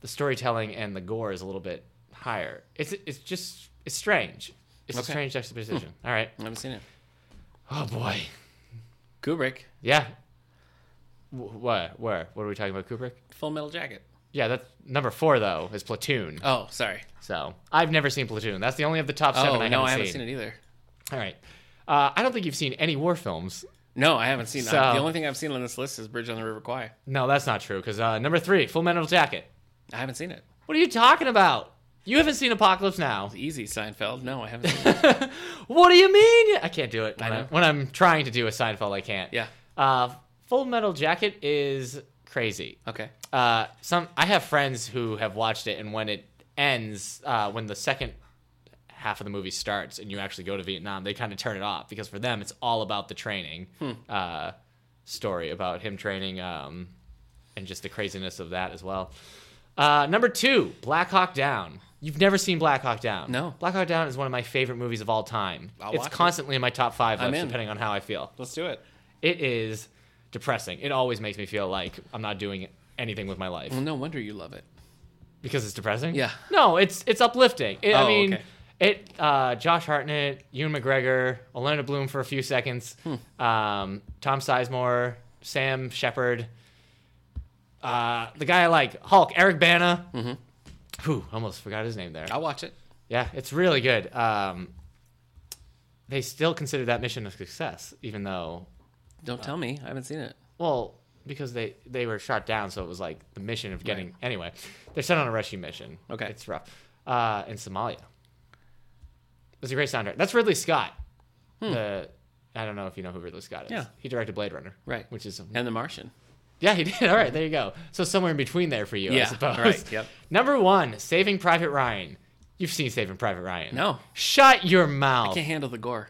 [SPEAKER 1] the storytelling and the gore is a little bit higher. It's it's just it's strange. It's a
[SPEAKER 2] Okay. Hmm.
[SPEAKER 1] strange juxtaposition. All right.
[SPEAKER 2] I haven't seen it.
[SPEAKER 1] Oh boy.
[SPEAKER 2] Kubrick,
[SPEAKER 1] Yeah. Wh- What? Where? What are we talking about? Kubrick?
[SPEAKER 2] Full Metal Jacket.
[SPEAKER 1] Yeah, that's number four though. Is Platoon.
[SPEAKER 2] Oh, sorry.
[SPEAKER 1] So I've never seen Platoon. That's the only of the top seven
[SPEAKER 2] Oh,
[SPEAKER 1] I haven't,
[SPEAKER 2] no, I haven't seen.
[SPEAKER 1] seen.
[SPEAKER 2] it either.
[SPEAKER 1] All right. Uh, I don't think you've seen any war films.
[SPEAKER 2] No, I haven't seen it.
[SPEAKER 1] So-
[SPEAKER 2] The only thing I've seen on this list is Bridge on the River Kwai.
[SPEAKER 1] No, that's not true. Because uh, number three, Full Metal Jacket.
[SPEAKER 2] I haven't seen it.
[SPEAKER 1] What are you talking about? You haven't seen Apocalypse Now.
[SPEAKER 2] Easy, Seinfeld. No, I haven't *laughs* seen it.
[SPEAKER 1] What do you mean? I can't do it. When,
[SPEAKER 2] I
[SPEAKER 1] I
[SPEAKER 2] know.
[SPEAKER 1] when I'm trying to do a Seinfeld, I can't.
[SPEAKER 2] Yeah.
[SPEAKER 1] Uh, Full Metal Jacket is crazy.
[SPEAKER 2] Okay.
[SPEAKER 1] Uh, some I have friends who have watched it, and when it ends, uh, when the second half of the movie starts and you actually go to Vietnam, they kind of turn it off because for them it's all about the training
[SPEAKER 2] Hmm.
[SPEAKER 1] uh, story about him training um, and just the craziness of that as well. Uh, number two, Black Hawk Down. You've never seen Black Hawk Down.
[SPEAKER 2] No.
[SPEAKER 1] Black Hawk Down is one of my favorite movies of all time.
[SPEAKER 2] I'll
[SPEAKER 1] it's
[SPEAKER 2] watch it.
[SPEAKER 1] constantly in my top five
[SPEAKER 2] I'm
[SPEAKER 1] lists,
[SPEAKER 2] in.
[SPEAKER 1] depending on how I feel.
[SPEAKER 2] Let's do it.
[SPEAKER 1] It is depressing. It always makes me feel like I'm not doing anything with my life
[SPEAKER 2] Well, no wonder you love it.
[SPEAKER 1] because it's depressing.
[SPEAKER 2] Yeah.
[SPEAKER 1] No, it's it's uplifting. It, I
[SPEAKER 2] Oh,
[SPEAKER 1] mean,
[SPEAKER 2] okay.
[SPEAKER 1] it. Uh, Josh Hartnett, Ewan McGregor, Elena Bloom for a few seconds,
[SPEAKER 2] Hmm.
[SPEAKER 1] um, Tom Sizemore, Sam Shepard, uh, the guy I like, Hulk, Eric Bana. Mm-hmm. Whew, almost forgot his name there.
[SPEAKER 2] I'll watch it.
[SPEAKER 1] Yeah, it's really good. Um, they still consider that mission a success, even though,
[SPEAKER 2] Don't tell me. I haven't seen it.
[SPEAKER 1] well, because they they were shot down, so it was like the mission of getting. Anyway, they're sent on a rescue mission.
[SPEAKER 2] Okay.
[SPEAKER 1] it's rough. Uh, in Somalia, it's a great soundtrack. That's Ridley Scott. The I don't know if you know who Ridley Scott is.
[SPEAKER 2] Hmm. Yeah.
[SPEAKER 1] he directed Blade Runner.
[SPEAKER 2] Right.
[SPEAKER 1] which is
[SPEAKER 2] And The Martian.
[SPEAKER 1] yeah, he did. *laughs* All right, there you go. So somewhere in between there for you, I
[SPEAKER 2] Yeah,
[SPEAKER 1] suppose.
[SPEAKER 2] right, yep.
[SPEAKER 1] Number one, Saving Private Ryan. You've seen Saving Private Ryan.
[SPEAKER 2] No.
[SPEAKER 1] Shut your mouth.
[SPEAKER 2] Can't handle the gore.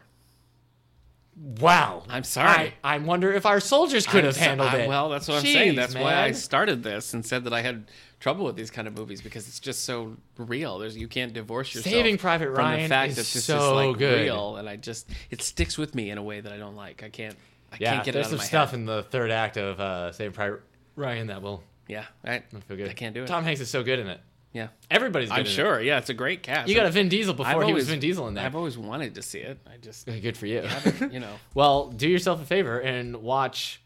[SPEAKER 1] Wow.
[SPEAKER 2] I'm sorry.
[SPEAKER 1] I, I wonder if our soldiers could
[SPEAKER 2] I'm
[SPEAKER 1] have
[SPEAKER 2] so-
[SPEAKER 1] handled
[SPEAKER 2] I-
[SPEAKER 1] it.
[SPEAKER 2] Well, that's what I'm
[SPEAKER 1] Jeez,
[SPEAKER 2] saying. That's why I
[SPEAKER 1] man.
[SPEAKER 2] started this and said that I had trouble with these kind of movies because it's just so real. There's you can't divorce yourself.
[SPEAKER 1] Saving Private
[SPEAKER 2] from
[SPEAKER 1] Ryan
[SPEAKER 2] the fact
[SPEAKER 1] is
[SPEAKER 2] that this
[SPEAKER 1] so
[SPEAKER 2] is like
[SPEAKER 1] good.
[SPEAKER 2] real, and I just it sticks with me in a way that I don't like. I can't. I
[SPEAKER 1] Yeah,
[SPEAKER 2] can't get
[SPEAKER 1] there's
[SPEAKER 2] it out
[SPEAKER 1] some
[SPEAKER 2] of my
[SPEAKER 1] stuff
[SPEAKER 2] head.
[SPEAKER 1] in the third act of uh, Saving Private Ryan that will
[SPEAKER 2] Yeah, I,
[SPEAKER 1] I feel good.
[SPEAKER 2] I can't do it.
[SPEAKER 1] Tom Hanks is so good in it.
[SPEAKER 2] yeah,
[SPEAKER 1] Everybody's good
[SPEAKER 2] I'm
[SPEAKER 1] in it.
[SPEAKER 2] sure. Yeah, it's a great cast.
[SPEAKER 1] You got a Vin Diesel
[SPEAKER 2] I've
[SPEAKER 1] before he was Vin Diesel in that.
[SPEAKER 2] I've always wanted to see it. I
[SPEAKER 1] *laughs*
[SPEAKER 2] just,
[SPEAKER 1] Good for you.
[SPEAKER 2] you know,
[SPEAKER 1] *laughs* well, do yourself a favor and watch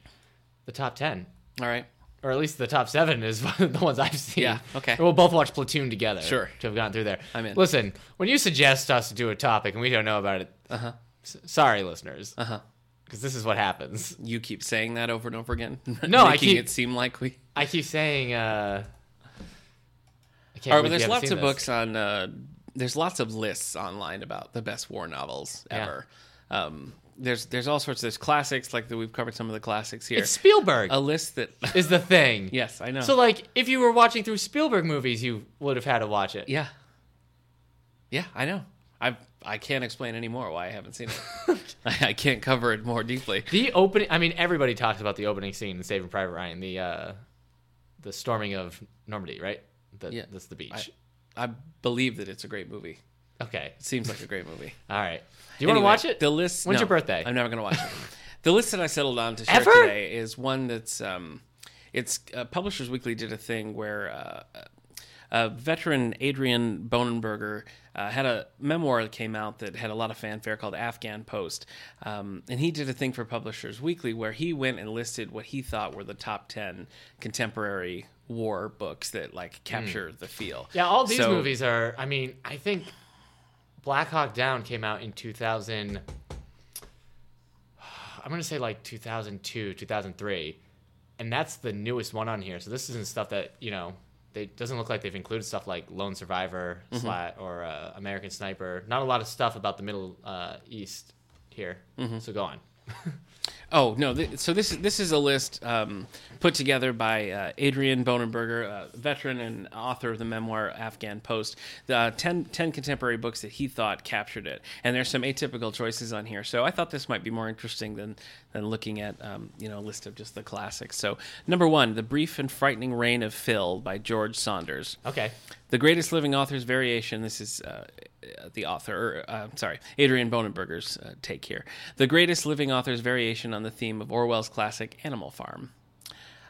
[SPEAKER 1] the top 10.
[SPEAKER 2] all right.
[SPEAKER 1] or at least the top seven is *laughs* one of the ones I've seen.
[SPEAKER 2] Yeah, okay.
[SPEAKER 1] We'll both watch Platoon together.
[SPEAKER 2] Sure.
[SPEAKER 1] To have gone through there.
[SPEAKER 2] I'm in.
[SPEAKER 1] Listen, when you suggest us to do a topic and we don't know about it,
[SPEAKER 2] Uh huh.
[SPEAKER 1] s- sorry, listeners,
[SPEAKER 2] Uh huh.
[SPEAKER 1] because this is what happens.
[SPEAKER 2] You keep saying that over and over again. *laughs*
[SPEAKER 1] No, I
[SPEAKER 2] making
[SPEAKER 1] keep-
[SPEAKER 2] it seem like we.
[SPEAKER 1] I keep saying, uh, I can't
[SPEAKER 2] All right, but
[SPEAKER 1] believe
[SPEAKER 2] there's
[SPEAKER 1] you haven't
[SPEAKER 2] lots
[SPEAKER 1] seen
[SPEAKER 2] of
[SPEAKER 1] this.
[SPEAKER 2] books on. Uh, there's lots of lists online about the best war novels
[SPEAKER 1] Yeah.
[SPEAKER 2] ever. Um, there's there's all sorts. There's classics like that. We've covered some of the classics here.
[SPEAKER 1] It's Spielberg
[SPEAKER 2] a list that. *laughs*
[SPEAKER 1] is the thing.
[SPEAKER 2] yes, I know.
[SPEAKER 1] So, like, if you were watching through Spielberg movies, you would have had to watch it.
[SPEAKER 2] yeah. Yeah, I know. I I can't explain any more why I haven't seen it.
[SPEAKER 1] *laughs*
[SPEAKER 2] *laughs* I, I can't cover it more deeply.
[SPEAKER 1] The opening. I mean, everybody talks about the opening scene in Saving Private Ryan. The uh, the storming of Normandy, right? The,
[SPEAKER 2] Yeah.
[SPEAKER 1] That's the beach.
[SPEAKER 2] I believe that it's a great movie.
[SPEAKER 1] Okay.
[SPEAKER 2] It seems like a great movie.
[SPEAKER 1] All right. Do you want to watch it?
[SPEAKER 2] The list.
[SPEAKER 1] When's
[SPEAKER 2] no,
[SPEAKER 1] your birthday?
[SPEAKER 2] I'm never going to watch it. the list that I settled on to share
[SPEAKER 1] Ever?
[SPEAKER 2] today is one that's um, it's uh, Publishers Weekly did a thing where uh, uh, veteran Adrian Bonenberger uh, had a memoir that came out that had a lot of fanfare called Afghan Post, um, and he did a thing for Publishers Weekly where he went and listed what he thought were the top ten contemporary war books that like capture the feel.
[SPEAKER 1] yeah, all these
[SPEAKER 2] So-
[SPEAKER 1] movies are. I mean, I think Black Hawk Down came out in 2000. I'm gonna say like 2002, 2003, and that's the newest one on here. So this isn't stuff that you know. They doesn't look like they've included stuff like Lone Survivor
[SPEAKER 2] Mm-hmm.
[SPEAKER 1] sla- or uh, American Sniper. Not a lot of stuff about the Middle uh, East here.
[SPEAKER 2] Mm-hmm.
[SPEAKER 1] So go on.
[SPEAKER 2] Oh no! Th- so this this is a list um, put together by uh, Adrian Bonenberger, a veteran and author of the memoir Afghan Post. The uh, 10, 10 contemporary books that he thought captured it, and there's some atypical choices on here. So I thought this might be more interesting than than looking at um, you know a list of just the classics. So number one, the brief and frightening reign of Phil by George Saunders.
[SPEAKER 1] Okay.
[SPEAKER 2] The Greatest Living Author's Variation. This is uh, uh, the author, or, uh, sorry, Adrian Bonenberger's uh, take here. The Greatest Living Author's Variation on the theme of Orwell's classic Animal Farm.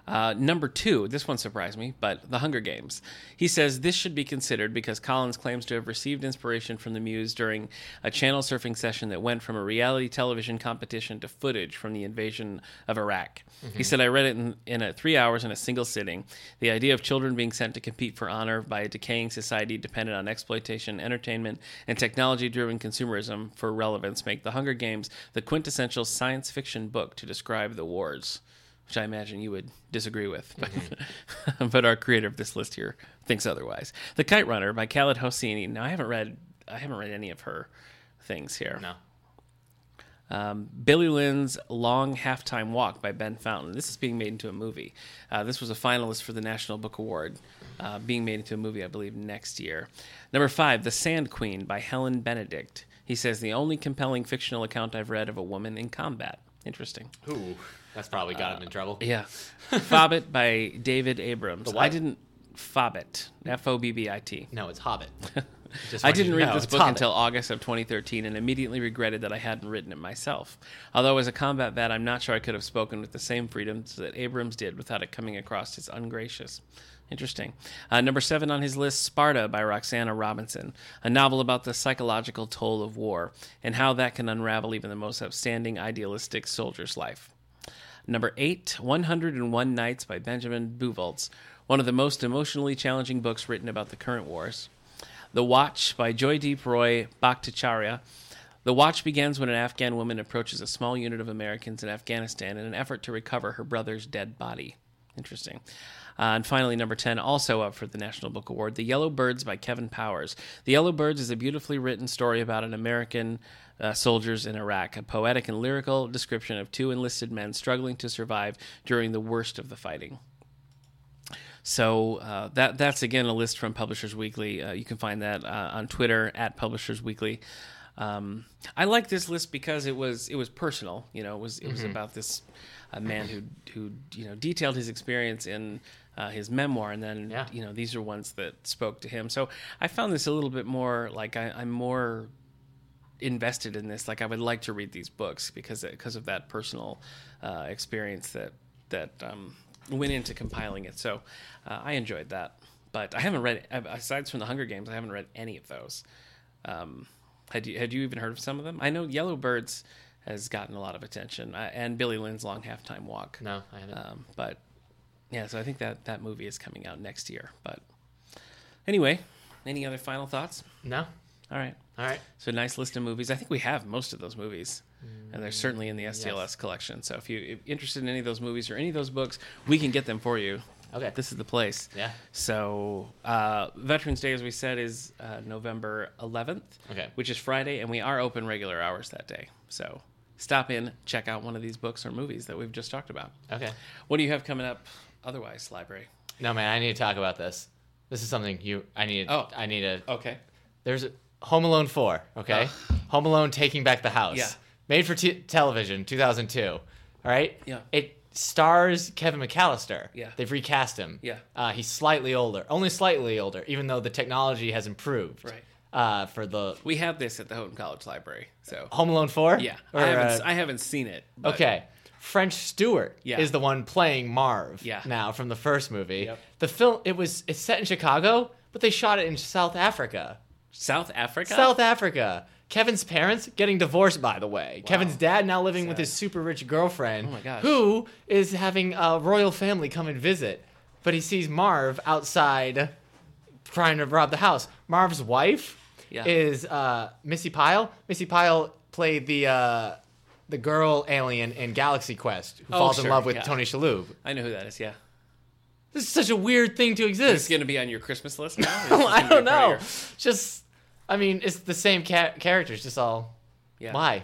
[SPEAKER 2] Uh, number two, this one surprised me, but The Hunger Games. He says this should be considered because Collins claims to have received inspiration from the Muse during a channel surfing session that went from a reality television competition to footage from the invasion of Iraq. He said, I read it in, in a, three hours in a single sitting. The idea of children being sent to compete for honor by a decaying society dependent on exploitation, entertainment, and technology driven consumerism for relevance make The Hunger Games the quintessential science fiction book to describe the wars which I imagine you would disagree with, but, *laughs* but our creator of this list here thinks otherwise. The Kite Runner by Khaled Hosseini. Now I haven't read I haven't read any of her things here.
[SPEAKER 1] No.
[SPEAKER 2] Um, Billy Lynn's Long Halftime Walk by Ben Fountain. This is being made into a movie. Uh, this was a finalist for the National Book Award, uh, being made into a movie, I believe, next year. Number five, The Sand Queen by Helen Benedict. He says, the only compelling fictional account I've read of a woman in combat. Interesting.
[SPEAKER 1] *laughs*
[SPEAKER 2] Uh,
[SPEAKER 1] Ooh, that's probably got him in trouble.
[SPEAKER 2] Yeah. Fobbit by David Abrams. I didn't Fobbit. F O B B I T.
[SPEAKER 1] No, it's
[SPEAKER 2] *laughs*
[SPEAKER 1] Hobbit. Just
[SPEAKER 2] I
[SPEAKER 1] want you
[SPEAKER 2] didn't
[SPEAKER 1] to
[SPEAKER 2] read
[SPEAKER 1] know,
[SPEAKER 2] this
[SPEAKER 1] it's
[SPEAKER 2] book
[SPEAKER 1] Hobbit.
[SPEAKER 2] until August of 2013 and immediately regretted that I hadn't written it myself. Although, as a combat vet, I'm not sure I could have spoken with the same freedom that Abrams did without it coming across as ungracious. Interesting. Uh, number seven on his list Sparta by Roxana Robinson, a novel about the psychological toll of war and how that can unravel even the most outstanding idealistic soldier's life. Number eight, 101 Nights by Benjamin Buvoltz, one of the most emotionally challenging books written about the current wars. The Watch by Joydeep Roy Bhattacharya. The Watch begins when an Afghan woman approaches a small unit of Americans in Afghanistan in an effort to recover her brother's dead body. Interesting. Uh, and finally, number 10, also up for the National Book Award, The Yellow Birds by Kevin Powers. The Yellow Birds is a beautifully written story about an American uh, soldiers in Iraq, a poetic and lyrical description of two enlisted men struggling to survive during the worst of the fighting. So uh, that that's again a list from Publishers Weekly. Uh, you can find that uh, on Twitter at Publishers Weekly. Um, I like this list because it was it was personal. You know, it was it was about this uh, man who who you know detailed his experience in uh, his memoir, and then
[SPEAKER 1] Yeah.
[SPEAKER 2] you know these are ones that spoke to him. So I found this a little bit more like I, I'm more invested in this. Like I would like to read these books because because of that personal uh, experience that that um, went into compiling it. So uh, I enjoyed that, but I haven't read aside from the Hunger Games. I haven't read any of those. Um, had you had you even heard of some of them? I know Yellow Birds has gotten a lot of attention, uh, and Billy Lynn's Long Halftime Walk.
[SPEAKER 1] No, I haven't.
[SPEAKER 2] Um, but yeah, so I think that that movie is coming out next year. But anyway, any other final thoughts?
[SPEAKER 1] no.
[SPEAKER 2] All right.
[SPEAKER 1] All right.
[SPEAKER 2] So nice list of movies. I think we have most of those movies, and they're certainly in the STLS collection. So if you're interested in any of those movies or any of those books, we can get them for you.
[SPEAKER 1] Okay.
[SPEAKER 2] This is the place.
[SPEAKER 1] Yeah.
[SPEAKER 2] So uh, Veterans Day, as we said, is uh, November 11th,
[SPEAKER 1] Okay.
[SPEAKER 2] which is Friday, and we are open regular hours that day. So stop in, check out one of these books or movies that we've just talked about.
[SPEAKER 1] Okay.
[SPEAKER 2] What do you have coming up otherwise, library?
[SPEAKER 1] No, man, I need to talk about this. This is something you. I need.
[SPEAKER 2] Oh.
[SPEAKER 1] I need to.
[SPEAKER 2] Okay.
[SPEAKER 1] There's a, Home Alone 4, okay? Home Alone Taking Back the House.
[SPEAKER 2] Yeah.
[SPEAKER 1] Made for t- television, 2002. All right?
[SPEAKER 2] Yeah.
[SPEAKER 1] It stars Kevin McAllister.
[SPEAKER 2] Yeah.
[SPEAKER 1] They've recast him.
[SPEAKER 2] Yeah.
[SPEAKER 1] Uh, he's slightly older, only slightly older, even though the technology has improved.
[SPEAKER 2] Right.
[SPEAKER 1] Uh, for the
[SPEAKER 2] We have this at the Houghton College Library. So
[SPEAKER 1] Home Alone 4?
[SPEAKER 2] yeah,
[SPEAKER 1] Or,
[SPEAKER 2] I haven't
[SPEAKER 1] uh,
[SPEAKER 2] I haven't seen it. but-
[SPEAKER 1] okay. French Stewart
[SPEAKER 2] Yeah.
[SPEAKER 1] is the one playing Marv
[SPEAKER 2] Yeah.
[SPEAKER 1] now from the first movie.
[SPEAKER 2] Yep.
[SPEAKER 1] The film it was it's set in Chicago, but they shot it in South Africa.
[SPEAKER 2] South Africa.
[SPEAKER 1] South Africa. Kevin's parents getting divorced, by the way. Kevin's dad now living with his super rich girlfriend,
[SPEAKER 2] Oh my gosh.
[SPEAKER 1] who is having a royal family come and visit. But he sees Marv outside trying to rob the house. Marv's wife
[SPEAKER 2] Yeah.
[SPEAKER 1] is uh, Missy Pyle. Missy Pyle played the uh, the girl alien in Galaxy Quest who
[SPEAKER 2] Oh,
[SPEAKER 1] falls in
[SPEAKER 2] sure,
[SPEAKER 1] love with
[SPEAKER 2] yeah.
[SPEAKER 1] Tony Shalhoub.
[SPEAKER 2] I know who that is. Yeah,
[SPEAKER 1] This is such a weird thing to
[SPEAKER 2] it's
[SPEAKER 1] exist.
[SPEAKER 2] gonna be on your Christmas
[SPEAKER 1] *laughs*
[SPEAKER 2] list. Now? Is this
[SPEAKER 1] Well, *laughs* I
[SPEAKER 2] gonna
[SPEAKER 1] don't
[SPEAKER 2] be a part
[SPEAKER 1] know.
[SPEAKER 2] of your-
[SPEAKER 1] Just, I mean, it's the same ca- characters, just all.
[SPEAKER 2] Yeah.
[SPEAKER 1] Why?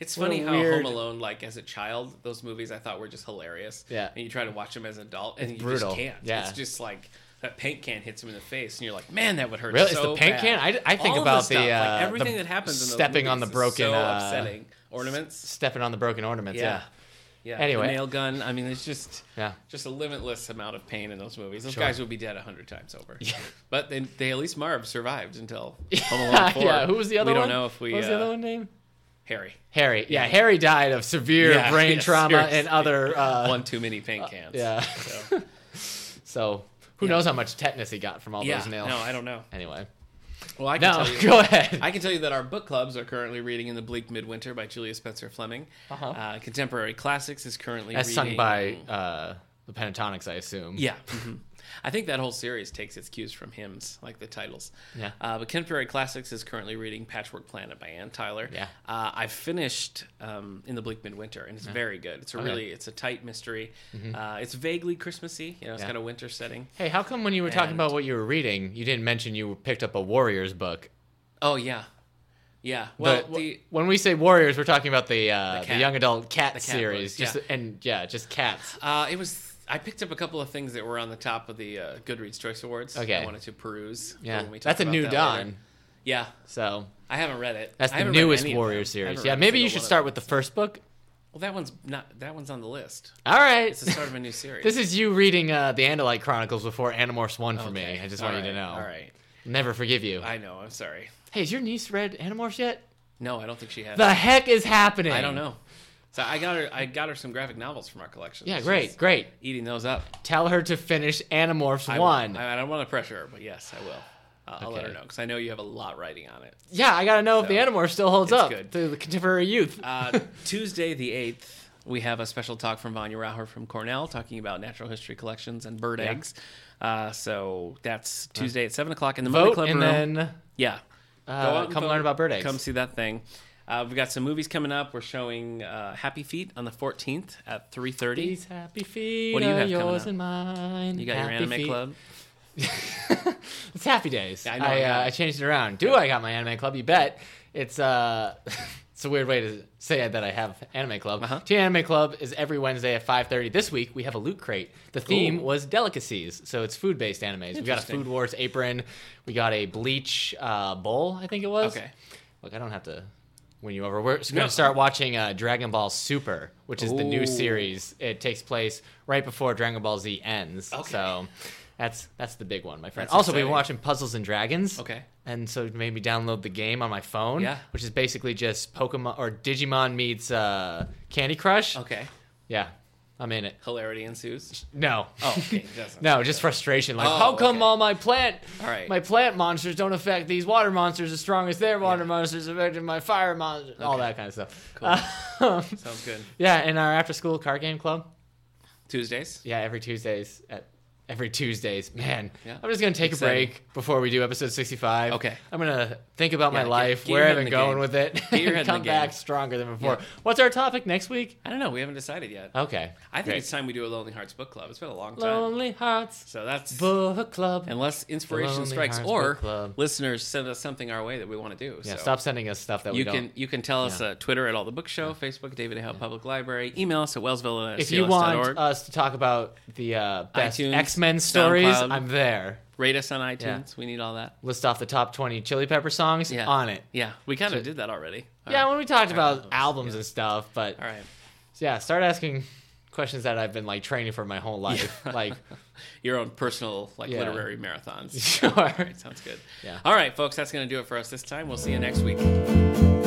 [SPEAKER 2] It's
[SPEAKER 1] What a
[SPEAKER 2] funny how
[SPEAKER 1] weird-
[SPEAKER 2] Home Alone, like as a child, those movies I thought were just hilarious.
[SPEAKER 1] Yeah.
[SPEAKER 2] and you try to watch them as an adult, and you
[SPEAKER 1] brutal.
[SPEAKER 2] just can't.
[SPEAKER 1] Yeah.
[SPEAKER 2] it's just like that paint can hits him in the face, and you're like, man, that would hurt.
[SPEAKER 1] Really? It's
[SPEAKER 2] so
[SPEAKER 1] the paint
[SPEAKER 2] bad.
[SPEAKER 1] can? I- I think
[SPEAKER 2] All of
[SPEAKER 1] about
[SPEAKER 2] stuff,
[SPEAKER 1] the, uh,
[SPEAKER 2] like, everything
[SPEAKER 1] the
[SPEAKER 2] that happens in those
[SPEAKER 1] stepping on
[SPEAKER 2] movies
[SPEAKER 1] the
[SPEAKER 2] is so
[SPEAKER 1] broken, uh,
[SPEAKER 2] upsetting ornaments.
[SPEAKER 1] Stepping on the broken ornaments. Yeah.
[SPEAKER 2] Yeah. Yeah.
[SPEAKER 1] Anyway.
[SPEAKER 2] the nail gun. I mean, it's just
[SPEAKER 1] Yeah.
[SPEAKER 2] just a limitless amount of pain in those movies. Those
[SPEAKER 1] Sure.
[SPEAKER 2] guys would be dead a hundred times over. But they, they at least Marv survived
[SPEAKER 1] *laughs*
[SPEAKER 2] until Home Alone Four.
[SPEAKER 1] yeah. Who was the other
[SPEAKER 2] we
[SPEAKER 1] one?
[SPEAKER 2] We don't know if we.
[SPEAKER 1] What was
[SPEAKER 2] uh,
[SPEAKER 1] the other one name?
[SPEAKER 2] Harry.
[SPEAKER 1] Harry. Yeah. Harry died of severe
[SPEAKER 2] Yeah,
[SPEAKER 1] brain
[SPEAKER 2] yeah,
[SPEAKER 1] trauma and
[SPEAKER 2] seriously.
[SPEAKER 1] other. Uh,
[SPEAKER 2] one too many paint cans.
[SPEAKER 1] yeah. *laughs*
[SPEAKER 2] So,
[SPEAKER 1] So who knows how much tetanus he got from all
[SPEAKER 2] yeah.
[SPEAKER 1] those
[SPEAKER 2] No,
[SPEAKER 1] nails?
[SPEAKER 2] I don't know.
[SPEAKER 1] Anyway.
[SPEAKER 2] Well, I can
[SPEAKER 1] No.
[SPEAKER 2] tell
[SPEAKER 1] *laughs*
[SPEAKER 2] you.
[SPEAKER 1] Go ahead.
[SPEAKER 2] I can tell you that our book clubs are currently reading In the Bleak Midwinter by Julia Spencer Fleming.
[SPEAKER 1] Uh-huh.
[SPEAKER 2] Uh, Contemporary Classics is currently
[SPEAKER 1] As
[SPEAKER 2] reading.
[SPEAKER 1] sung by uh, the Pentatonics, I assume.
[SPEAKER 2] Yeah. mhm. I think that whole series takes its cues from hymns, like the titles.
[SPEAKER 1] Yeah.
[SPEAKER 2] Uh, but Contemporary Classics is currently reading Patchwork Planet by Ann Tyler.
[SPEAKER 1] Yeah.
[SPEAKER 2] Uh, I finished um, In the Bleak Midwinter, and it's very good.
[SPEAKER 1] Oh,
[SPEAKER 2] It's a really, it's a tight mystery. Uh, it's vaguely Christmassy. You know, it's
[SPEAKER 1] Mm-hmm. Yeah.
[SPEAKER 2] got a winter setting.
[SPEAKER 1] Hey, how come when you were talking
[SPEAKER 2] And-
[SPEAKER 1] about what you were reading, you didn't mention you picked up a Warriors book?
[SPEAKER 2] Oh, yeah. Yeah.
[SPEAKER 1] Well,
[SPEAKER 2] Well, the,
[SPEAKER 1] when we say warriors, we're talking about the uh, the,
[SPEAKER 2] cat.
[SPEAKER 1] young adult cat,
[SPEAKER 2] cat
[SPEAKER 1] series,
[SPEAKER 2] books,
[SPEAKER 1] just and yeah, just cats.
[SPEAKER 2] Uh, it was. I picked up a couple of things that were on the top of the uh, Goodreads Choice Awards.
[SPEAKER 1] Okay.
[SPEAKER 2] I wanted to peruse. for
[SPEAKER 1] Yeah,
[SPEAKER 2] when we talk
[SPEAKER 1] that's a
[SPEAKER 2] about
[SPEAKER 1] new
[SPEAKER 2] that
[SPEAKER 1] dawn.
[SPEAKER 2] later. Yeah,
[SPEAKER 1] So
[SPEAKER 2] I haven't read it.
[SPEAKER 1] that's
[SPEAKER 2] I
[SPEAKER 1] the
[SPEAKER 2] haven't read
[SPEAKER 1] newest
[SPEAKER 2] any of
[SPEAKER 1] warrior
[SPEAKER 2] them. I haven't
[SPEAKER 1] series.
[SPEAKER 2] read
[SPEAKER 1] Yeah,
[SPEAKER 2] a
[SPEAKER 1] maybe you
[SPEAKER 2] single
[SPEAKER 1] should
[SPEAKER 2] one of
[SPEAKER 1] start
[SPEAKER 2] them.
[SPEAKER 1] with the first book,
[SPEAKER 2] Well, that one's not. That one's on the list.
[SPEAKER 1] All right.
[SPEAKER 2] It's
[SPEAKER 1] *laughs*
[SPEAKER 2] the start of a new series.
[SPEAKER 1] This is you reading uh, the Andalite Chronicles before Animorphs 1 for me. I just want you to know.
[SPEAKER 2] All right.
[SPEAKER 1] Never forgive you.
[SPEAKER 2] I know. I'm sorry.
[SPEAKER 1] hey, has your niece read Animorphs yet?
[SPEAKER 2] No, I don't think she has.
[SPEAKER 1] The heck is happening?
[SPEAKER 2] I don't know. So I got her. I got her some graphic novels from our collection.
[SPEAKER 1] Yeah,
[SPEAKER 2] She's
[SPEAKER 1] great, great.
[SPEAKER 2] Eating those up.
[SPEAKER 1] Tell her to finish Animorphs
[SPEAKER 2] I will.
[SPEAKER 1] 1.
[SPEAKER 2] I, I don't want to pressure her, but yes, I will. Uh, I'll- I'll let her
[SPEAKER 1] Okay.
[SPEAKER 2] know because I know you have a lot writing on it.
[SPEAKER 1] yeah, I gotta know if the
[SPEAKER 2] So,
[SPEAKER 1] Animorph still holds
[SPEAKER 2] it's
[SPEAKER 1] up
[SPEAKER 2] good.
[SPEAKER 1] to the contemporary youth. *laughs*
[SPEAKER 2] Uh, Tuesday the eighth, we have a special talk from Vanya Rauher from Cornell talking about natural history collections and bird eggs. Uh, so that's Tuesday at seven o'clock in the Money
[SPEAKER 1] Vote
[SPEAKER 2] Club
[SPEAKER 1] and
[SPEAKER 2] room.
[SPEAKER 1] then
[SPEAKER 2] yeah, Go out
[SPEAKER 1] uh,
[SPEAKER 2] and
[SPEAKER 1] come
[SPEAKER 2] vote.
[SPEAKER 1] learn about bird eggs.
[SPEAKER 2] Come see that thing. Uh, we've got some movies coming up. We're showing uh, Happy Feet on the 14th at 3:30.
[SPEAKER 1] These happy feet
[SPEAKER 2] What do you
[SPEAKER 1] are
[SPEAKER 2] have coming
[SPEAKER 1] yours
[SPEAKER 2] up?
[SPEAKER 1] and mine.
[SPEAKER 2] You got your
[SPEAKER 1] Happy
[SPEAKER 2] anime
[SPEAKER 1] feet.
[SPEAKER 2] club.
[SPEAKER 1] It's Happy Days.
[SPEAKER 2] I
[SPEAKER 1] I,
[SPEAKER 2] know, I
[SPEAKER 1] I,
[SPEAKER 2] got
[SPEAKER 1] uh,
[SPEAKER 2] it.
[SPEAKER 1] I changed it around. Do I got my anime club? You bet. It's uh, *laughs* it's a weird way to say that I have anime club.
[SPEAKER 2] Uh-huh.
[SPEAKER 1] Teen Anime Club is every Wednesday at 5:30. This week we have a loot crate. The theme
[SPEAKER 2] Ooh.
[SPEAKER 1] was delicacies, so it's food-based animes. We got a
[SPEAKER 2] Interesting.
[SPEAKER 1] Food Wars apron. We got a Bleach uh, bowl. I think it was.
[SPEAKER 2] Okay.
[SPEAKER 1] Look, I don't have to win you over. We're just
[SPEAKER 2] No.
[SPEAKER 1] gonna start watching uh, Dragon Ball Super, which is the
[SPEAKER 2] Ooh.
[SPEAKER 1] new series. It takes place right before Dragon Ball Z ends.
[SPEAKER 2] Okay.
[SPEAKER 1] So that's that's the big one, my friend.
[SPEAKER 2] That's
[SPEAKER 1] also, we've
[SPEAKER 2] exciting.
[SPEAKER 1] been watching Puzzles and Dragons.
[SPEAKER 2] Okay.
[SPEAKER 1] And so it made me download the game on my phone.
[SPEAKER 2] Yeah.
[SPEAKER 1] Which is basically just Pokemon or Digimon meets uh, Candy Crush.
[SPEAKER 2] Okay.
[SPEAKER 1] Yeah, I'm in it. *laughs*
[SPEAKER 2] Hilarity ensues.
[SPEAKER 1] No.
[SPEAKER 2] Oh, okay. it doesn't.
[SPEAKER 1] No, just frustration. Like,
[SPEAKER 2] Oh,
[SPEAKER 1] how come
[SPEAKER 2] okay.
[SPEAKER 1] all my plant,
[SPEAKER 2] All right.
[SPEAKER 1] my plant monsters don't affect these water monsters as strong as their water
[SPEAKER 2] Yeah.
[SPEAKER 1] monsters affected my fire monster? All
[SPEAKER 2] Okay.
[SPEAKER 1] that kind of stuff.
[SPEAKER 2] Cool.
[SPEAKER 1] *laughs* Um,
[SPEAKER 2] Sounds good.
[SPEAKER 1] yeah, and our after-school card game club.
[SPEAKER 2] Tuesdays.
[SPEAKER 1] Yeah, every Tuesdays at every Tuesdays. Man,
[SPEAKER 2] Yeah.
[SPEAKER 1] I'm just gonna take
[SPEAKER 2] Exciting.
[SPEAKER 1] a break before we do episode 65.
[SPEAKER 2] Okay.
[SPEAKER 1] I'm gonna think about
[SPEAKER 2] Yeah,
[SPEAKER 1] my
[SPEAKER 2] get-
[SPEAKER 1] life,
[SPEAKER 2] get your
[SPEAKER 1] where
[SPEAKER 2] head
[SPEAKER 1] I've
[SPEAKER 2] in
[SPEAKER 1] been
[SPEAKER 2] the
[SPEAKER 1] going
[SPEAKER 2] game.
[SPEAKER 1] with it, *laughs*
[SPEAKER 2] Get your head in
[SPEAKER 1] and
[SPEAKER 2] the
[SPEAKER 1] come
[SPEAKER 2] game.
[SPEAKER 1] back stronger than before.
[SPEAKER 2] Yeah.
[SPEAKER 1] What's our topic next week?
[SPEAKER 2] I don't know. We haven't decided yet.
[SPEAKER 1] Okay,
[SPEAKER 2] I think
[SPEAKER 1] Uh, great.
[SPEAKER 2] it's time we do a Lonely Hearts book club. It's been a long time.
[SPEAKER 1] Lonely Hearts
[SPEAKER 2] So that's
[SPEAKER 1] Book Club.
[SPEAKER 2] unless inspiration
[SPEAKER 1] Lonely
[SPEAKER 2] strikes
[SPEAKER 1] Hearts
[SPEAKER 2] or
[SPEAKER 1] Book Club.
[SPEAKER 2] listeners send us something our way that we want to do.
[SPEAKER 1] yeah,
[SPEAKER 2] so.
[SPEAKER 1] stop sending us stuff that we
[SPEAKER 2] You
[SPEAKER 1] don't.
[SPEAKER 2] can you can tell us uh, Twitter at all the book show, Facebook David A. Howe Public Library, email us at Wellsville at
[SPEAKER 1] if you want us to talk about the uh, best
[SPEAKER 2] iTunes,
[SPEAKER 1] X Men stories,
[SPEAKER 2] SoundCloud.
[SPEAKER 1] I'm there.
[SPEAKER 2] rate us on iTunes. We need all that.
[SPEAKER 1] List off the top 20 Chili Pepper songs
[SPEAKER 2] Yeah,
[SPEAKER 1] on it.
[SPEAKER 2] Yeah, we kind of did that already. All
[SPEAKER 1] yeah,
[SPEAKER 2] right.
[SPEAKER 1] when we talked about
[SPEAKER 2] Albums,
[SPEAKER 1] albums and stuff, but
[SPEAKER 2] all right.
[SPEAKER 1] yeah, start asking questions that I've been like training for my
[SPEAKER 2] *laughs*
[SPEAKER 1] whole life. Like,
[SPEAKER 2] Your own personal like
[SPEAKER 1] Yeah.
[SPEAKER 2] literary
[SPEAKER 1] *laughs*
[SPEAKER 2] marathons.
[SPEAKER 1] sure.
[SPEAKER 2] Sounds good.
[SPEAKER 1] Yeah.
[SPEAKER 2] All right, folks, that's going to do it for us this time. We'll see you next week.